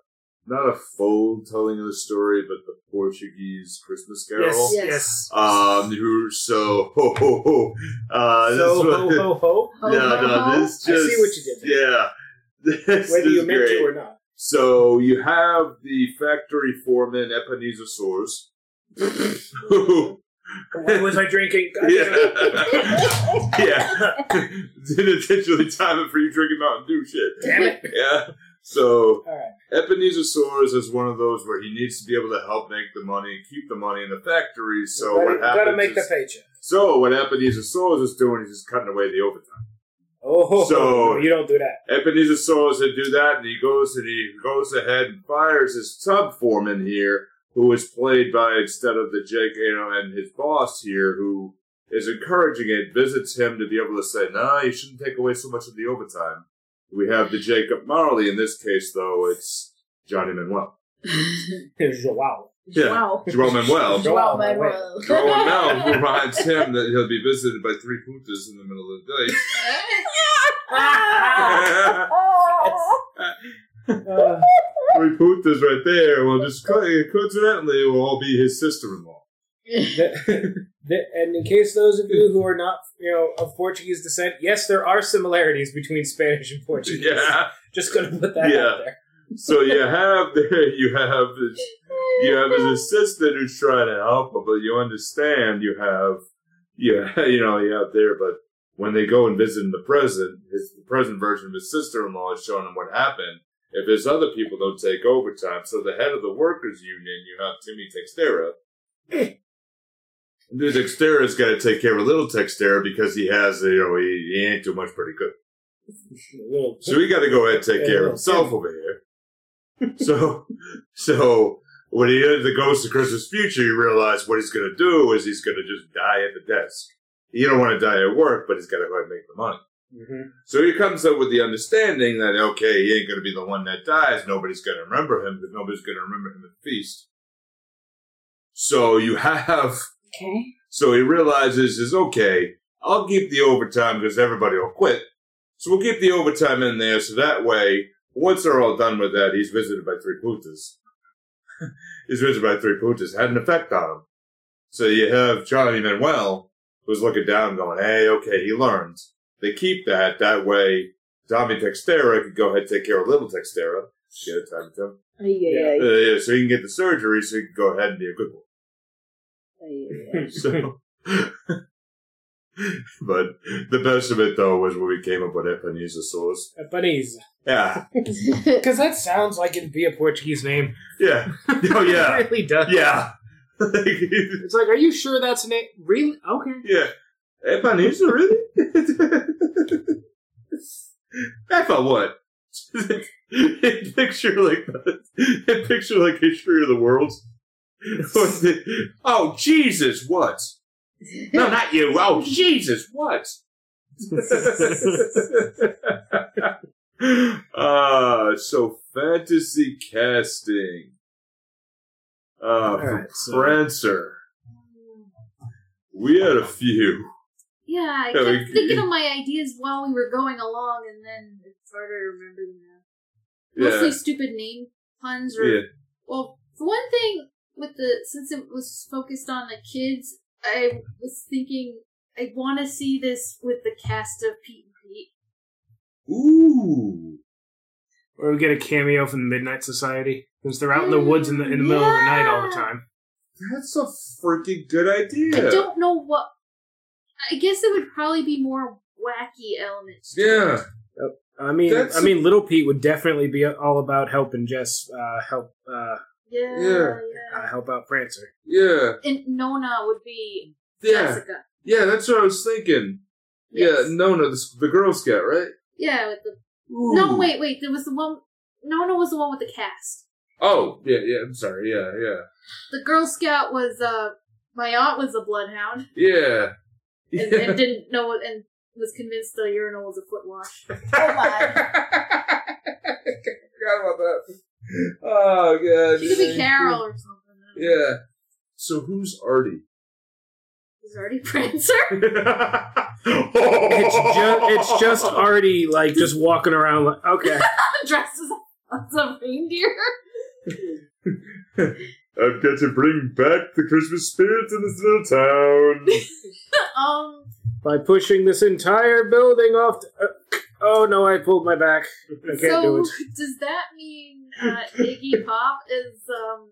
Speaker 1: not a full telling of the story, but the Portuguese Christmas Carol.
Speaker 2: Yes,
Speaker 4: Yes.
Speaker 2: yes.
Speaker 1: Um, who so ho ho ho. Uh,
Speaker 2: so
Speaker 1: this
Speaker 2: ho
Speaker 1: one,
Speaker 2: ho ho.
Speaker 1: no, no, this
Speaker 2: I
Speaker 1: just
Speaker 2: see what you did there.
Speaker 1: yeah. This
Speaker 2: Whether
Speaker 1: is
Speaker 2: you meant
Speaker 1: great.
Speaker 2: to or not.
Speaker 1: So you have the factory foreman Eponizosaurus.
Speaker 2: What was I drinking? God damn it.
Speaker 1: yeah, yeah. Didn't intentionally time it for you drinking Mountain Dew shit.
Speaker 2: Damn it.
Speaker 1: Yeah. So
Speaker 2: All right.
Speaker 1: Eponizosaurus is one of those where he needs to be able to help make the money and keep the money in the factory. So
Speaker 2: gotta,
Speaker 1: what happens?
Speaker 2: gotta make
Speaker 1: is,
Speaker 2: the paycheck.
Speaker 1: so what Eponizosaurus is doing is he's cutting away the overtime.
Speaker 2: Oh,
Speaker 1: So-
Speaker 2: you don't do that.
Speaker 1: Ebenezer Soros had do that, and he goes and he goes ahead and fires his sub foreman here, who is played by instead of the Jake, you know, and his boss here, who is encouraging it, visits him to be able to say, "No, you shouldn't take away so much of the overtime." We have the Jacob Marley in this case, though it's Johnny Manuel.
Speaker 2: wow.
Speaker 1: Yeah.
Speaker 4: Wow.
Speaker 1: Joao Manuel.
Speaker 2: Joao
Speaker 4: Wow,
Speaker 2: Manuel.
Speaker 4: Manuel.
Speaker 1: Joao Manuel reminds him that he'll be visited by three putas in the middle of the night.
Speaker 2: Ah! Uh,
Speaker 1: we put this right there. Well, just co- eh, coincidentally, it will all be his sister-in-law.
Speaker 2: th- th- and in case those of you who are not, you know, of Portuguese descent, yes, there are similarities between Spanish and Portuguese.
Speaker 1: Yeah.
Speaker 2: Just gonna put that
Speaker 1: Yeah.
Speaker 2: out there.
Speaker 1: So you have there, you have this, you have his assistant who's trying to help him, but you understand you have, you you know, you have there. But when they go and visit in the present, his the present version of his sister-in-law is showing him what happened. If his other people don't take overtime, so the head of the workers' union, you have Timmy Textera. The Textera's got to take care of little Textera because he has, you know, he, he ain't too much pretty good.
Speaker 2: A little-
Speaker 1: So we got to go ahead and take care of himself over here. So, so when he enters the Ghost of Christmas Future, you realize what he's going to do is he's going to just die at the desk. You don't want to die at work, but he's got to go ahead and make the money.
Speaker 2: Mhm.
Speaker 1: So he comes up with the understanding that okay, he ain't going to be the one that dies. Nobody's going to remember him because nobody's going to remember him at the feast. So you have
Speaker 4: Okay.
Speaker 1: so he realizes is okay, I'll keep the overtime because everybody will quit. So we'll keep the overtime in there so that way, once they're all done with that, he's visited by three putas. he's visited by three putas. Had an effect on him. So you have Johnny Manuel, who's looking down going, hey, okay, he learns. They keep that. That way, Tommy Textera can go ahead and take care of little Textera. Get it, Tommy Tim?
Speaker 4: Ay, ay,
Speaker 1: Uh, yeah, so he can get the surgery so he can go ahead and be a good boy.
Speaker 4: ay, ay, ay.
Speaker 1: So, but the best of it though was when we came up with Epinesosaurus.
Speaker 2: Japanese.
Speaker 1: Yeah,
Speaker 2: Because that sounds like it'd be a Portuguese name.
Speaker 1: yeah, oh yeah,
Speaker 2: it really does.
Speaker 1: yeah,
Speaker 2: It's like, are you sure that's a name? Really? Okay.
Speaker 1: yeah. Epinesosaurus, really? I thought what? in picture like in picture like history of the world. oh Jesus, what? No, not you. Oh Jesus, what? uh, so fantasy casting. Uh,
Speaker 2: All
Speaker 1: for
Speaker 2: right, so-
Speaker 1: Prancer. We had a few.
Speaker 3: Yeah, I
Speaker 1: Yeah, we-
Speaker 3: kept thinking of my ideas while we were going along, and then it's harder to remember them now. Mostly
Speaker 1: Yeah.
Speaker 3: stupid name puns or
Speaker 1: yeah.
Speaker 3: Well, for one thing, with the since it was focused on the kids, I was thinking I want to see this with the cast of Pete and Pete.
Speaker 1: Ooh.
Speaker 2: Or we get a cameo from the Midnight Society because they're out in the woods in the in the middle of the night all the time.
Speaker 1: That's a freaking good
Speaker 3: I
Speaker 1: idea.
Speaker 3: don't know what. I guess it would probably be more wacky elements.
Speaker 1: Yeah.
Speaker 2: I mean,
Speaker 1: That's-
Speaker 2: I mean, Little Pete would definitely be all about helping Jess uh, help uh,
Speaker 3: Yeah, yeah.
Speaker 1: Yeah.
Speaker 2: uh, help out Prancer.
Speaker 1: Yeah.
Speaker 3: And Nona would be
Speaker 1: Yeah.
Speaker 3: Jessica.
Speaker 1: Yeah, that's what I was thinking.
Speaker 3: Yes.
Speaker 1: Yeah, Nona, the, the Girl Scout, right?
Speaker 3: Yeah, with the no. Wait, wait. There was the one. Nona was the one with the cast.
Speaker 1: Oh, yeah, yeah, I'm sorry. Yeah, yeah.
Speaker 3: The Girl Scout was uh my aunt was a bloodhound
Speaker 1: Yeah.
Speaker 3: and, and didn't know it and was convinced the urinal was a foot wash.
Speaker 4: Oh my.
Speaker 1: forgot about that. Oh, God.
Speaker 3: She could be Carol or something.
Speaker 1: Yeah. So who's Artie?
Speaker 3: He's already Prancer.
Speaker 2: It's just it's just Artie like just walking around like okay.
Speaker 3: Dressed as a, as a reindeer.
Speaker 1: I've got to bring back the Christmas spirit in this little town.
Speaker 3: Um,
Speaker 2: By pushing this entire building off. To, uh, oh no, I pulled my back. I can't
Speaker 3: so
Speaker 2: do it.
Speaker 3: does that mean uh, Iggy Pop is um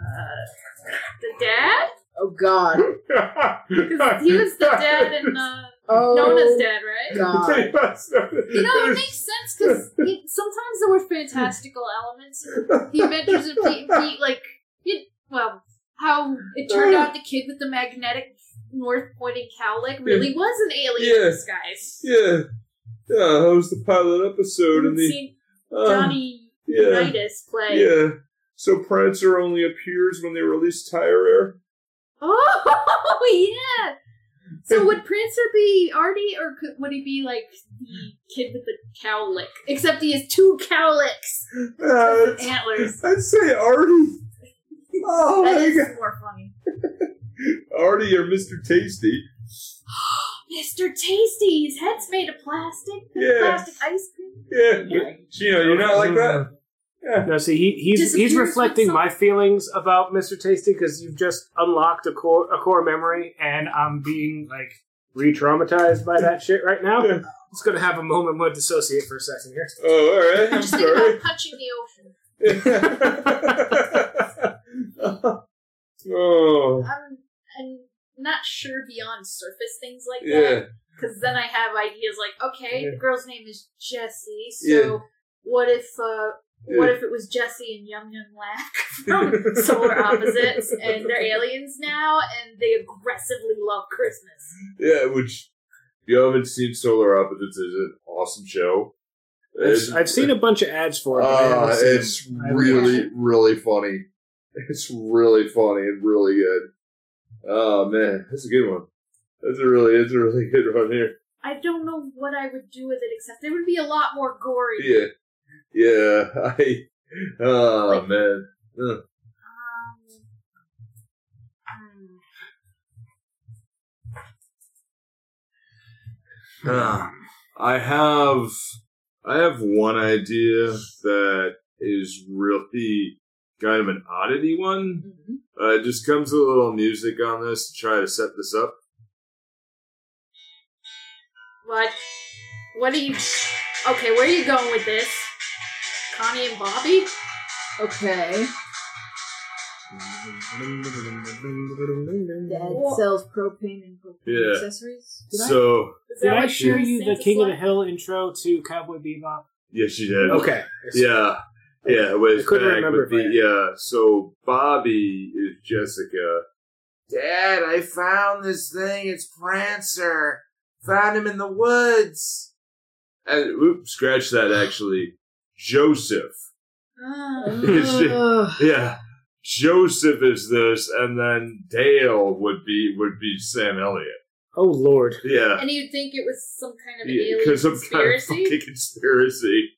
Speaker 3: uh, the dad?
Speaker 4: Oh god.
Speaker 3: Because he was the dad and uh,
Speaker 4: Oh.
Speaker 3: Nona's dad, right?
Speaker 4: God.
Speaker 3: You know, it makes sense because sometimes there were fantastical elements. The Adventures of Pete and Pete, like, you, well, how it turned out the kid with the magnetic north pointing cowlick really was an alien
Speaker 1: Yeah.
Speaker 3: in disguise.
Speaker 1: yeah. Yeah, that was the pilot episode and the
Speaker 3: We've seen
Speaker 1: uh,
Speaker 3: Johnny
Speaker 1: yeah,
Speaker 3: Unitas play.
Speaker 1: yeah. So Prancer only appears when they release Tire Air.
Speaker 3: Oh yeah. So would Prancer be Artie, or could, would he be like the kid with the cowlick? Except he has two cowlicks,
Speaker 1: Uh,
Speaker 3: with antlers.
Speaker 1: I'd say Artie. Oh
Speaker 3: That
Speaker 1: my
Speaker 3: is
Speaker 1: god,
Speaker 3: more funny.
Speaker 1: Artie or Mr. Tasty.
Speaker 3: Mr. Tasty, his head's made of plastic. The
Speaker 1: Yeah.
Speaker 3: plastic ice cream.
Speaker 1: Yeah, you know, you're not like that.
Speaker 2: No, see, he, he's
Speaker 3: Disappears
Speaker 2: he's
Speaker 3: with
Speaker 2: reflecting
Speaker 3: something.
Speaker 2: my feelings about Mr. Tasty because you've just unlocked a core a core memory, and I'm being like re-traumatized by that shit right now.
Speaker 1: Yeah.
Speaker 2: I'm just gonna have a moment where I dissociate for a second here.
Speaker 1: Oh, all right. I'm
Speaker 3: Just think about
Speaker 1: sorry.
Speaker 3: punching the ocean.
Speaker 1: oh,
Speaker 3: I'm, I'm not sure beyond surface things like that.
Speaker 1: yeah.
Speaker 3: Because then I have ideas like, okay, the girl's name is Jessie, so
Speaker 1: Yeah.
Speaker 3: what if uh, what if it was Jessie and Yum Yum Lack from Solar Opposites, and they're aliens now, and they aggressively love Christmas?
Speaker 1: Yeah, which you haven't seen Solar Opposites is an awesome show. It's-
Speaker 2: I've, I've seen a bunch of ads for it. but I haven't
Speaker 1: Uh,
Speaker 2: seen them.
Speaker 1: it's
Speaker 2: I haven't
Speaker 1: really, really funny. It's really funny and really good. Oh man, that's a good one. That's a really, that's a really good one here.
Speaker 3: I don't know what I would do with it except it would be a lot more gory.
Speaker 1: Yeah, yeah. I, oh man,
Speaker 3: Um, um,
Speaker 1: Ah, I have, I have one idea that is really kind of an oddity one.
Speaker 4: Mm-hmm.
Speaker 1: Uh, just comes with a little music on this to try to set this up.
Speaker 3: what? What are you? Okay, where are you going with this? Connie and Bobby?
Speaker 4: Okay. That sells propane and propane
Speaker 1: Yeah.
Speaker 4: accessories. Did I?
Speaker 1: so,
Speaker 3: Is
Speaker 2: Did
Speaker 3: that
Speaker 2: I
Speaker 3: what
Speaker 2: share
Speaker 3: was
Speaker 2: you the
Speaker 3: Santa's
Speaker 2: King of the
Speaker 3: like?
Speaker 2: Hill intro to Cowboy Bebop?
Speaker 1: yes, you did.
Speaker 2: Okay.
Speaker 1: Yeah. Yeah,
Speaker 2: I
Speaker 1: with,
Speaker 2: couldn't
Speaker 1: back
Speaker 2: remember
Speaker 1: with
Speaker 2: if I
Speaker 1: the yeah. So Bobby is Jessica. Dad, I found this thing. It's Prancer. Found him in the woods. And oop, scratch that. Actually, Joseph.
Speaker 3: Ah,
Speaker 4: Ugh.
Speaker 1: Yeah, Joseph is this, and then Dale would be would be Sam Elliott.
Speaker 2: Oh Lord.
Speaker 1: Yeah,
Speaker 3: and you'd think it was some kind of alien
Speaker 1: because of kind of
Speaker 3: conspiracy.
Speaker 1: fucking conspiracy.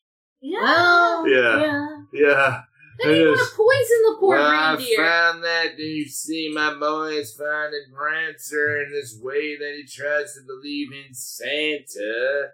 Speaker 3: yeah.
Speaker 4: Well,
Speaker 1: Yeah. Yeah.
Speaker 3: then
Speaker 1: it
Speaker 3: you
Speaker 1: is.
Speaker 3: want to poison the poor
Speaker 1: Well,
Speaker 3: reindeer.
Speaker 1: I found that. Did you see my boy is finding Prancer in this way that he tries to believe in Santa?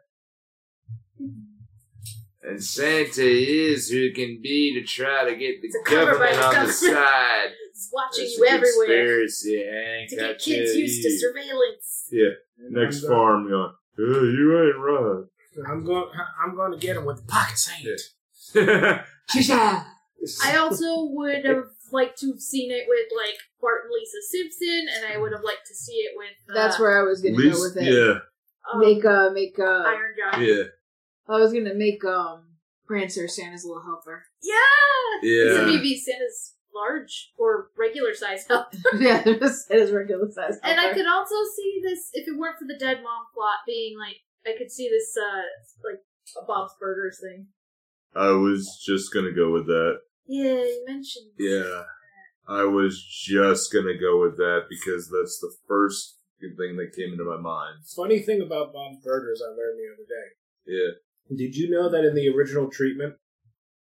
Speaker 1: And Santa is who can be to try to get the
Speaker 3: To cover
Speaker 1: government
Speaker 3: by the
Speaker 1: on
Speaker 3: government.
Speaker 1: the side.
Speaker 3: it's watching
Speaker 1: It's
Speaker 3: you
Speaker 1: a
Speaker 3: everywhere
Speaker 1: Conspiracy, Hank.
Speaker 3: to
Speaker 1: I
Speaker 3: get
Speaker 1: tell
Speaker 3: kids used to
Speaker 1: you.
Speaker 3: surveillance.
Speaker 1: Next farm, going. Oh, you ain't right.
Speaker 2: I'm going. I'm going to get him with the pocket sand.
Speaker 3: I also would have liked to have seen it with like Bart and Lisa Simpson, and I would have liked to see it with uh,
Speaker 4: That's where I was gonna go with it.
Speaker 3: um,
Speaker 4: Make uh make uh
Speaker 3: Iron Jock.
Speaker 1: yeah,
Speaker 4: I was gonna make um Prancer Santa's little helper.
Speaker 3: Yeah, this would maybe Santa's large or regular size help.
Speaker 4: yeah, it is regular size.
Speaker 3: And I
Speaker 4: helper.
Speaker 3: could also see this if it weren't for the dead mom plot being like I could see this uh like a Bob's Burgers thing.
Speaker 1: I was just gonna go with that.
Speaker 3: Yeah, you mentioned.
Speaker 1: Yeah. I was just gonna go with that because that's the first thing that came into my mind.
Speaker 2: Funny thing about Bob's Burgers I learned the other day.
Speaker 1: Yeah.
Speaker 2: Did you know that in the original treatment,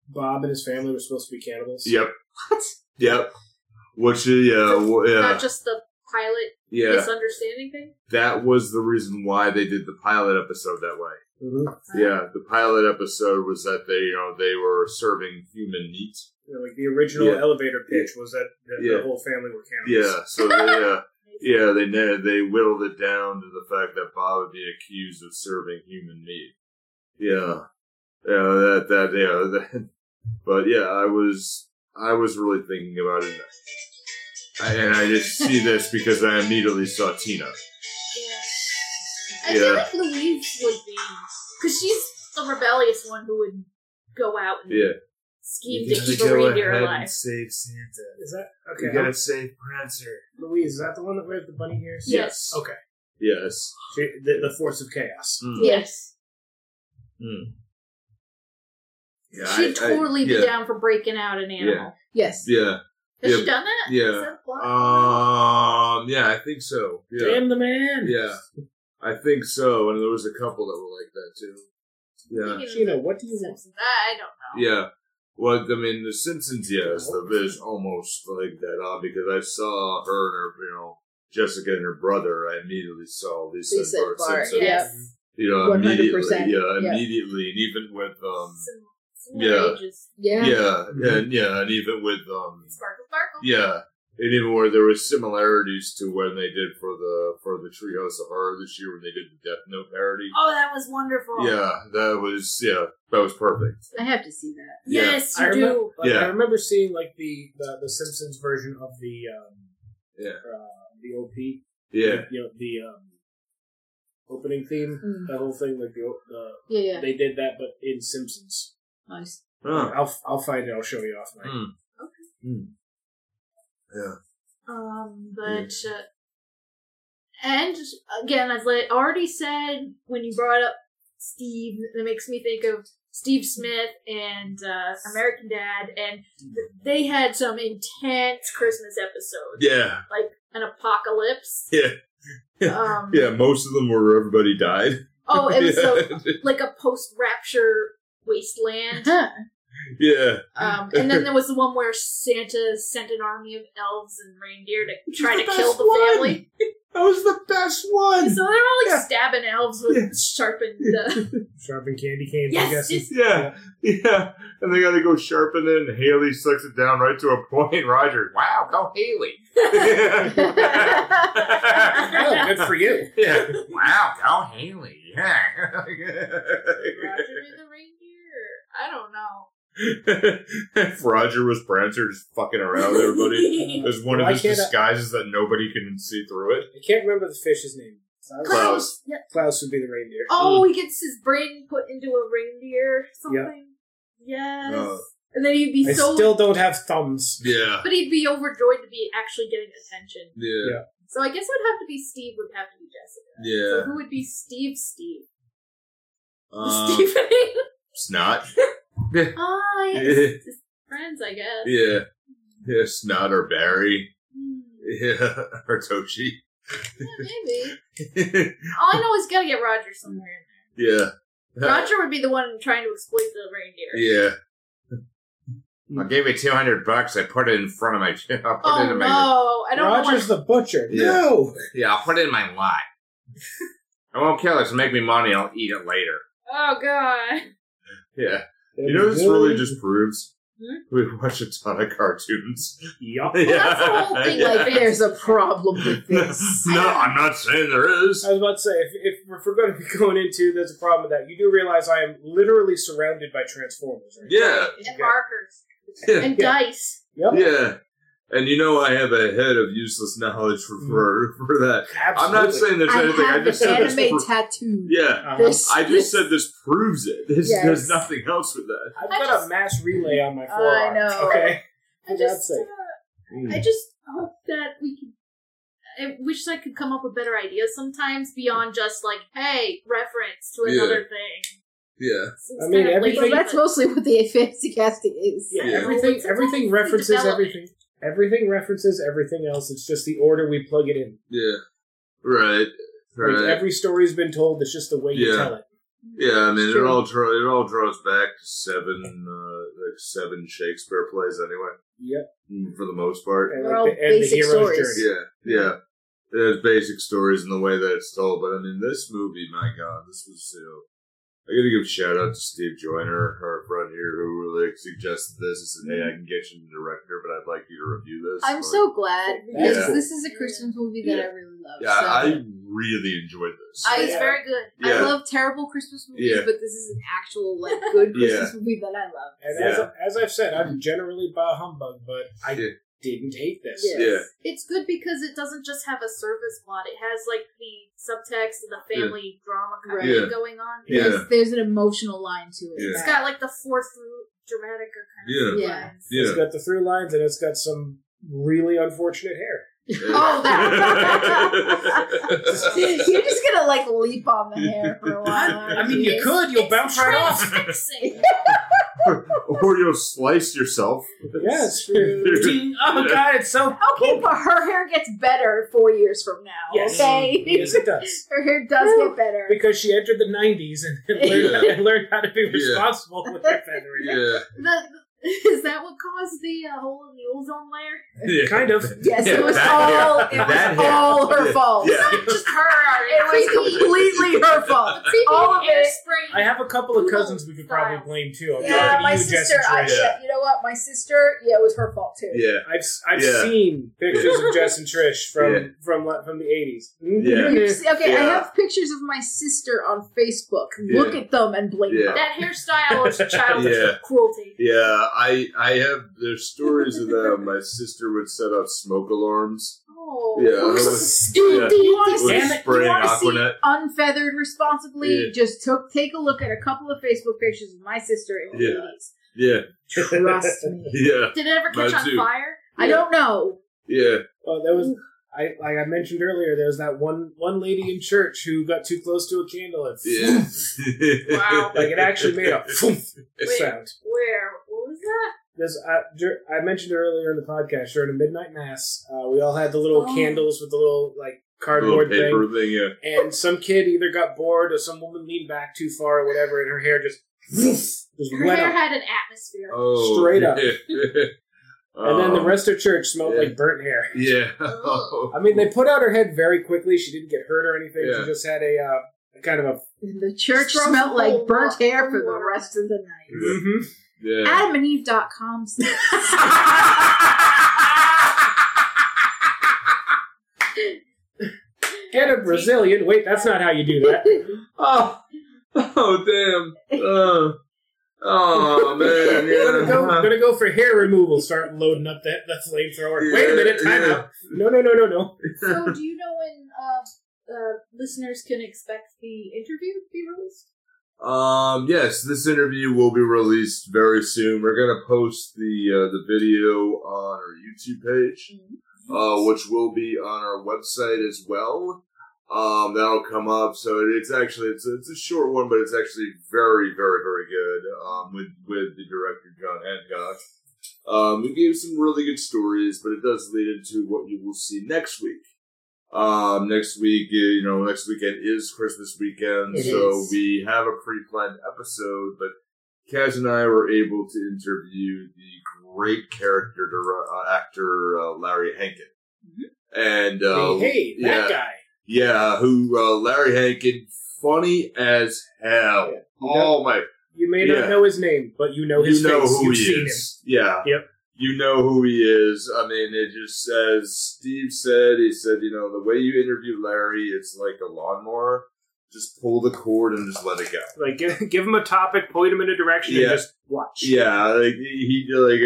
Speaker 2: Bob and his family were supposed to be cannibals?
Speaker 1: Yep. Yep. Which uh, yeah, w- yeah,
Speaker 3: Not just the pilot
Speaker 1: yeah.
Speaker 3: misunderstanding thing.
Speaker 1: That was the reason why they did the pilot episode that way.
Speaker 2: Mm-hmm.
Speaker 1: Yeah, the pilot episode was that they, you know, they were serving human meat.
Speaker 2: like the original
Speaker 1: Yeah.
Speaker 2: elevator pitch was that the,
Speaker 1: Yeah.
Speaker 2: the whole family were cannibals.
Speaker 1: Yeah, so they, uh, yeah, they na- they whittled it down to the fact that Bob would be accused of serving human meat. Yeah, yeah, that that yeah, that, but yeah, I was I was really thinking about it, I, and I just see this because I immediately saw Tina.
Speaker 3: I
Speaker 1: Yeah.
Speaker 3: feel like Louise would be because she's the rebellious one who would go out and
Speaker 1: Yeah,
Speaker 3: scheme to keep a reindeer alive.
Speaker 1: save Santa.
Speaker 2: Is that okay?
Speaker 1: save Prancer.
Speaker 2: Louise, is that the one that wears the bunny ears?
Speaker 3: Yes.
Speaker 2: Okay.
Speaker 1: Yes.
Speaker 2: She, the, the force of chaos.
Speaker 1: Mm.
Speaker 3: Yes,
Speaker 1: Yeah, I- I-
Speaker 3: she'd totally be
Speaker 1: yeah,
Speaker 3: down for breaking out an animal.
Speaker 4: yes.
Speaker 1: Yeah.
Speaker 3: Has
Speaker 1: Yeah.
Speaker 3: she done that?
Speaker 1: Yeah.
Speaker 3: Is that a plot?
Speaker 1: Um. Yeah, I think so. Yeah.
Speaker 2: Damn the man.
Speaker 1: Yeah, I think so. And there was a couple that were like that too. Yeah,
Speaker 2: Sheena, what do you want?
Speaker 3: Simpsons. I don't know.
Speaker 1: yeah. Well, I mean, uh, The Simpsons, yes, the is almost like that on because I saw her and her, you know, Jessica and her brother, I immediately saw Lisa,
Speaker 4: Lisa
Speaker 1: and Bart,
Speaker 4: Bart,
Speaker 1: Simpson.
Speaker 4: yeah.
Speaker 3: Yes.
Speaker 1: You know,
Speaker 4: 100%,
Speaker 1: immediately. Yeah,
Speaker 4: yeah.
Speaker 1: immediately. And even with, um,
Speaker 3: Some, some
Speaker 1: Yeah.
Speaker 3: ages.
Speaker 1: yeah,
Speaker 4: Yeah.
Speaker 2: Mhm.
Speaker 1: and yeah, and even with, um,
Speaker 3: Sparkle, sparkle.
Speaker 1: yeah, and even where there was similarities to when they did for the for the Treehouse of Horror this year when they did the Death Note parody.
Speaker 3: Oh, that was wonderful.
Speaker 1: Yeah, that was yeah, that was perfect.
Speaker 4: I have to see that.
Speaker 1: Yeah.
Speaker 3: Yes,
Speaker 2: I
Speaker 3: you
Speaker 2: remember,
Speaker 3: do.
Speaker 2: like,
Speaker 1: Yeah.
Speaker 2: I remember seeing like the, the the Simpsons version of the um,
Speaker 1: Yeah.
Speaker 2: uh, the OP,
Speaker 1: Yeah,
Speaker 2: you know, the um, opening theme,
Speaker 3: Hmm.
Speaker 4: Mm.
Speaker 2: that whole thing, like the, o- the
Speaker 4: Yeah, yeah.
Speaker 2: they did that, but in Simpsons.
Speaker 4: Nice.
Speaker 1: Huh.
Speaker 2: I'll I'll find it. I'll show you off. Mike.
Speaker 1: Mm.
Speaker 3: Um, but uh, and again, as I already said when you brought up Steve, it makes me think of Steve Smith and uh, American Dad, and th- they had some intense Christmas episodes,
Speaker 1: yeah,
Speaker 3: like an apocalypse.
Speaker 1: yeah,
Speaker 3: Um,
Speaker 1: yeah. Most of them were everybody died.
Speaker 3: Oh, it was so,
Speaker 1: yeah.
Speaker 3: like a post-rapture wasteland.
Speaker 1: yeah,
Speaker 3: Um, and then there was the one where Santa sent an army of elves and reindeer to try to
Speaker 1: The
Speaker 3: kill
Speaker 1: best
Speaker 3: the
Speaker 1: one!
Speaker 3: family.
Speaker 1: that was the best one.
Speaker 3: So they're all like
Speaker 1: Yeah.
Speaker 3: stabbing elves with sharpened. Uh,
Speaker 2: Sharpen candy canes. I
Speaker 3: yes,
Speaker 2: guess.
Speaker 3: just
Speaker 1: Yeah, yeah, and they got to go sharpen it. and Haley sucks it down right to a point. Roger, wow, go Haley.
Speaker 2: Oh, good for you.
Speaker 1: Yeah. Wow, Cal Haley. Yeah.
Speaker 3: Roger and the reindeer. I don't know.
Speaker 1: if Roger was Prancer just fucking around with everybody, there's one of
Speaker 2: Why
Speaker 1: his
Speaker 2: can't I-
Speaker 1: disguises that nobody can see through it.
Speaker 2: I can't remember the fish's name.
Speaker 1: Klaus.
Speaker 3: Yeah.
Speaker 2: Klaus would be the reindeer. Hmm.
Speaker 3: Oh, he gets his brain put into a reindeer something. Yes.
Speaker 1: Oh.
Speaker 3: And then he'd be
Speaker 2: I
Speaker 3: so.
Speaker 2: still don't have thumbs.
Speaker 1: Yeah.
Speaker 3: but he'd be overjoyed to be actually getting attention.
Speaker 1: Yeah.
Speaker 3: So I guess it would have to be Steve. Would have to be Jessica. So
Speaker 1: Yeah.
Speaker 3: who would be Steve? Steve.
Speaker 1: Um,
Speaker 3: Stephen.
Speaker 1: snot.
Speaker 3: Ah, yes.
Speaker 1: yeah.
Speaker 3: friends, I guess.
Speaker 1: yeah. Yeah, Snot or Barry.
Speaker 3: Hmm,
Speaker 1: Yeah. Or Toshi.
Speaker 3: yeah, maybe.
Speaker 1: yeah.
Speaker 3: All I know is gotta get Roger somewhere. Roger would be the one trying to exploit the reindeer.
Speaker 1: Yeah. I gave me 200 bucks. I put it in front of my. I put
Speaker 3: Oh no, I don't
Speaker 2: Roger's
Speaker 3: know.
Speaker 2: the butcher.
Speaker 1: Yeah.
Speaker 2: No.
Speaker 1: Yeah, I'll put it in my lot. I won't kill it, so make me money, I'll eat it later.
Speaker 3: What... Oh god.
Speaker 1: Yeah. You know, this really just proves
Speaker 3: Hmm?
Speaker 1: we watch a ton of cartoons.
Speaker 2: Yup.
Speaker 1: Yeah.
Speaker 3: that's the whole thing,
Speaker 1: Yeah.
Speaker 4: Like, there's a problem with this.
Speaker 1: no, I'm not saying there is.
Speaker 2: I was about to say, if, if, if we're going to be going into, there's a problem with that. You do realize I am literally surrounded by Transformers. Right?
Speaker 1: Yeah,
Speaker 3: And markers
Speaker 1: Yeah.
Speaker 3: and
Speaker 2: Yeah.
Speaker 3: dice.
Speaker 2: Yep.
Speaker 1: yeah. And you know, I have a head of useless knowledge for for, for that. I'm
Speaker 2: Absolutely.
Speaker 1: not saying there's
Speaker 4: I
Speaker 1: anything. I
Speaker 4: have
Speaker 1: just
Speaker 4: the
Speaker 1: said this.
Speaker 4: anime
Speaker 1: pro-
Speaker 4: tattoo.
Speaker 1: yeah,
Speaker 2: Uh-huh.
Speaker 4: This,
Speaker 1: I
Speaker 4: this-
Speaker 1: just said this proves it. There's,
Speaker 4: Yes.
Speaker 1: there's nothing else with that.
Speaker 2: I've
Speaker 3: I
Speaker 2: got
Speaker 3: just-
Speaker 2: a mass relay on my
Speaker 4: I
Speaker 2: forearm.
Speaker 4: know.
Speaker 2: Okay.
Speaker 3: I
Speaker 2: For
Speaker 3: just,
Speaker 2: God's sake.
Speaker 3: uh, I just hope that we can. I wish I could come up with better ideas sometimes beyond just like, hey, reference to
Speaker 1: Yeah.
Speaker 3: another thing.
Speaker 1: Yeah,
Speaker 3: Seems
Speaker 2: I mean,
Speaker 3: kind of
Speaker 2: everything-
Speaker 4: Well,
Speaker 3: lazy,
Speaker 4: that's
Speaker 3: but-
Speaker 4: mostly what the fantasy casting is.
Speaker 2: Yeah,
Speaker 1: Yeah.
Speaker 2: everything
Speaker 3: It's a
Speaker 2: everything
Speaker 3: constant
Speaker 2: references
Speaker 3: development.
Speaker 2: everything. Everything references everything else. It's just the order we plug it in.
Speaker 1: yeah. Right,
Speaker 2: Like every story's been told. It's just the way you
Speaker 1: Yeah.
Speaker 2: tell it.
Speaker 1: Yeah, I mean,
Speaker 4: Sure.
Speaker 1: it all draw, it all draws back to seven uh, like seven Shakespeare plays anyway,
Speaker 2: Yep.
Speaker 1: mm, for the most part.
Speaker 2: And
Speaker 4: They're all
Speaker 2: like the, and the
Speaker 4: basic
Speaker 2: hero's
Speaker 4: stories.
Speaker 2: journey.
Speaker 1: Yeah, yeah. There's basic stories in the way that it's told, but I mean, this movie, my God, this was you know. I gotta give a shout out to Steve Joyner, our friend here, who really suggested this. He said, "Hey, I can get you the director, but I'd like you to review this."
Speaker 4: I'm
Speaker 1: Like,
Speaker 4: so glad because
Speaker 1: Yeah.
Speaker 4: this is a Christmas movie that I really love.
Speaker 1: yeah,
Speaker 4: so.
Speaker 1: I really enjoyed this.
Speaker 4: I-
Speaker 3: It's very good.
Speaker 4: I
Speaker 1: yeah.
Speaker 4: love terrible Christmas movies,
Speaker 1: Yeah.
Speaker 4: but this is an actual like good
Speaker 1: Yeah.
Speaker 4: Christmas movie that I love.
Speaker 2: And
Speaker 1: Yeah.
Speaker 2: as, as I've said, I'm generally bah humbug, but I
Speaker 1: Yeah.
Speaker 2: didn't hate this.
Speaker 4: Yes.
Speaker 1: Yeah.
Speaker 3: It's good because it doesn't just have a service plot. It has like the subtext and the family drama kind of
Speaker 1: Right.
Speaker 3: thing going on.
Speaker 1: yeah,
Speaker 4: There's, there's an emotional line to it.
Speaker 1: Yeah.
Speaker 3: It's got like the four through dramatic occurrences.
Speaker 4: Yeah.
Speaker 3: lines.
Speaker 1: yeah.
Speaker 2: It's got the through lines and it's got some really unfortunate hair.
Speaker 4: Oh, that- You're just gonna like leap on the hair for a while. aren't
Speaker 2: You'll
Speaker 3: It's transfixing.
Speaker 1: or you'll slice yourself.
Speaker 2: Yes. oh god, it's so
Speaker 4: Okay, but her hair gets better four years from now.
Speaker 2: Yes.
Speaker 4: Okay,
Speaker 2: Yes, it does.
Speaker 4: her hair does get better.
Speaker 2: Because she entered the 90s and, and learned,
Speaker 1: Yeah.
Speaker 2: and learned how to be
Speaker 1: Yeah.
Speaker 2: responsible with her feathery hair.
Speaker 1: yeah.
Speaker 3: The- Is that what caused the uh, hole in the ozone layer?
Speaker 1: Yeah.
Speaker 2: Kind of.
Speaker 4: Yes,
Speaker 1: Yeah,
Speaker 4: it was
Speaker 1: that
Speaker 4: all
Speaker 1: hair.
Speaker 4: it was
Speaker 1: That hair.
Speaker 4: all her
Speaker 1: Yeah.
Speaker 4: fault.
Speaker 1: Yeah.
Speaker 3: Just her.
Speaker 4: It was completely her fault.
Speaker 3: creepy
Speaker 4: All of
Speaker 3: hair
Speaker 4: it.
Speaker 3: spray.
Speaker 2: I have a couple of cousins we could probably
Speaker 3: Style.
Speaker 2: blame too. I'm
Speaker 4: Yeah,
Speaker 2: talking to
Speaker 4: my
Speaker 2: you,
Speaker 4: sister.
Speaker 2: Jess and
Speaker 4: I,
Speaker 2: Trey.
Speaker 4: yeah, you know what? My sister. Yeah, it was her fault too.
Speaker 1: Yeah.
Speaker 2: I've s- I've
Speaker 1: Yeah.
Speaker 2: seen pictures of Jess and Trish from
Speaker 1: Yeah.
Speaker 2: from like, from the eighties.
Speaker 1: Yeah.
Speaker 4: You see- okay, I
Speaker 1: Yeah.
Speaker 4: have pictures of my sister on Facebook.
Speaker 1: Yeah.
Speaker 4: Look at them and blame
Speaker 1: Yeah.
Speaker 4: them.
Speaker 3: That hairstyle is childish
Speaker 1: Yeah.
Speaker 3: cruelty.
Speaker 1: Yeah, I I have there's stories of that. My sister would set off smoke alarms.
Speaker 3: Oh,
Speaker 2: Mm-hmm.
Speaker 1: Yeah, that was-
Speaker 4: Stupid.
Speaker 1: yeah.
Speaker 4: You want to
Speaker 1: With
Speaker 2: Damn
Speaker 4: see,
Speaker 2: it.
Speaker 1: spray
Speaker 4: you
Speaker 1: and
Speaker 4: wanna see
Speaker 1: aquanet.
Speaker 4: unfeathered responsibly?
Speaker 1: Yeah.
Speaker 4: Just took take a look at a couple of Facebook pictures of my sister in the
Speaker 1: Yeah.
Speaker 4: 80s.
Speaker 1: Yeah,
Speaker 4: Trust me.
Speaker 1: yeah,
Speaker 3: Did it ever catch
Speaker 1: Mine
Speaker 3: on
Speaker 1: too.
Speaker 3: fire?
Speaker 4: I don't know.
Speaker 1: yeah.
Speaker 2: Well, there was I like I mentioned earlier. There was that one one lady in church who got too close to a candle and
Speaker 1: Yeah.
Speaker 3: Wow.
Speaker 2: like it actually made a
Speaker 3: Wait.
Speaker 2: sound.
Speaker 3: Where? What was that?
Speaker 2: There's, I, dur- I mentioned earlier in the podcast during the midnight mass, uh, we all had the little
Speaker 3: Oh.
Speaker 2: candles with the little like
Speaker 1: Little
Speaker 2: cardboard thing.
Speaker 1: paper thing. Yeah.
Speaker 2: and some kid either got bored or some woman leaned back too far or whatever, and her hair just just
Speaker 3: Her
Speaker 2: went
Speaker 3: hair
Speaker 2: up.
Speaker 3: had an atmosphere.
Speaker 1: Oh,
Speaker 2: Straight up.
Speaker 1: yeah.
Speaker 2: And then the
Speaker 1: Um,
Speaker 2: rest of church smelled
Speaker 1: yeah.
Speaker 2: like burnt hair.
Speaker 1: Yeah.
Speaker 3: Ugh.
Speaker 2: I mean, they put out her head very quickly. She didn't get hurt or anything.
Speaker 1: Yeah.
Speaker 2: She just had a uh, kind of a
Speaker 4: The church
Speaker 3: Strong
Speaker 4: smelled like
Speaker 3: cold
Speaker 4: burnt
Speaker 3: water.
Speaker 4: hair for the rest of the night.
Speaker 2: mm-hmm,
Speaker 1: yeah.
Speaker 4: AdamandEve.com.
Speaker 2: get a Brazilian. Wait, that's not how you do that.
Speaker 1: Oh, oh, damn. Uh, oh man.
Speaker 2: gonna, go,
Speaker 1: Yeah.
Speaker 2: gonna go for hair removal. Start loading up that the flamethrower.
Speaker 1: Yeah,
Speaker 2: Wait a minute, time
Speaker 1: yeah.
Speaker 2: out. No, no, no, no, no.
Speaker 3: so, do you know when uh, uh, listeners can expect the interview to be released?
Speaker 1: Um. Yes, this interview will be released very soon. We're gonna post the uh, the video on our YouTube page, uh, which will be on our website as well. Um, that'll come up. So it's actually it's a, it's a short one, but it's actually very very very good. Um, with with the director John Hancock. Um, we gave some really good stories, but it does lead into what you will see next week. Um, next week, uh, you know, next weekend is Christmas weekend,
Speaker 4: It
Speaker 1: so
Speaker 4: is.
Speaker 1: we have a pre-planned episode, but Kaz and I were able to interview the great character dir- uh, actor uh, Larry Hankin. And uh,
Speaker 2: Mm-hmm. hey, hey,
Speaker 1: yeah.
Speaker 2: that guy.
Speaker 1: yeah, who uh, Larry Hankin, funny as hell. Oh my
Speaker 2: You may
Speaker 1: Yeah.
Speaker 2: not know his name, but you know his
Speaker 1: you know
Speaker 2: face.
Speaker 1: who
Speaker 2: You've
Speaker 1: he
Speaker 2: seen him.
Speaker 1: is. Yeah.
Speaker 2: Yep.
Speaker 1: You know who he is. I mean, it just says Steve said. He said, you know, the way you interview Larry, it's like a lawnmower. Just pull the cord and just let it go.
Speaker 2: Like give, give him a topic, point him in a direction,
Speaker 1: Yeah.
Speaker 2: and just watch.
Speaker 1: Yeah, like he he did like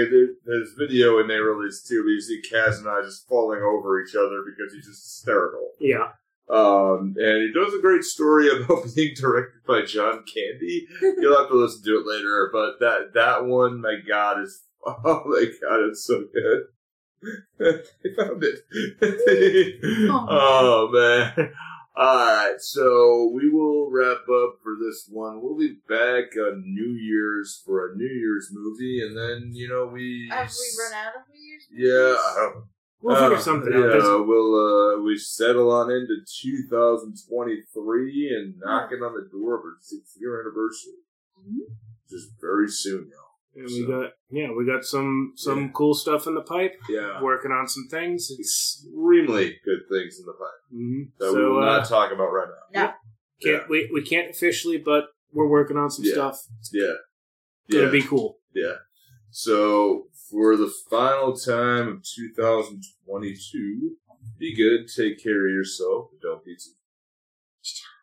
Speaker 1: his video when they released too. But you see Kaz and I just falling over each other because he's just hysterical.
Speaker 2: Yeah.
Speaker 1: Um, and he does a great story about being directed by John Candy. You'll have to listen to it later, but that that one, my God, is oh my God, it's so good. I found it. oh man. All right, so we will wrap up for this one. We'll be back on New Year's for a New Year's movie, and then you know we
Speaker 3: Have we run out of New Year's?
Speaker 1: Yeah, I don't
Speaker 2: We'll
Speaker 1: uh,
Speaker 2: figure something out.
Speaker 1: Yeah,
Speaker 2: There's-
Speaker 1: we'll uh, we settle on into 2023 and knocking on the door of our sixth year anniversary,
Speaker 2: Mm-hmm.
Speaker 1: just very soon now.
Speaker 2: and we got yeah, we got some some cool stuff in the pipe.
Speaker 1: Yeah,
Speaker 2: Working on some things. It's
Speaker 1: extremely good things in the pipe
Speaker 2: mhm.
Speaker 1: that
Speaker 2: so
Speaker 1: we will
Speaker 2: uh,
Speaker 1: not talk about right now.
Speaker 2: can't we we can't officially, but we're working on some
Speaker 1: Yeah.
Speaker 2: stuff.
Speaker 1: Yeah,
Speaker 2: It's gonna
Speaker 1: yeah,
Speaker 2: be cool.
Speaker 1: yeah. So for the final time of 2022, be good, take care of yourself, and don't be too.